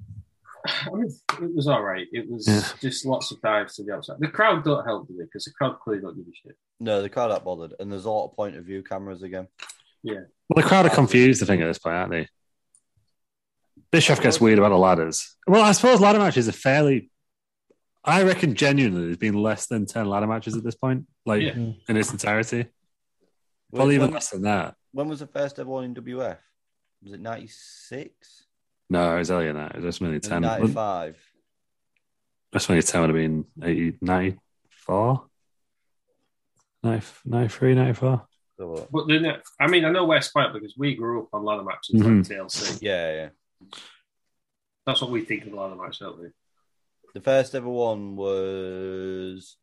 C: I mean, it was all right. It was
E: Yeah.
C: just lots of dives to the outside. The crowd don't help, do they? Because the crowd clearly don't give a shit.
D: No, the crowd aren't bothered, and there's a lot of point of view cameras again.
C: Yeah.
E: Well, the crowd are confused, I think, at this point, aren't they? Bischoff gets weird about the ladders. Well, I suppose ladder matches are fairly. I reckon genuinely there's been less than 10 ladder matches at this point, like
D: Yeah.
E: in its entirety. Probably even less than that.
D: When was the first ever one in WF? Was it 96?
E: No, it was earlier than that. It was WrestleMania 10.
D: 95.
E: WrestleMania 10 would have been 80, 94? 93, 94?
C: But then, uh, I mean, I know we're spoiled because we grew up on ladder matches
E: Mhm.
C: like TLC.
D: Yeah, yeah.
C: That's what we think of ladder matches, don't we?
D: The first ever one was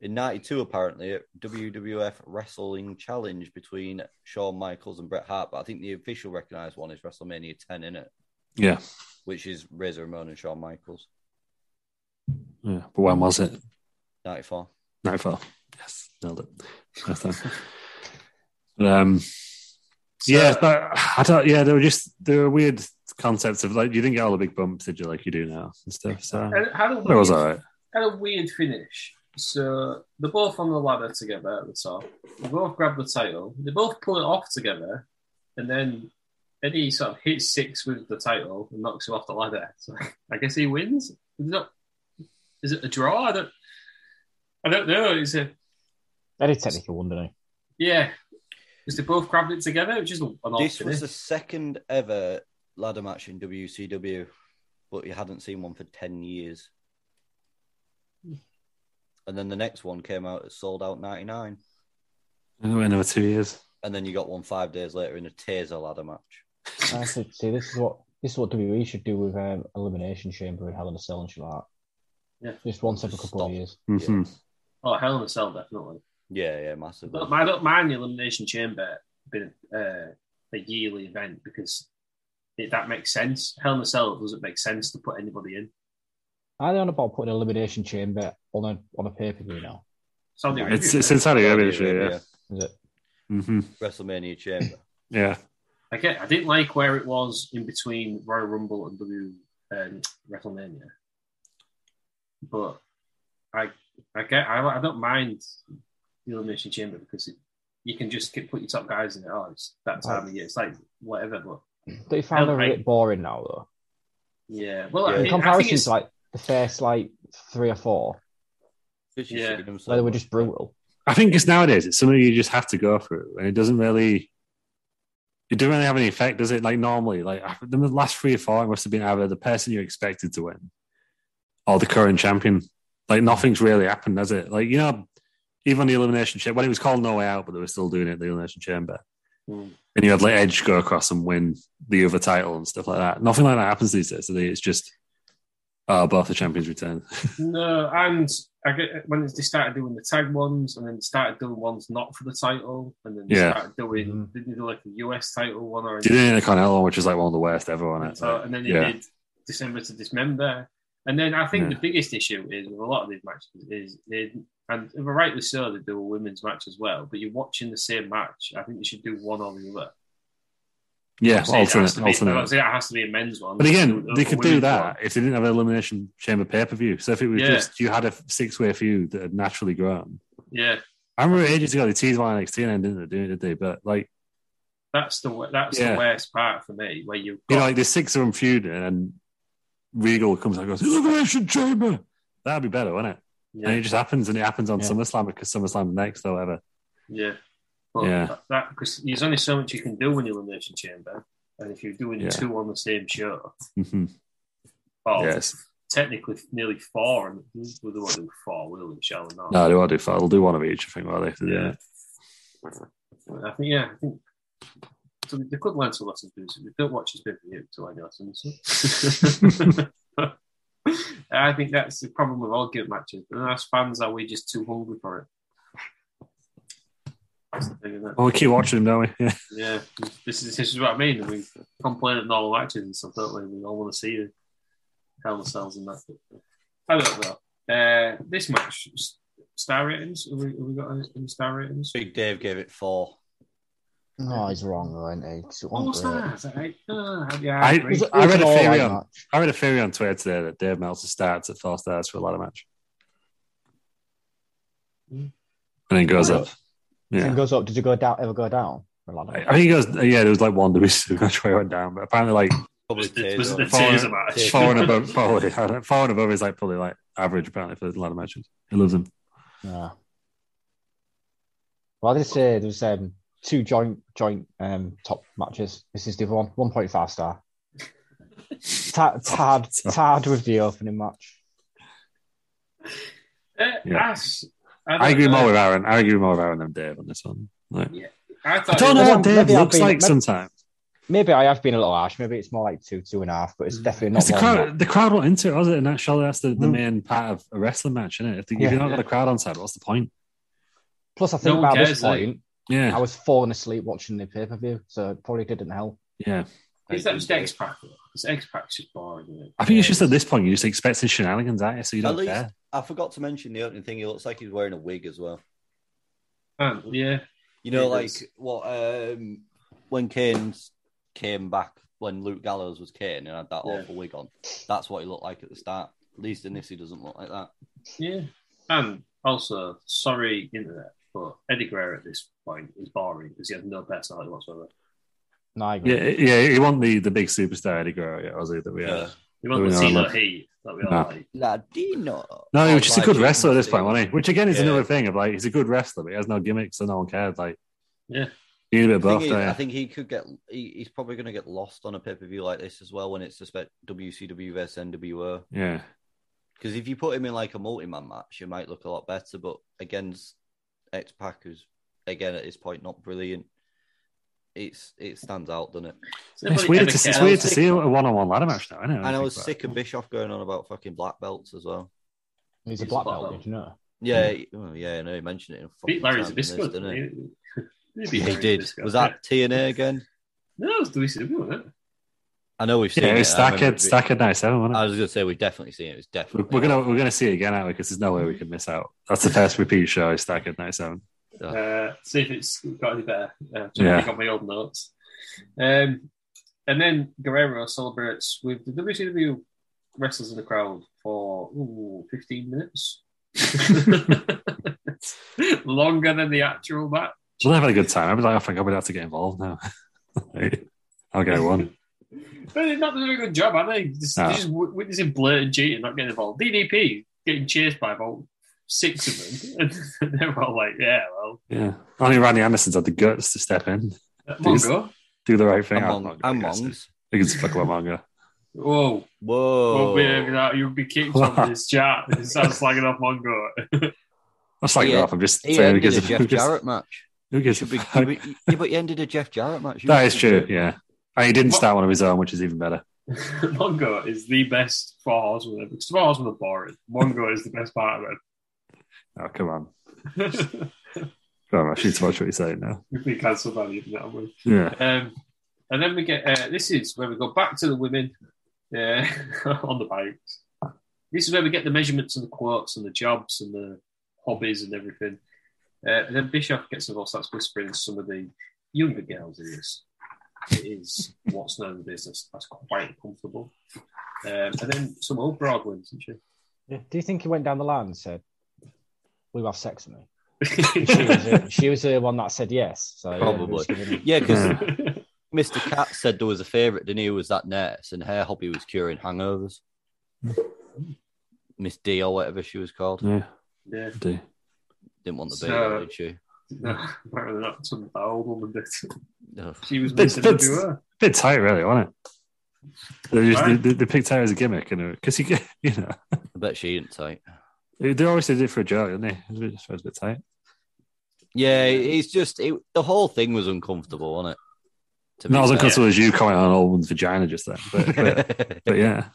D: in 92, apparently, at WWF Wrestling Challenge between Shawn Michaels and Bret Hart. But I think the official recognized one is WrestleMania 10, innit?
E: Yeah.
D: Which is Razor Ramon and Shawn Michaels.
E: Yeah. But when was it?
D: 94.
E: Nightfall. Yes, nailed it. First time. um, yeah, but I don't. Yeah, they were just they were weird concepts of like you didn't get all the big bumps, did you? Like you do now and stuff. So
C: And it had a
E: it was
C: weird-
E: alright.
C: Had a weird finish. So they're both on the ladder together at the top. They both grab the title. They both pull it off together, and then Eddie sort of hits six with the title and knocks him off the ladder. So I guess he wins. Is it, not, is it a draw? I don't. I don't know. Is it?
F: That is technical one, didn't
C: Yeah. Because they both grabbed it together, which is an odd
D: this was
C: finish.
D: the second ever ladder match in WCW, but you hadn't seen one for 10 years. And then the next one came out at Sold Out 99.
E: And went over two years.
D: And then you got one five days later in a Taser ladder match.
F: he? I said, see, this is what this is what WWE should do with um, Elimination Chamber and Hell in a Cell and shit like that.
C: Yeah.
F: Just once every couple of years.
E: Mhm.
C: Oh, Hell in a Cell, definitely.
D: Yeah, yeah, massively.
C: But I don't mind the Elimination Chamber being uh, a yearly event because it, that makes sense. Hell in a Cell doesn't make sense to put anybody in.
F: Are they on about putting an Elimination Chamber on a on a pay per view now?
C: Saudi Arabia.
E: It's it's in Saudi Arabia, this year, yeah.
D: Arabia.
F: Is it?
E: hmm
D: WrestleMania Chamber.
E: Yeah.
C: I, get, I didn't like where it was in between Royal Rumble and W um, WrestleMania, but I I get I, I don't mind the Elimination Chamber because it, you can just get, put your top guys in it. Oh, it's that time of year. It's like whatever, but
F: They found
C: Hell,
F: it a bit boring now though.
C: yeah. Well, I
F: in
C: mean, I think
F: comparison
C: it's,
F: to like the first like three or four,
C: yeah.
F: where they were just brutal.
E: I think it's nowadays it's something you just have to go through, and it doesn't really. It doesn't really have any effect, does it? Like normally, like I- the last three or four, it must have been either the person you expected to win, or the current champion. Like nothing's really happened, has it? Like you know, even on the elimination chamber when it was called No Way Out, but they were still doing it the elimination chamber,
C: Mm.
E: and you had like Edge go across and win the other title and stuff like that. Nothing like that happens these days. So they- it's just, oh, both the champions return.
C: No, and I get when they started doing the tag ones, and then they started doing ones not for the title, and then they
E: Yeah.
C: started doing didn't they do like the US title one or
E: Did it in the Cornell one, which is like one of the worst ever on it.
C: so, and then they
E: yeah.
C: did December to Dismember, and then I think
E: Yeah.
C: the biggest issue is with a lot of these matches is they and rightly so they do a women's match as well, but you're watching the same match. I think you should do one or the other.
E: Yeah,
C: Obviously, it has
E: alternate,
C: to be-
E: alternate.
C: obviously, it has to be a men's one.
E: But again,
C: A-
E: they
C: a
E: could do
C: women's
E: that
C: one.
E: if they didn't have an elimination chamber pay per view. So if it was
C: Yeah.
E: just you had a six way feud that had naturally grown.
C: Yeah,
E: I remember ages ago they teased one NXT and then didn't they? Did they? But like
C: that's the wo- that's
E: Yeah.
C: the worst part for me, where you
E: you know, like the six of them feud and then Regal comes out and goes elimination chamber. That'd be better, wouldn't it?
C: Yeah.
E: And it just happens, and it happens on SummerSlam because SummerSlam's next or whatever.
C: Yeah. But
E: Yeah.
C: that- that because there's only so much you can do in the elimination chamber, and if you're doing
E: Yeah.
C: two on the same show,
E: Mhm. Oh.
C: well,
E: Yes.
C: technically nearly four, and we don't want to do four, will we? Shall we not?
E: No, they will do. They'll do one of each. I think. Well, they have to do
C: Yeah.
E: it.
C: I think yeah, I think so. They could learn some lessons from this. They don't watch as big for you to learn your lessons. I think that's the problem with all gimmick matches. And as fans, are we just too hungry for it? That's the thing, isn't it?
E: Well, we keep watching them, don't we? Yeah.
C: Yeah, this is this is what I mean. We complain of normal matches and stuff, don't we? We all want to see the Hell in a Cells and that. I don't know. Uh, this match, s- star ratings. Have we, have we got any, any star ratings?
D: Big Dave gave it four.
F: No, he's wrong though, isn't he? 'Cause it
C: Oh,
F: wasn't great.
C: stars. I, uh, yeah, I
E: I,
C: agree.
E: I read a
F: all
E: theory
F: out
E: on I read a theory on Twitter today that Dave Meltzer starts at four stars for a ladder match,
C: Hmm.
E: and then goes
F: Really?
E: up. Yeah,
F: And goes up. Did it go down? Ever go down?
E: I think it was yeah. There was like one that was which way it went down, but apparently like
D: Probably
C: It was
D: Taser.
C: the taser match.
E: four and above, probably I don't- four and above is like probably like average apparently for the ladder matches. He loves them.
F: Yeah. Well, I did say there was um, two joint joint um, top matches. This is the other one, one point five star. Ta- Tad Tad with the opening match.
C: Uh,
E: Yeah.
C: Ash,
E: I,
C: don't
E: agree
C: know.
E: more with Aaron. I agree more with Aaron than Dave on this one. Like,
C: I,
E: I
C: thought
E: don't
C: it
E: know
C: was-
E: what Dave
F: maybe I've
E: looks
F: been-
E: like
F: maybe-
E: sometimes.
F: Maybe I have been a little harsh. Maybe it's more like two, two and a half, but it's definitely not.
E: It's the
F: more than
E: crowd. The crowd went into it, was it? And that surely that's the, the
F: Hmm.
E: main part of a wrestling match, isn't it? If, the,
F: Yeah.
E: if you're not got a crowd on side, what's the point?
F: that. Plus, I think
C: No one
F: by this
C: cares, like-
F: point,
E: Yeah,
F: I was falling asleep watching the pay per view, so it probably didn't help.
E: yeah.
C: Is that just X Pac? Because X Pac's just boring. Isn't it?
E: I think it's just at this point you're just expecting shenanigans, aren't you? So you
D: At
E: don't
D: least
E: care.
D: I forgot to mention the opening thing. He looks like he's wearing a wig as well.
C: Um, yeah.
D: You know,
C: He
D: like
C: does.
D: what um, when Kane came back when Luke Gallows was Kane and had that
C: Yeah.
D: awful wig on. That's what he looked like at the start. At least in this, he doesn't look like that.
C: Yeah. And also, sorry, internet, but Eddie Guerrero at this point is boring because he has no personality whatsoever.
F: No, I agree.
E: Yeah, yeah. You want the the big superstar Eddie Guerrero, yeah, Ozzy, that we had.
C: He
E: Oh,
C: wasn't
E: no,
C: the
E: I
C: Tino
E: love-
C: Heat that we all
E: Nah.
C: like.
D: Ladino.
E: No, he was just a good
D: Like,
E: wrestler at this point, wasn't he? Which again is
D: Yeah.
E: another thing of like he's a good wrestler, but he has no gimmicks, so no one cared. Like,
C: Yeah.
E: you need a bit
D: The thing
E: of both.
D: is,
E: don't you?
D: I think he could get. He, he's probably going to get lost on a pay per view like this as well when it's just about WCW versus NWO.
E: yeah,
D: Because if you put him in like a multi man match, he might look a lot better. But against X Pac, who's again at this point not brilliant, it's it stands out, doesn't it?
E: it's weird to see, it's
D: cared.
E: weird to see a one on one ladder match now. Isn't it?
D: And I was sick of Bischoff going on about fucking black belts as well.
F: He's a
C: He's
F: black
C: a black
F: belt,
C: belt.
F: did you know?
D: Yeah, he- oh, yeah, I know he mentioned it. In a fucking
C: Beat Larry
D: time in this,
C: Zabisco,
D: didn't he?
C: didn't he?
D: Yeah, he did. Was that TNA again?
C: No, it was WCW, wasn't it?
D: I know we've seen
E: Yeah,
D: it.
E: it was
D: I remember
E: Stackhead,
D: it be-
E: Stackhead 97, wasn't it?
D: I was going to say we've definitely seen it. It was
E: We're
D: definitely.
E: we're gonna we're gonna see it again, aren't we? Because there's no way we can miss out. That's the first repeat show. Is Stack at night seven.
C: Uh, see if it's got any better. Uh,
E: Yeah.
C: yeah. I got my old notes. Um, and then Guerrero celebrates with the WCW wrestlers in the crowd for ooh, 15 minutes. Longer than the actual match.
E: Well, they had a good time. I was like, oh, I think I would have to get involved now. Like, I'll get one.
C: But they're not doing a good job, are they? Just,
E: No.
C: They're just wit- witnessing blatant cheating, not getting involved. DDP getting chased by about six of them. and they're all like, yeah, well,
E: Yeah, only Randy Anderson's had the guts to step in, Please.
C: Mongo.
E: do the right thing. I'm
D: Among,
E: not gonna guess it.
D: Amongs.
E: He can fuck about manga.
C: Whoa.
D: Whoa.
C: Won't
D: Oh.
C: be having that. You'll be kicked off this chat. It sounds slagging off Mongo.
E: I'm slagging
D: Yeah.
E: off. I'm just
D: He
E: saying who
D: ended
E: gives
D: a
E: a who
D: Jeff
E: gives-
D: Jarrett match.
E: Who gives a
D: Should be,
E: fuck?
D: you- you- yeah, but he ended a Jeff Jarrett match. You
E: That
D: should
E: is
D: be-
E: true. Yeah, and he didn't start one of his own, which is even better.
C: Mongo is the best four horsemen ever. Because four horsemen are boring. Mongo is the best part of
E: Oh come on,
C: it.
E: come on! I should watch what you're saying now.
C: If we can somehow even that one.
E: Yeah,
C: Um, and then we get uh, this is where we go back to the women uh, on the bikes. This is where we get the measurements and the quotes and the jobs and the hobbies and everything. Uh, and then Bischoff gets involved, starts whispering some of the younger girls' ears. It is what's known in the business. That's quite uncomfortable. Um, and then some old broad wins, isn't
F: Do you think he went down the line and said, "Will you have sex with me?" And she was
C: she?
F: the, she was the one that said yes. So yeah,
D: Probably.
F: it was giving him-
D: Yeah, because
E: Yeah.
D: Mr. Cat said there was a favourite, didn't he? who Was that nurse, and her hobby was curing hangovers. Miss D or whatever she was called.
E: yeah,
C: yeah.
E: I do.
D: Didn't want the
C: So-
D: baby, though, did she?
C: No, apparently not some that old woman did.
D: No.
C: She was
E: That's-
C: missing
E: that's-
C: everywhere.
E: bit tight, really, wasn't it? They, just,
C: Right.
E: they, they picked out as a gimmick, and because you get, you know,
D: I bet she didn't take.
E: they always did it for a joke, didn't they? It was a bit- it was a bit tight.
D: Yeah, it's just it, the whole thing was uncomfortable, wasn't it? To
E: Not as
D: be fair.
E: uncomfortable as you commenting on an old one's vagina just then, but, but, but yeah,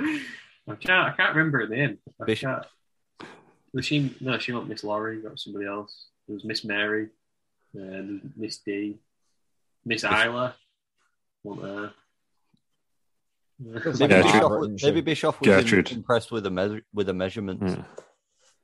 C: I can't. I can't remember her name. I
D: Bishop.
C: can't. Was she? No, she wasn't Miss Laurie. That was somebody else. It was Miss Mary, uh, Miss D, Miss Isla. uh, Wasn't her.
D: Maybe,
E: Yeah,
D: Bischoff,
F: true.
D: was, maybe Bischoff was
E: Gertrude.
D: impressed with the measure, with the measurements.
E: yeah.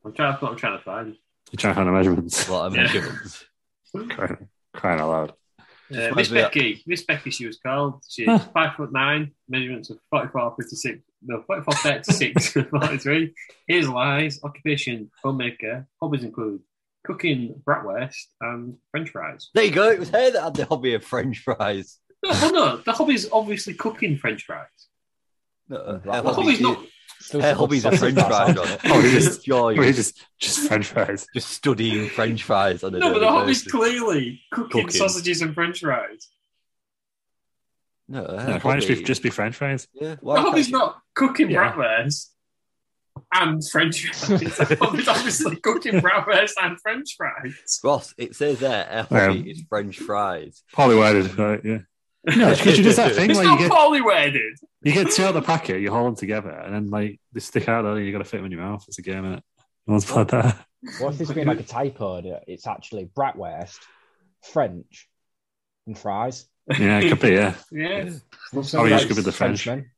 C: I'm trying. That's what I'm trying to find.
E: you're trying to find the measurements,
D: What a
C: Yeah.
D: measurements!
E: crying, crying out loud.
C: Uh,
D: reminds
C: Miss
D: me of-
C: Becky. Miss Becky. She was called. She's
E: Huh.
C: five foot nine. Measurements of 44, 56. No, 44, 36, 43. Here's lies. Occupation: filmmaker. Hobbies include cooking bratwurst and French fries.
D: There you go. It was her that had the hobby of French fries.
C: No, well, no, the hobby is obviously cooking French fries.
D: No, uh, her
C: The hobby's
D: hobby,
C: not.
D: her hobby's a French fries on it.
E: Oh, just-
D: joy.
E: just, just French fries.
D: Just studying French fries on a
C: No, but
D: daily
C: the hobby's
D: basis.
C: clearly cooking,
D: Cooking.
C: sausages and French fries.
D: No, her
E: No, why don't
D: hobby-
E: you just be French fries?
D: Yeah,
C: the
D: why
C: hobby's
D: can't you-
C: not cooking
E: Yeah.
C: bratwurst and French fries. the hobby's obviously cooking bratwurst and French fries.
D: Ross, it says there, her hobby is French fries.
E: Poorly worded, right? Yeah. No, because you do that thing
C: It's
E: where you
C: not
E: get
C: poorly worded.
E: you get two out of the packet, you haul them together, and then like they stick out, and you got to fit them in your mouth. It's a game, innit? No one's played that.
F: What's this being like a typo? It's actually bratwurst, French, and fries.
E: Yeah, it could be. Yeah,
C: Yeah.
E: Oh, you should give it the French.
F: Frenchman.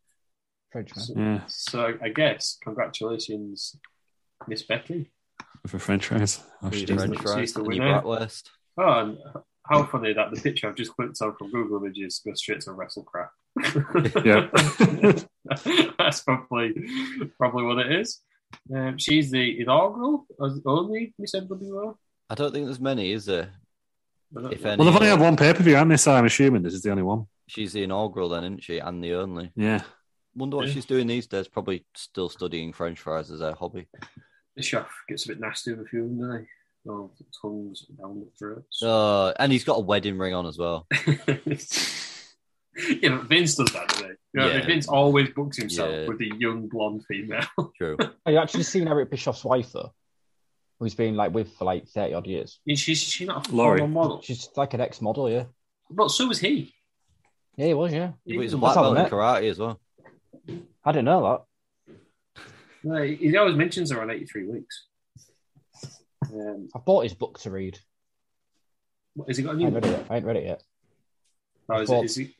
F: Frenchman.
E: yeah,
C: So I guess congratulations, Miss Becky.
E: for French fries. Oh,
D: She's
E: shit.
D: French
C: She's
D: fries
C: the
D: and your
E: eh?
C: winner.
D: bratwurst.
C: Oh, and how funny that the picture I've just clicked on from Google Images goes straight to WrestleCraft.
E: Yeah.
C: That's probably probably what it is. Um, she's the inaugural as- only Miss NWO.
D: I don't think there's many, is there?
C: I don't
D: If
C: know.
D: any.
E: Well, they've only had one pay per view, haven't they? So I'm assuming this is the only one.
D: She's the inaugural then, isn't she? And the only.
E: Yeah.
D: Wonder what
C: Yeah.
D: she's doing these days. Probably still studying French fries as her hobby.
C: The chef gets a bit nasty with a few of them, doesn't he? Oh, tongues down the throats.
D: Uh, and he's got a wedding ring on as well.
C: yeah, but Vince does that, doesn't he? You know,
D: Yeah.
C: Vince always books himself
D: Yeah.
C: with a young blonde female.
D: True.
F: Have you actually seen Eric Bischoff's wife though? Who's been like with for like thirty odd years.
C: Is she, is she not a
E: Laurie.
C: former model?
F: She's like an ex model, yeah.
C: But so was he.
F: Yeah, he was, yeah.
D: But he's a
C: That's
D: black
F: how
D: belt
F: they
D: in
F: met.
D: karate as well.
F: I didn't know that.
C: No, he he always mentions her on 83 weeks. Um,
F: I bought his book to read.
C: what- has he got a
F: I
C: new
F: ain't read it
C: one?
F: yet. I ain't read it yet.
C: Oh, is,
F: Well-
C: it, is it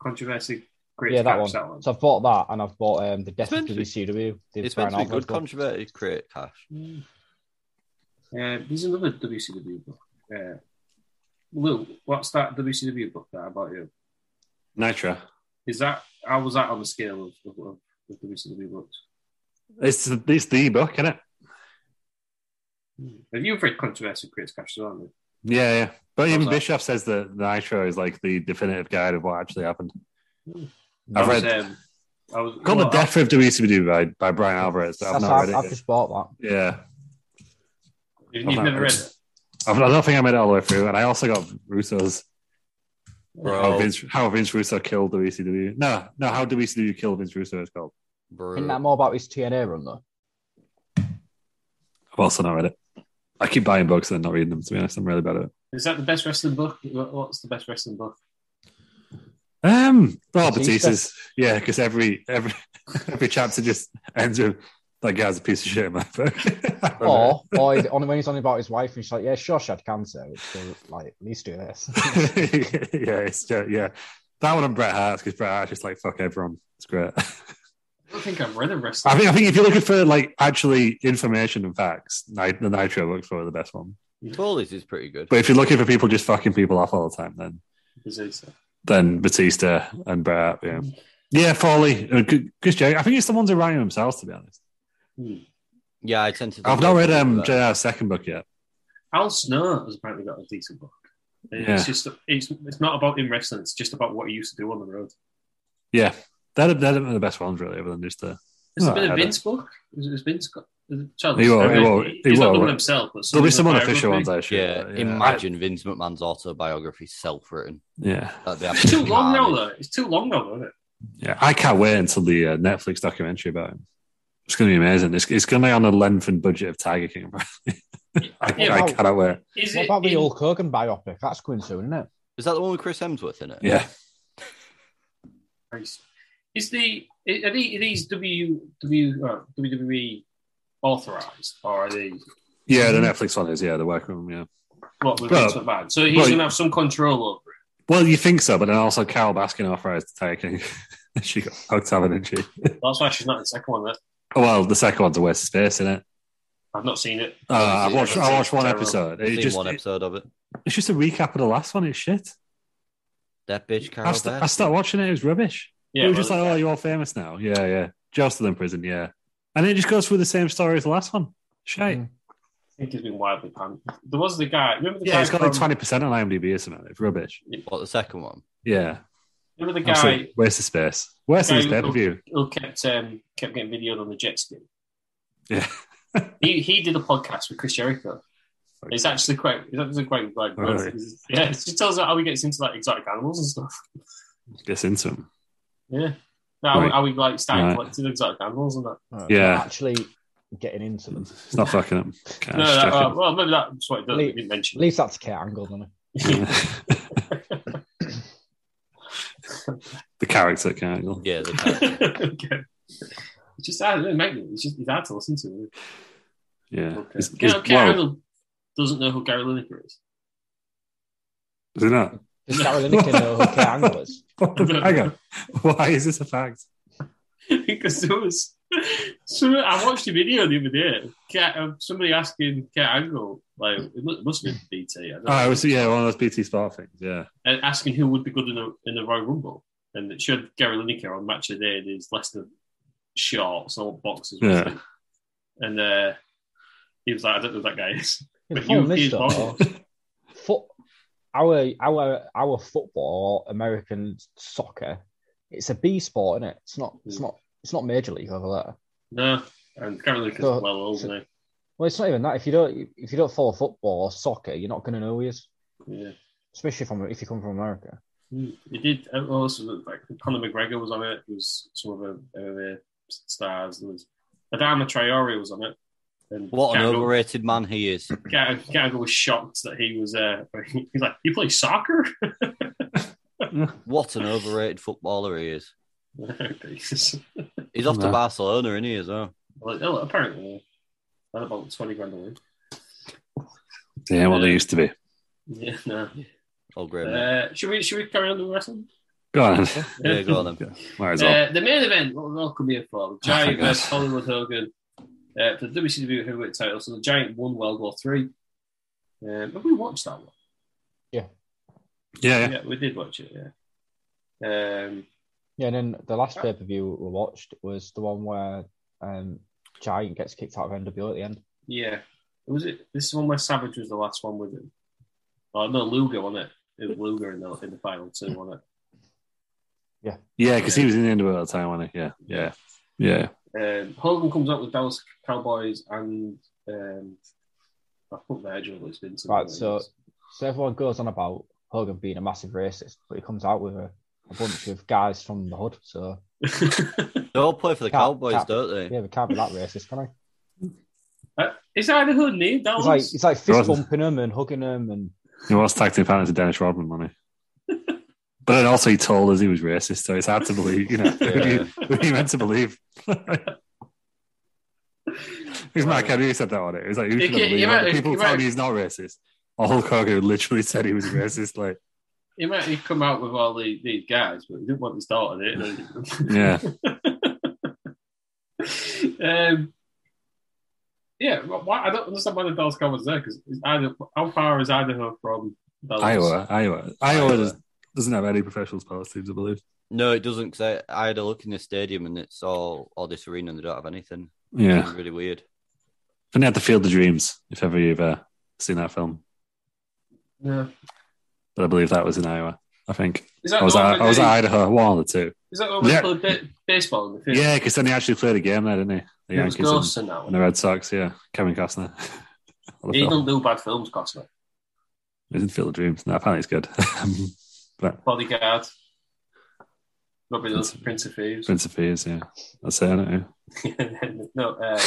C: controversy? Great
F: Yeah, that
C: Caps,
F: one. So I've bought that and I've bought um, the Death of
D: meant to be-
F: WCW. the
D: It's meant to be
F: Brian
D: good
F: Alvarez book.
D: controverted create cash.
C: Uh, there's another WCW book. Uh, Lou, what's that WCW book that I bought you?
E: Nitro.
C: Is that how was that on the scale of, of, of, of WCW books?
E: It's it's the book, isn't it?
C: Have you read Controversy Creates Cash as well? haven't you?
E: Yeah, yeah. But even
C: What's that?
E: Bischoff says that Nitro is like the definitive guide of what actually happened.
C: I
E: I've
C: was,
E: read
C: Um, I was,
E: called
C: well,
E: the Death of WCW by by Brian Alvarez. But I've
F: That's-
E: not
F: I've,
E: read
F: I've
E: it. yet.
F: just bought that.
E: Yeah,
C: You've you've
E: I've not
C: never read
E: read
C: it.
E: I've, I don't think I made it all the way through. And I also got Russo's how
D: Bro,
E: Vince, how Vince Russo killed WCW. No, no, how WCW killed Vince Russo is called.
D: bro.
F: Isn't that more about his TNA run though?
E: I've also not read it. I keep buying books and not reading them. To be honest, I'm really bad at it.
C: Is that the best wrestling book? What- What's the best wrestling book?
E: Um, well,
F: Batista.
E: Batista's yeah, because every every every chapter just ends with that guy's a piece of shit in my book. I love
F: Or, or is it on when he's on about his wife and she's like, yeah, sure, she had cancer. It's still, like, at least do this.
E: it. yeah, it's just, yeah. That one on Bret Hart because Bret Hart's just like fuck everyone. It's great.
C: I don't think I've read a wrestling
E: I think I think if you're looking for like actually information and facts, Ni- the Nitro book's probably the best one.
D: Foley's is pretty good.
E: But if you're looking for people just fucking people off all the time, then
C: disease.
E: Then Batista and Bret. Hart, Yeah, yeah, Foley, uh, good, good Jay. I think it's the ones who write them themselves. To be honest,
D: Yeah, I tend to.
E: I've not read um,
D: that.
E: JR's second book yet.
C: Al Snow has apparently got a decent book. It's
E: Yeah.
C: just it's, it's not about him wrestling. It's just about what he used to do on the road.
E: Yeah, they're, the- they're the best ones really, other than just the.
C: It's a
E: Oh,
C: bit
E: I
C: of
E: don't-
C: Vince book. Is, is Vince got? Is it Charles,
E: He will,
C: uh,
E: he will, he
C: he's not
E: will.
C: the one himself, but
E: There'll be some
C: someone
E: unofficial
C: biography.
E: ones, I assume.
D: yeah,
E: but
D: imagine Vince McMahon's autobiography self-written.
E: Yeah,
D: That'd be
C: It's too
D: absolutely
C: long now,
D: marvellous.
C: though. It's too long now, isn't it?
E: yeah. I can't wait until the uh, Netflix documentary about him. It's going to be amazing. It's, it's going to be on the length and budget of Tiger King. probably. I,
C: Yeah,
E: I
F: but-
E: cannot wait.
C: Is
F: what
C: it?
F: about the
C: in-
F: Hulk Hogan biopic? That's going soon, isn't it?
D: Is that the one with Chris Hemsworth in it?
E: Yeah,
C: Is the are the- are these W W uh, WWE authorized or are they
E: yeah.
C: Mm-hmm.
E: The Netflix one is yeah. The workroom. Yeah.
C: what with
E: Well,
C: Vince McMahon? So he's
E: well,
C: gonna have some control over it.
E: Well, you think so, but then also Carol Baskin authorized Tiger King. she got hooked on it, didn't she?
C: That's why she's not in the second one. that-
E: Oh, well, the second one's a waste of space, isn't it?
C: I've not seen it.
E: Uh, I watched. I watched one
D: Terrible.
E: episode.
D: I've
E: It
D: seen
E: just,
D: one
E: it-
D: episode of it.
E: it's just a recap of the last one. It's shit.
D: That bitch Carol
E: I, st- I
D: Baskin.
E: started watching it. It was rubbish.
C: Yeah,
E: it was
C: well,
E: just like, oh, you're all famous now. Yeah, yeah. Jousted in prison. Yeah, and it just goes through the same story as the last one. Shite.
F: Mm.
C: think he's been widely panned. There was the guy. Remember the
E: Yeah,
C: guy
E: it's got like
C: from-
E: twenty percent on IMDb or something. It's rubbish.
D: What the second one?
E: Yeah,
C: Remember the guy?
E: Absolute waste of space. Worse
C: the
E: than
C: guy
E: his pay per
C: who-
E: view.
C: Who kept um, kept getting videoed on the jet ski?
E: Yeah.
C: he he did a podcast with Chris Jericho. It's actually quite it's actually quite like
E: Really?
C: it's- yeah. She tells us how he gets into like exotic animals and stuff.
E: Gets into him.
C: Yeah, how,
E: Right.
C: how he like started
E: Right.
C: collecting exotic animals and that.
E: Yeah.
F: Uh, Actually getting into them.
E: It's not fucking him. Gosh,
C: No, that,
E: Jack.
C: uh, well, maybe that's what it does.
F: Le-
C: we didn't mention.
F: At least that's Kurt Angle, doesn't it?
C: uh,
E: the character Kurt Angle.
D: Yeah, the
C: okay. It's just hard, it might be- it's just it's hard to listen to.
E: Yeah. It's-
C: You
E: it's-
C: know,
E: whoa.
C: Gary Lineker doesn't know who Gary Lineker is.
E: Is it not?
F: Does Gary Lineker know who Kurt Angle is?
E: Hang on. Why is this a fact?
C: because there was. So I watched a video the other day. of Kat, of somebody asking Kat Angle, like it mu- must have been BT, I don't
E: Oh, I
C: know,
E: was, yeah, one of those BT Sport things. Yeah.
C: and asking who would be good in the in the Royal Rumble, and it showed Gary Lineker on Match of the Day in his Leicester shorts or boxers,
E: Yeah.
C: wasn't it? and uh, he was like, "I don't know who that guy is."
F: The
C: you-
F: problem is,
C: he's
F: though,
C: bothered.
F: foot, our our our football, American soccer, it's a B sport, isn't it? It's not. It's not. It's not major league over there.
C: No, and Gary Lineker's
F: So-
C: well old
F: so-
C: now.
F: Well, it's not even that. If you don't, if you don't follow football or soccer, you're not going to know who he is.
C: Yeah.
F: Especially from if you come from America.
C: It did. uh, Also, like Conor McGregor was on it. There was some other other stars. There was Adama Traore was on it. And
D: What an
C: Gallagher-
D: overrated man he is.
C: Gallagher Gallagher was shocked that he was. Uh, he's like, you play soccer?
D: What an overrated footballer he is.
C: Jesus.
D: He's off to
C: No.
D: Barcelona, isn't he, as well?
C: Well, oh, apparently, had about twenty grand a week.
E: Yeah, well, they used to be.
C: Yeah, no.
D: Oh, great. mate.
C: Uh, should we should we carry on with wrestling?
E: Go on.
D: Yeah, go on then.
E: Might as well.
C: Uh, the main event, what we'll come here for,
E: thank
C: Giant
E: God.
C: versus Hollywood Hogan uh, for the WCW heavyweight title. So the Giant won World War Three. Um, have we watched that one?
E: Yeah, yeah.
C: yeah, we did watch it. Yeah. Um,
F: Yeah, and then the last pay per view we watched was the one where um, Giant gets kicked out of NWO at the end.
C: yeah. Was it this is one where Savage was the last one with him? Oh no, Luger on it. It was Luger in the in the final two on it.
E: Yeah, because he was in the end of the time, wasn't he? Yeah. Yeah. Yeah.
C: Um, Hogan comes up with Dallas Cowboys and um, I put Virgil. It's been something
F: Right,
C: like
F: so
C: this.
F: so everyone goes on about Hogan being a massive racist, but he comes out with a, a bunch of guys from the hood. So
D: They all play for the
F: Can't-
D: Cowboys,
F: can't-
D: don't they?
F: yeah, we can't be that racist, can I?
C: Uh, is that the hood name?
F: It's like
C: Dallas.
F: it's like fist
E: Rosen.
F: bumping him and hugging him, and
E: He was tag team partner to Dennis Rodman, wasn't he? But then also he told us he was racist, so it's hard to believe, you know. Who, do you, who are you meant to believe? Because Mark Henry who said that on it. It was like, who
C: You
E: should I
C: can't- you
E: believe?
C: might-
E: Like, people
C: you
E: tell
C: might-
E: me he's not racist. Or Hulk Hogan who literally said he was racist. Like,
C: he might have come out with all the, these guys, but he didn't want his daughter. Did he?
E: yeah.
C: um, yeah, well, why, I don't understand why the Dallas Cowboys are there because how far is Idaho from Dallas?
E: Iowa, Iowa. Iowa
D: Iowa.
E: does, doesn't have any professional sports teams, I believe.
D: No, it doesn't. Cause I, I had a look in the stadium and it's all, all this arena and they don't have anything.
E: Yeah.
D: It's really weird.
E: And they had the Field of Dreams, if ever you've uh, seen that film.
C: No.
E: But I believe that was in Iowa, I think.
C: Is that
E: I was,
C: the one
E: at,
C: where
E: I was
C: they-
E: at Idaho, one of the two.
C: Is that where we
E: Yeah.
C: play ba- baseball in the field?
E: Yeah, because then he actually played a game there, didn't he? The
C: There was
E: Yankees
C: ghosts
E: and,
C: in that one.
E: and the Red Sox, yeah. Kevin Costner. On the
C: He
E: film.
C: don't do bad films, Costner.
E: He's in Field of Dreams. No, apparently it's good. but
C: Bodyguard, Robin Hood,
E: Prince-
C: Prince of Thieves.
E: Prince of Thieves, yeah. That's it, I don't know.
C: no, uh,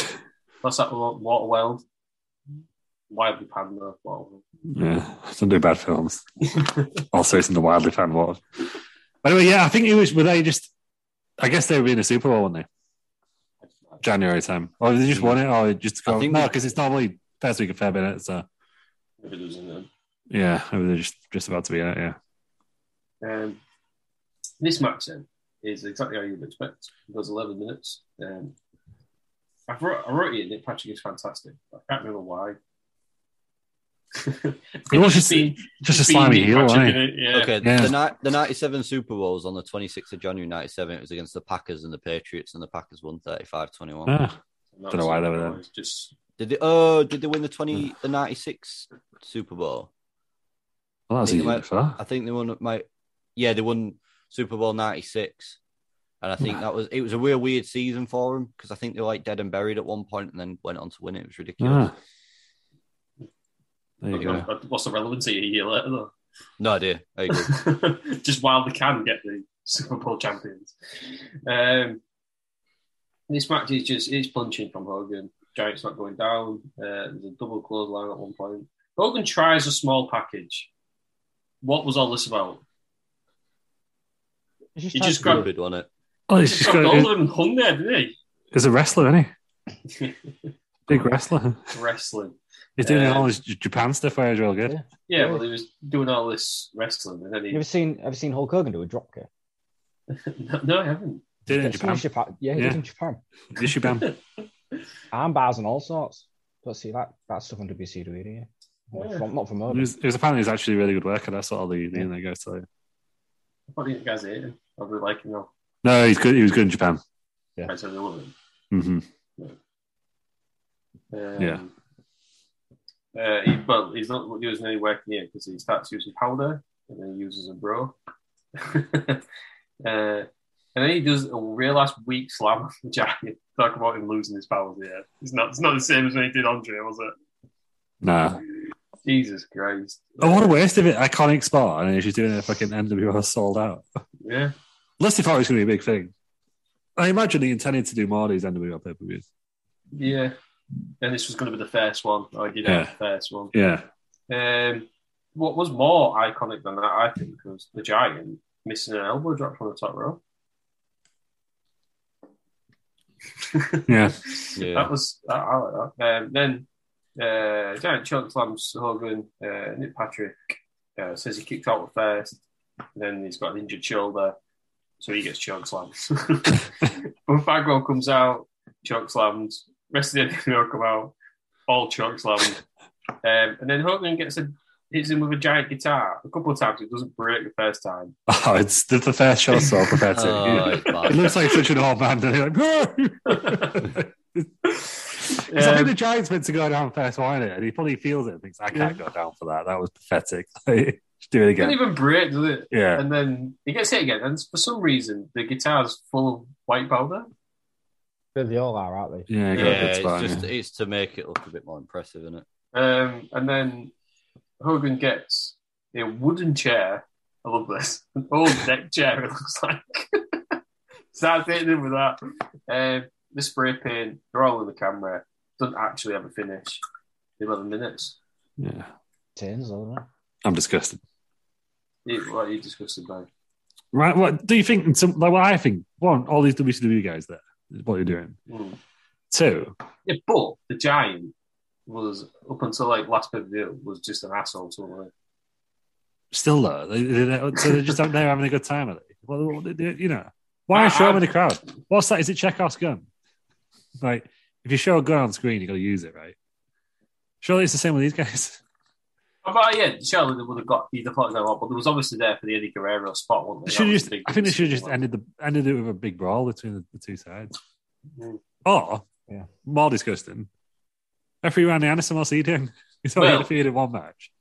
C: what's that one? Waterworld. Wildly panned though. Waterworld.
E: Yeah, some do bad films. also, it's in the wildly fan world. By the way, yeah, I think it was. Were they just? I guess they were in a Super Bowl, weren't they? January time, or they just won it, or just
D: I
E: go
D: think
E: no,
D: we-
E: because it's normally first week of Feb, in it? So
C: Maybe there was in them.
E: yeah, maybe they're just just about to be out. Yeah,
C: Um, this match then is exactly how you would expect. It goes 11 minutes. Um, I've wrote, I wrote it in Nick Patrick is fantastic. I can't remember why.
E: It was just-
C: Being-
E: just a
C: being
E: slimy
C: Nick
E: heel,
C: Patrick,
E: wasn't it?
C: innit? Yeah.
D: Okay,
E: Yeah.
D: the, ni- the 97 Super Bowls on the 26th of January 97, it was against the Packers and the Patriots, and the Packers won 35 21.
E: Ah, Don't know why they were there.
C: It's Just
D: Did they? Oh, did they win the twenty the ninety six Super Bowl?
E: Well, that was
D: I think
E: a year
D: they might-
E: before.
D: I think they won. My yeah, they won Super Bowl ninety six, and I think that was it was a real weird season for them because I think they were like dead and buried at one point, and then went on to win it. It was ridiculous.
E: Ah. There you go.
C: uh, What's the relevancy a year later, though?
D: No idea. I agree.
C: just while they can get the Super Bowl champions. Um, this match is just it's punching from Hogan. Giant's not going down. Uh, there's a double clothesline at one point. Hogan tries a small package. What was all this about?
F: He
C: just grabbed
D: Stupid, wasn't it?
E: Oh,
C: he
E: he's
C: just
E: just
C: grabbed
E: got-
C: hold of him and hung there, didn't
E: He's a wrestler, isn't
C: he?
E: he? Big wrestler.
C: Wrestling.
E: He's doing
C: Uh,
E: all his J- Japan stuff where he's real good.
C: Yeah, well, he was doing all this wrestling, and then
F: You ever
C: he.
F: seen Ever seen Hulk Hogan do a dropkick?
C: No, I haven't.
E: Did it in
F: It's in
E: Japan.
F: Japan. Yeah, he did in Japan.
E: Did Japan.
F: Arm bars and all sorts. But see that that's stuff on WCW, do you? Not
C: Yeah.
F: From, not from
E: It
F: Hogan.
E: was, it was apparently he's actually a really good worker. That's all the union they go to.
C: I thought you guys hate him. I really like him now.
E: No, he's good. He was good in Japan.
C: I said I love him.
E: hmm
C: Um,
E: Yeah.
C: Uh, he, well, he's not using any work here because he starts using powder and then he uses a bro. uh, and then he does a real last weak slam on the Giant. Talk about him losing his powers here. It's not, it's not the same as when he did Andre, was it?
E: Nah.
C: Jesus Christ.
E: Oh, what a waste of it. Iconic spot. And she's doing a fucking NWO sold out.
C: Yeah.
E: Unless they thought it was going to be a big thing. I imagine he intended to do more of these NWO pay per views.
C: Yeah. And this was going to be the first one. I did have
E: Yeah.
C: the first one.
E: Yeah.
C: Um, what was more iconic than that, I think, was the Giant missing an elbow drop from the top row.
E: Yeah.
C: That was I, I like that. Um, then uh, Giant Chuck slams Hogan. Uh, Nick Patrick uh, says he kicked out at first, then he's got an injured shoulder, so he gets chunk slammed. but Faggo comes out, chunk slammed. Rest of the NWO come out, all chunk slammed. Um, and then Hogan gets a hits him with a giant guitar a couple of times. It doesn't break the first time.
E: Oh, it's the, the first shot so pathetic.
D: Oh, it's bad.
E: it looks like
C: Um,
E: such an old man. doesn't it? Like, Because I think the Giants meant to go down first, weren't it? And he probably feels it and thinks, I can't go down for that. That was pathetic. Just do it
C: It doesn't
E: again.
C: even break, does it?
E: Yeah.
C: And then he gets hit again, and for some reason the guitar's full of white powder.
F: But they all are, aren't they?
E: Yeah,
D: Yeah,
E: go ahead, it's
D: it's
E: fine,
D: just
E: yeah.
D: it's to make it look a bit more impressive, isn't it?
C: Um, and then Hogan gets a wooden chair. I love this. An old deck chair, it looks like. Starts hitting him with that. Um, the spray paint, they're all in the camera. Doesn't actually have a finish. 11 minutes.
E: Yeah.
F: Tins, don't they?
E: I'm disgusted.
C: You- What are you disgusted by?
E: Right. What do you think? and Some, like, what I think, one, all these WCW guys there, is what you're doing.
C: Mm.
E: Two,
C: Yeah, but the Giant was, up until like last pay per view, was just an asshole to him.
E: still though, they, they, they- so they're just out there having a good time, are they? Well, what they do- you know, why show them in the crowd? What's that? Is it Chekhov's gun? Like, if you show a gun on screen, you got to use it, right? Surely it's the same with these guys.
C: But yeah, surely they would have got either part of them, but there was obviously there for the Eddie Guerrero spot, wasn't
E: They
C: there?
E: should
C: That was
E: just,
C: the big
E: I think they should have just
C: one.
E: ended the ended it with a big brawl between the, the two sides.
C: Mm.
E: Or
F: Yeah.
E: more disgusting, referee Randy Anderson, what's he doing? He's only
C: Well-
E: interfered in one match.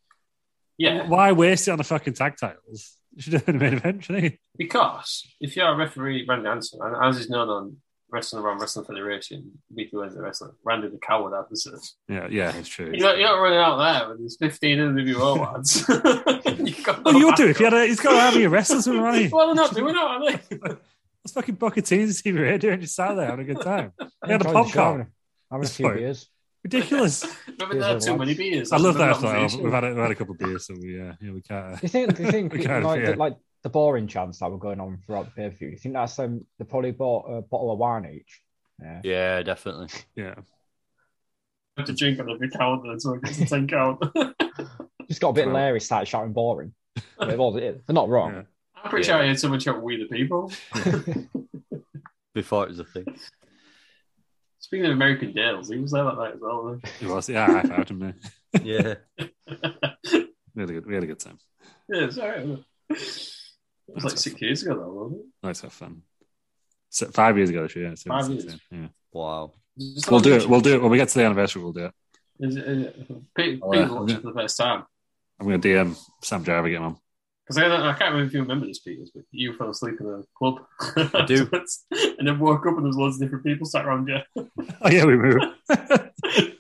C: Yeah.
E: Why waste it on the fucking tag titles? You should have done it eventually.
C: Because if you're a referee, Randy Anderson, and as is known on Wrestling Around Wrestling Federation, Weekly Wednesday Wrestling, Randy the Coward Anderson,
E: Yeah, yeah, it's true.
C: you're not, you're not running out there when there's 15 NWO ads. you can't
E: Well, you'll do if you had a, he's got an army of wrestlers with him, hasn't he?
C: Well, they're not doing it, are they?
E: That's fucking Buccaneers team right here, and just sat there having a good time. He had a
F: Enjoying the show,
E: popcorn.
F: haven't I? Having a few
E: Sorry.
F: beers.
E: Ridiculous.
C: Remember, there are too many beers.
E: I love that.
C: That's the
E: Thought, oh,
C: conversation.
E: we've, had a, we've had a couple of beers, so we, uh, yeah, we can't. Uh,
F: Do you think? Do you think
E: we can't
F: like,
E: yeah.
F: the, like the boring chants that were going on throughout the pay per view? Do you think that's um they probably bought a bottle of wine each? Yeah.
D: Yeah, definitely.
E: yeah.
C: I have to drink on every count then, so I get to 10 count.
F: Just got a bit
E: Well-
F: Larry started shouting boring. They've all, they're not wrong.
E: yeah.
C: I'm pretty
D: Yeah.
C: sure I had so much out We the People.
D: Before it was a thing.
C: Speaking of American Dales, he was there that night as well. wasn't he?
E: It was, yeah, I found him there.
D: Yeah.
E: We had a good, we had a good time.
C: yeah, it's all right, wasn't it? It was like six years ago, though, wasn't it?
E: Nice to have fun. So five years ago this year. So
C: Five
E: it's-
C: years.
E: Yeah.
D: Wow.
E: We'll do it. We'll do it when we get to the anniversary. We'll do it.
C: Is it, is it, people
E: All right.
C: watch it for the first time
E: I'm going to DM Sam Jarvis again on.
C: because I, don't- I can't remember if you remember this, Peters, but you fell asleep in a club. I do, and then woke up and there was loads of different people sat around you.
E: Oh yeah, we move.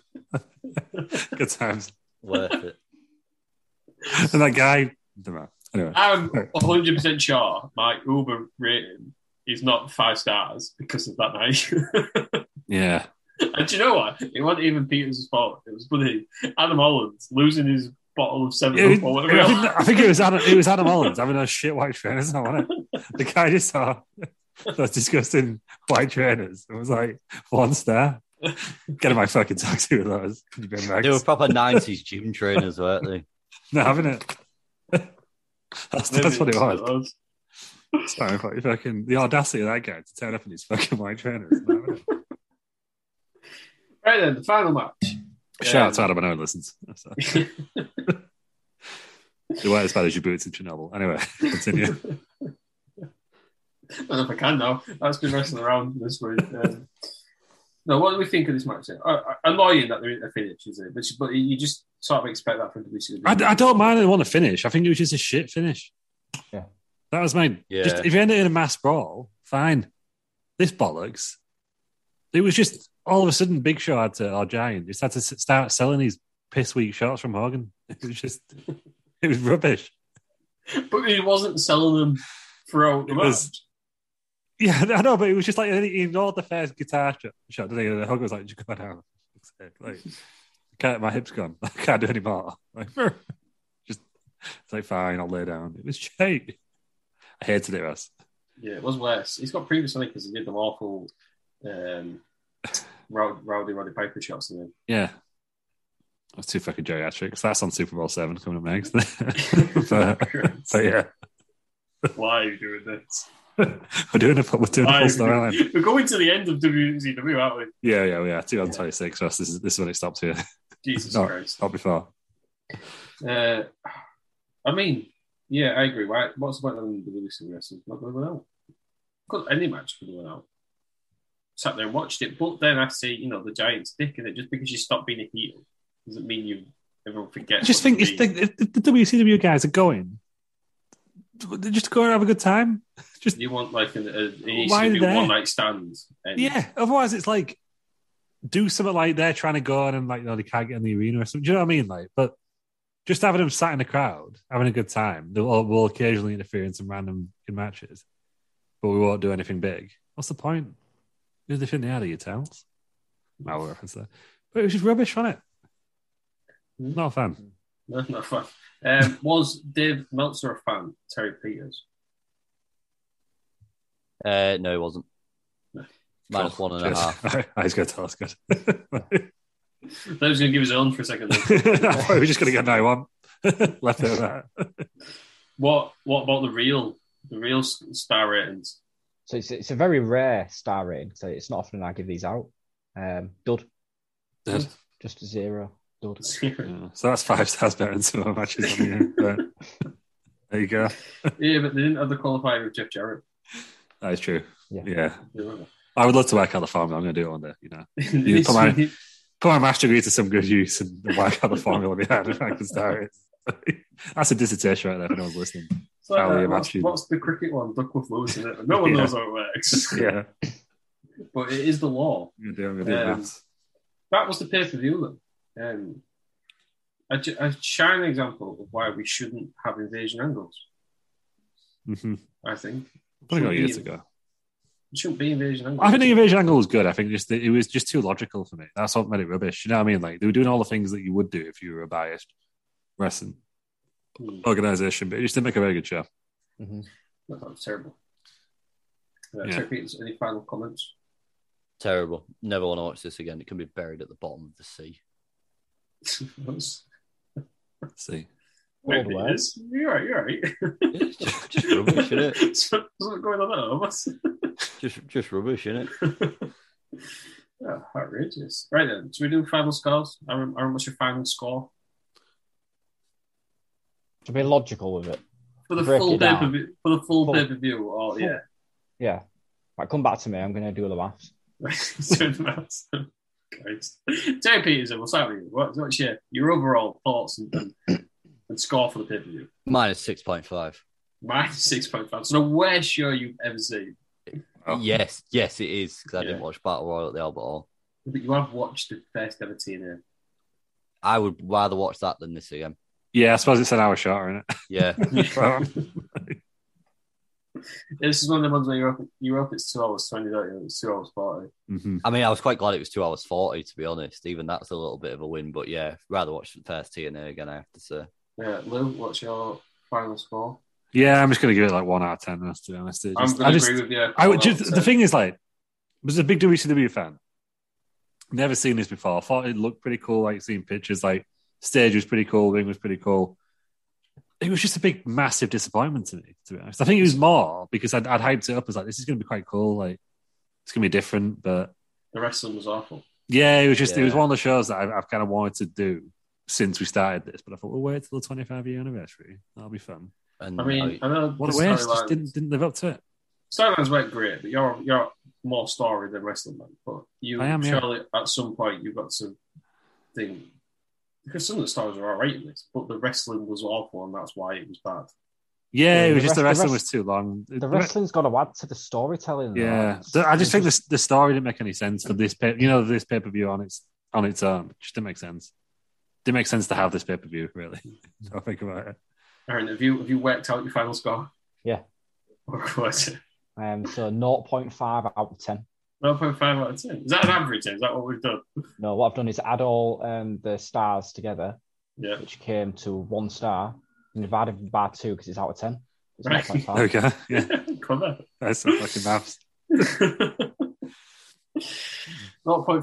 E: Good times.
D: Worth it.
E: And that guy. never mind. Anyway,
C: I'm 100 percent sure my Uber rating is not five stars because of that night.
E: yeah.
C: and do you know what? It wasn't even Peters' fault. It was bloody Adam Holland losing his bottle of seven
E: It-
C: Up or whatever.
E: I, think, I think it was Adam. It was Adam Holland having a shit white trainers on, wasn't it? The guy just saw those disgusting white trainers. It was like one star. Get in my fucking taxi with those. You bin bags.
D: They were proper 90s gym trainers, weren't they?
E: No, haven't it? that's,
D: Maybe
E: that's what it
D: it's
E: was.
D: what it
E: Sorry, but you fucking the audacity of that guy to turn up in his fucking white trainers. No, haven't it?
C: Right then, the final match. Um,
E: Shout out to Adam. uh, I know he listens. You weren't as bad as your boots in Chernobyl. Anyway, continue.
C: I don't know if I can now. That's been wrestling around this week. Um, no, what do we think of this match? Uh, uh, annoying that there isn't a finish, is it? But, but you just sort of expect that from WCW.
E: I, I don't mind. I want to finish. I think it was just a shit finish.
F: Yeah.
E: That was my.
D: Yeah.
E: Just, if you end it in a mass brawl, fine. This bollocks. It was just all of a sudden Big Show had to, or Giant, just had to s- start selling these piss weak shots from Hogan. It was just, it was rubbish.
C: But he wasn't selling them throughout the
E: It
C: match.
E: was- Yeah, I know, but it was just like, he ignored the first guitar sh- shot, didn't he? And Hogan was like, just go down. Fuck's sake, Like, I can't, my hip's gone. I can't do any more. Like, just, it's like, fine, I'll lay down. It was shit. I hated it, Russ.
C: Yeah, it was worse. He's got previous on it because he did them awful um, Row- Rowdy Roddy Piper shots. And
E: Yeah. That's too fucking geriatrics. That's on Super Bowl 7 coming up next. but, but yeah,
C: then, why are you doing this?
E: we're doing a, we're doing a
C: Why are
E: full
C: you
E: storyline.
C: doing- We're going to the end of WCW, aren't we?
E: Yeah, yeah, yeah. 2026, Russ. This is, this is when it stops here.
C: Jesus
E: not,
C: Christ.
E: Not before.
C: Uh, I mean, yeah, I agree. Why, what's the point of them releasing this? It's not going to go out. Because any match could go out. Sat there and watched it, but then I see, you know, the Giants dick in it. Just because you stop being a heel doesn't mean you everyone
E: I
C: forgets.
E: just
C: what
E: think
C: you
E: if
C: mean.
E: the, if the WCW guys are going, they just go and have a good time.
C: you want like an, a, it needs
E: Why
C: to be
E: there?
C: one night stand. And
E: Yeah. Otherwise, it's like do something like they're trying to go on and like you know they can't get in the arena or something. Do you know what I mean? Like, but just having them sat in the crowd having a good time. They'll all- we'll occasionally interfere in some random good matches, but we won't do anything big. What's the point? Who they think they are? Are your towns? Mal reference there, but it was just rubbish on it.
D: Hmm.
E: Not a fan.
C: No, not fun. Um, was Dave Meltzer a fan? Terry Peters.
D: Uh, no, it wasn't. Minus one and a half.
E: I was going to tell us good.
C: That was going to give us on for a second.
E: I thought we were just going to get no one left over.
C: What What about the real the real s- star ratings?
F: So it's it's a very rare star rating. So it's not often I give these out. Um, dud.
E: Dud.
F: Just, just a zero. Dud.
E: So that's five stars better than some of our matches on here. But there you go.
C: Yeah, but they didn't have the qualifier of Jeff Jarrett.
E: That is true.
F: Yeah.
C: Yeah.
E: I would love to work out the formula. I'm going to do it one day. You know, you
C: This
E: put my
C: week-
E: put my master degree to some good use and work out the formula behind it. if I can start it. That's a dissertation right there. If anyone's listening,
C: It's like
E: How we
C: that, uh, what's,
E: imagine.
C: what's the cricket one? Duckworth Lewis in it. No one
E: Yeah.
C: knows how it works.
E: yeah,
C: But it is the law.
E: I'm going to do, I'm gonna do the
C: Um,
E: maths.
C: That was the pay per view, though. Um, a, j- a shining example of why we shouldn't have invasion angles,
E: Mm-hmm.
C: I think.
E: Probably got
C: Shouldn't
E: years
C: be-
E: ago.
C: It shouldn't be invasion angles.
E: I think the invasion angle was good. I think just the, it was just too logical for me. That's what made it rubbish. You know what I mean? Like they were doing all the things that you would do if you were a biased wrestling
C: Hmm.
E: organization, but it just didn't make a very good show.
C: That was terrible. Uh,
E: Yeah.
C: Terry Peters, any final comments?
D: Terrible. Never want to watch this again. It can be buried at the bottom of the sea.
C: That's-
E: See,
C: Maybe
F: the
C: it
F: way.
C: is. You're right, you're right.
D: It's just, just rubbish, isn't it?
C: so, what's going on at home? What's-
D: Just, just rubbish, isn't it?
C: Oh, outrageous. Right then, should we do final scores? Aaron, Aaron, what's your final score?
F: To be logical with it.
C: For the
F: Break
C: full
F: it down.
C: pay-per-view, for the full
F: Full-
C: pay-per-view, or yeah.
F: Right, come back to me. I'm going to do the maths.
C: Something else. Christ. Terry Peterson, what's up with you? What, what's your, your overall thoughts and, and, and score for the pay per view?
D: Minus 6.5.
C: Minus 6.5. So the worst show you've ever seen.
D: Yes, yes, it is because I
C: Yeah.
D: didn't watch Battle Royal at the Albert Hall.
C: But you have watched the first ever TNA.
D: I would rather watch that than this again.
E: Yeah, I suppose it's an hour shorter,
D: Yeah.
E: isn't it?
C: This is one of the ones where you're up, you're up it's 2 hours 20, don't you? It's 2 hours 40.
E: Mm-hmm.
D: I mean, I was quite glad it was two hours forty, to be honest. Even that's a little bit of a win, but yeah, rather watch the first TNA again. I have to say.
C: Yeah, Lou, what's your final score?
E: Yeah, I'm just going to give it like one out of ten. that's- To be honest, It
C: I'm
E: just-
C: gonna
E: I just-
C: agree with you.
E: I would-
C: One
E: just-
C: out of
E: the
C: 10.
E: thing is, like, was a big WCW fan. Never seen this before. Thought it looked pretty cool. Like seeing pictures, like stage was pretty cool, ring was pretty cool. It was just a big, massive disappointment to me. To be honest, I think it was more because I'd, I'd hyped it up as like this is going to be quite cool. Like it's going to be different, but
C: The wrestling was awful.
E: yeah, it was just it was
C: Yeah.
E: one of the shows that I've, I've kind of wanted to do since we started this. But I thought we'll wait till the 25 year anniversary. That'll be fun.
D: And
C: I mean, I know
E: what a
C: the
E: waste! Just
C: storylines-
E: didn't didn't live up to it.
C: Storylines weren't great, but you're you're more story than wrestling man. But you
E: I am, yeah.
C: surely at some point you've got to think because some of the stories are alright in this, but the wrestling was awful and that's why it was bad.
E: Yeah, it
F: The
E: was just the
F: rest- the
E: wrestling
F: rest-
E: was too long.
F: The wrestling's got to add to the storytelling. though.
E: yeah, The- I just think the the story didn't make any sense for this. Pay, you know, this pay per view on its on its own just didn't make sense. Didn't make sense to have this pay per view. Really, I think about it.
C: Aaron, have you have you worked out your final score?
F: Yeah.
C: What?
F: Um, so 0.5 out of 10.
C: 0.5 out of 10. Is that an average? Is that what we've done?
F: No, what I've done is add all um, the stars together,
C: Yeah.
F: which came to one star, and divided by two because it's out of 10. It's
C: Right.
F: 0.5.
E: Okay, yeah,
C: Clever.
E: that's some fucking maths.
C: 0.5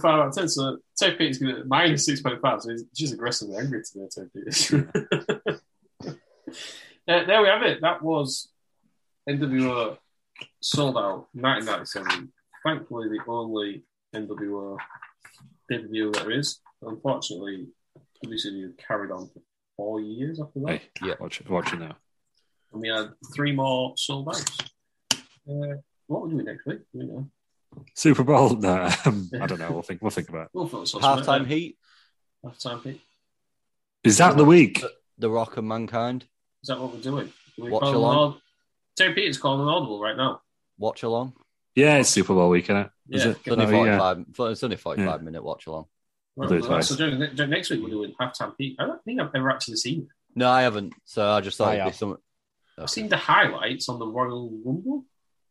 C: out of 10. So Ted Peter's going to minus 6.5. So he's just aggressively angry today, Ted Peters. Uh, there we have it. That was NWO sold out 1997. Thankfully, the only NWO pay per view there is. Unfortunately, WCW carried on for four years after that.
E: Hey, yeah, watch it, watch it now.
C: And we had three more sold outs. Uh, what we doing next week? Do we know?
E: Super Bowl? No, um, I don't know. We'll think. We'll think about. it.
C: We'll feel sorts of it.
D: Halftime heat.
C: Halftime heat.
E: Is that the week?
D: The, The Rock and Mankind.
C: Is that what we're doing? Do we
D: Watch
C: call an
D: along.
C: aud- Terry Peters calling an audible right now.
D: Watch along.
E: Yeah, it's Super Bowl week, isn't it? Is
C: Yeah,
E: it?
D: It's only
E: Oh, yeah.
D: forty-five. It's only forty-five minute watch along.
E: I'll do it
C: Well,
E: twice.
C: so during, during next week we're doing halftime heat. I don't think I've ever actually seen it.
D: No, I haven't. So I just thought
C: I
D: it'd
C: have.
D: be some.
C: I've seen the highlights on the Royal Rumble.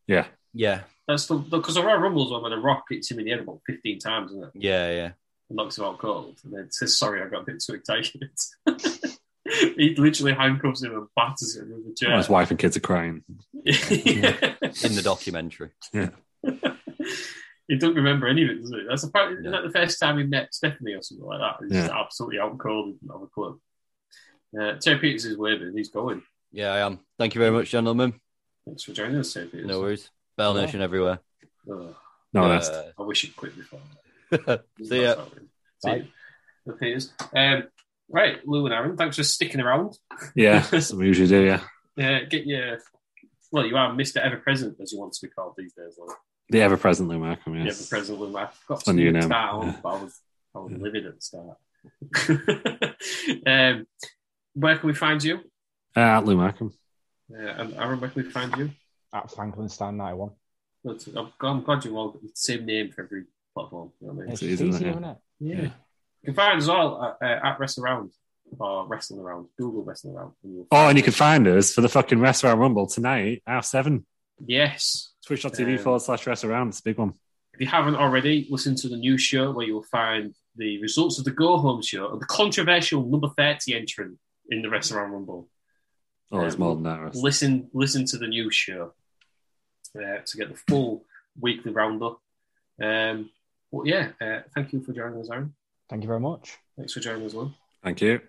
E: Yeah.
D: Yeah.
C: That's the because the Royal Rumble's one where the Rock hits him in the head about fifteen times, isn't it?
D: Yeah. Yeah.
C: And knocks him out cold, and then says, "Sorry, I got a bit too excited." he literally handcuffs him and batters him with a chair.
E: His wife and kids are crying.
D: In the documentary.
E: Yeah.
C: He don't remember any of it, does he? That's apparently isn't that the first time he met Stephanie or something like that. He's just
D: Yeah.
C: absolutely out cold and not have a clue. Uh, Terry Peters is waving. He's going.
D: Yeah, I am. Thank you very much, gentlemen.
C: Thanks for joining us, Terry Peters.
D: No worries. Bell
C: Yeah.
D: Nation everywhere.
C: Ugh.
E: No,
D: Uh,
E: that's
C: I wish he'd quit before.
D: See ya.
C: See you. The Peters. Um, right, Lou and Aaron, thanks for sticking around.
E: yeah. That's what we usually do. Yeah,
C: Uh, get your. Well, you are Mr. Ever Present, as you want to be called these days. Lou.
E: the ever-present Lou Malcolm.
C: The
E: Yes.
C: Ever Present Lou. I forgot
E: On
C: to
E: you
C: do it to
E: now.
C: that one, but I was, I was livid at the start. um, where can we find you?
E: uh, Lou Malcolm.
C: Uh, and Aaron, where can we find you?
F: At Frankenstein 91.
C: That's- I'm, I'm glad you all got the same name for every platform. You know what I mean?
F: It's It's easy, easy, isn't it?
C: Yeah. You can find us all at, uh, at Wrestle Around or Wrestling Around, Google Wrestling Around. and you'll
E: Oh, and you can find us for the fucking Restaurant Rumble tonight, half seven.
C: Yes.
E: Twitch.tv
C: Um,
E: forward slash Restaurant. It's a big one.
C: If you haven't already, listen to the new show where you'll find the results of the Go Home show and the controversial number 30 entrant in the Restaurant Rumble.
E: Oh, there's
C: Um,
E: more than that. Russ.
C: Listen, listen to the new show uh, to get the full weekly roundup. Um, but yeah, uh, thank you for joining us, Aaron.
F: Thank you very much.
C: Thanks for joining us, Lou.
E: Thank you.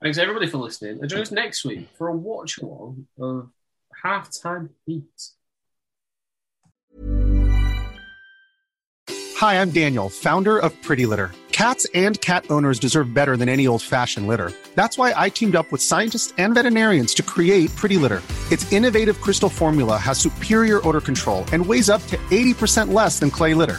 C: Thanks everybody for listening. And join us next week for a watch along of halftime heat.
H: Hi, I'm Daniel, founder of Pretty Litter. Cats and cat owners deserve better than any old fashioned litter. That's why I teamed up with scientists and veterinarians to create Pretty Litter. Its innovative crystal formula has superior odor control and weighs up to 80% less than clay litter.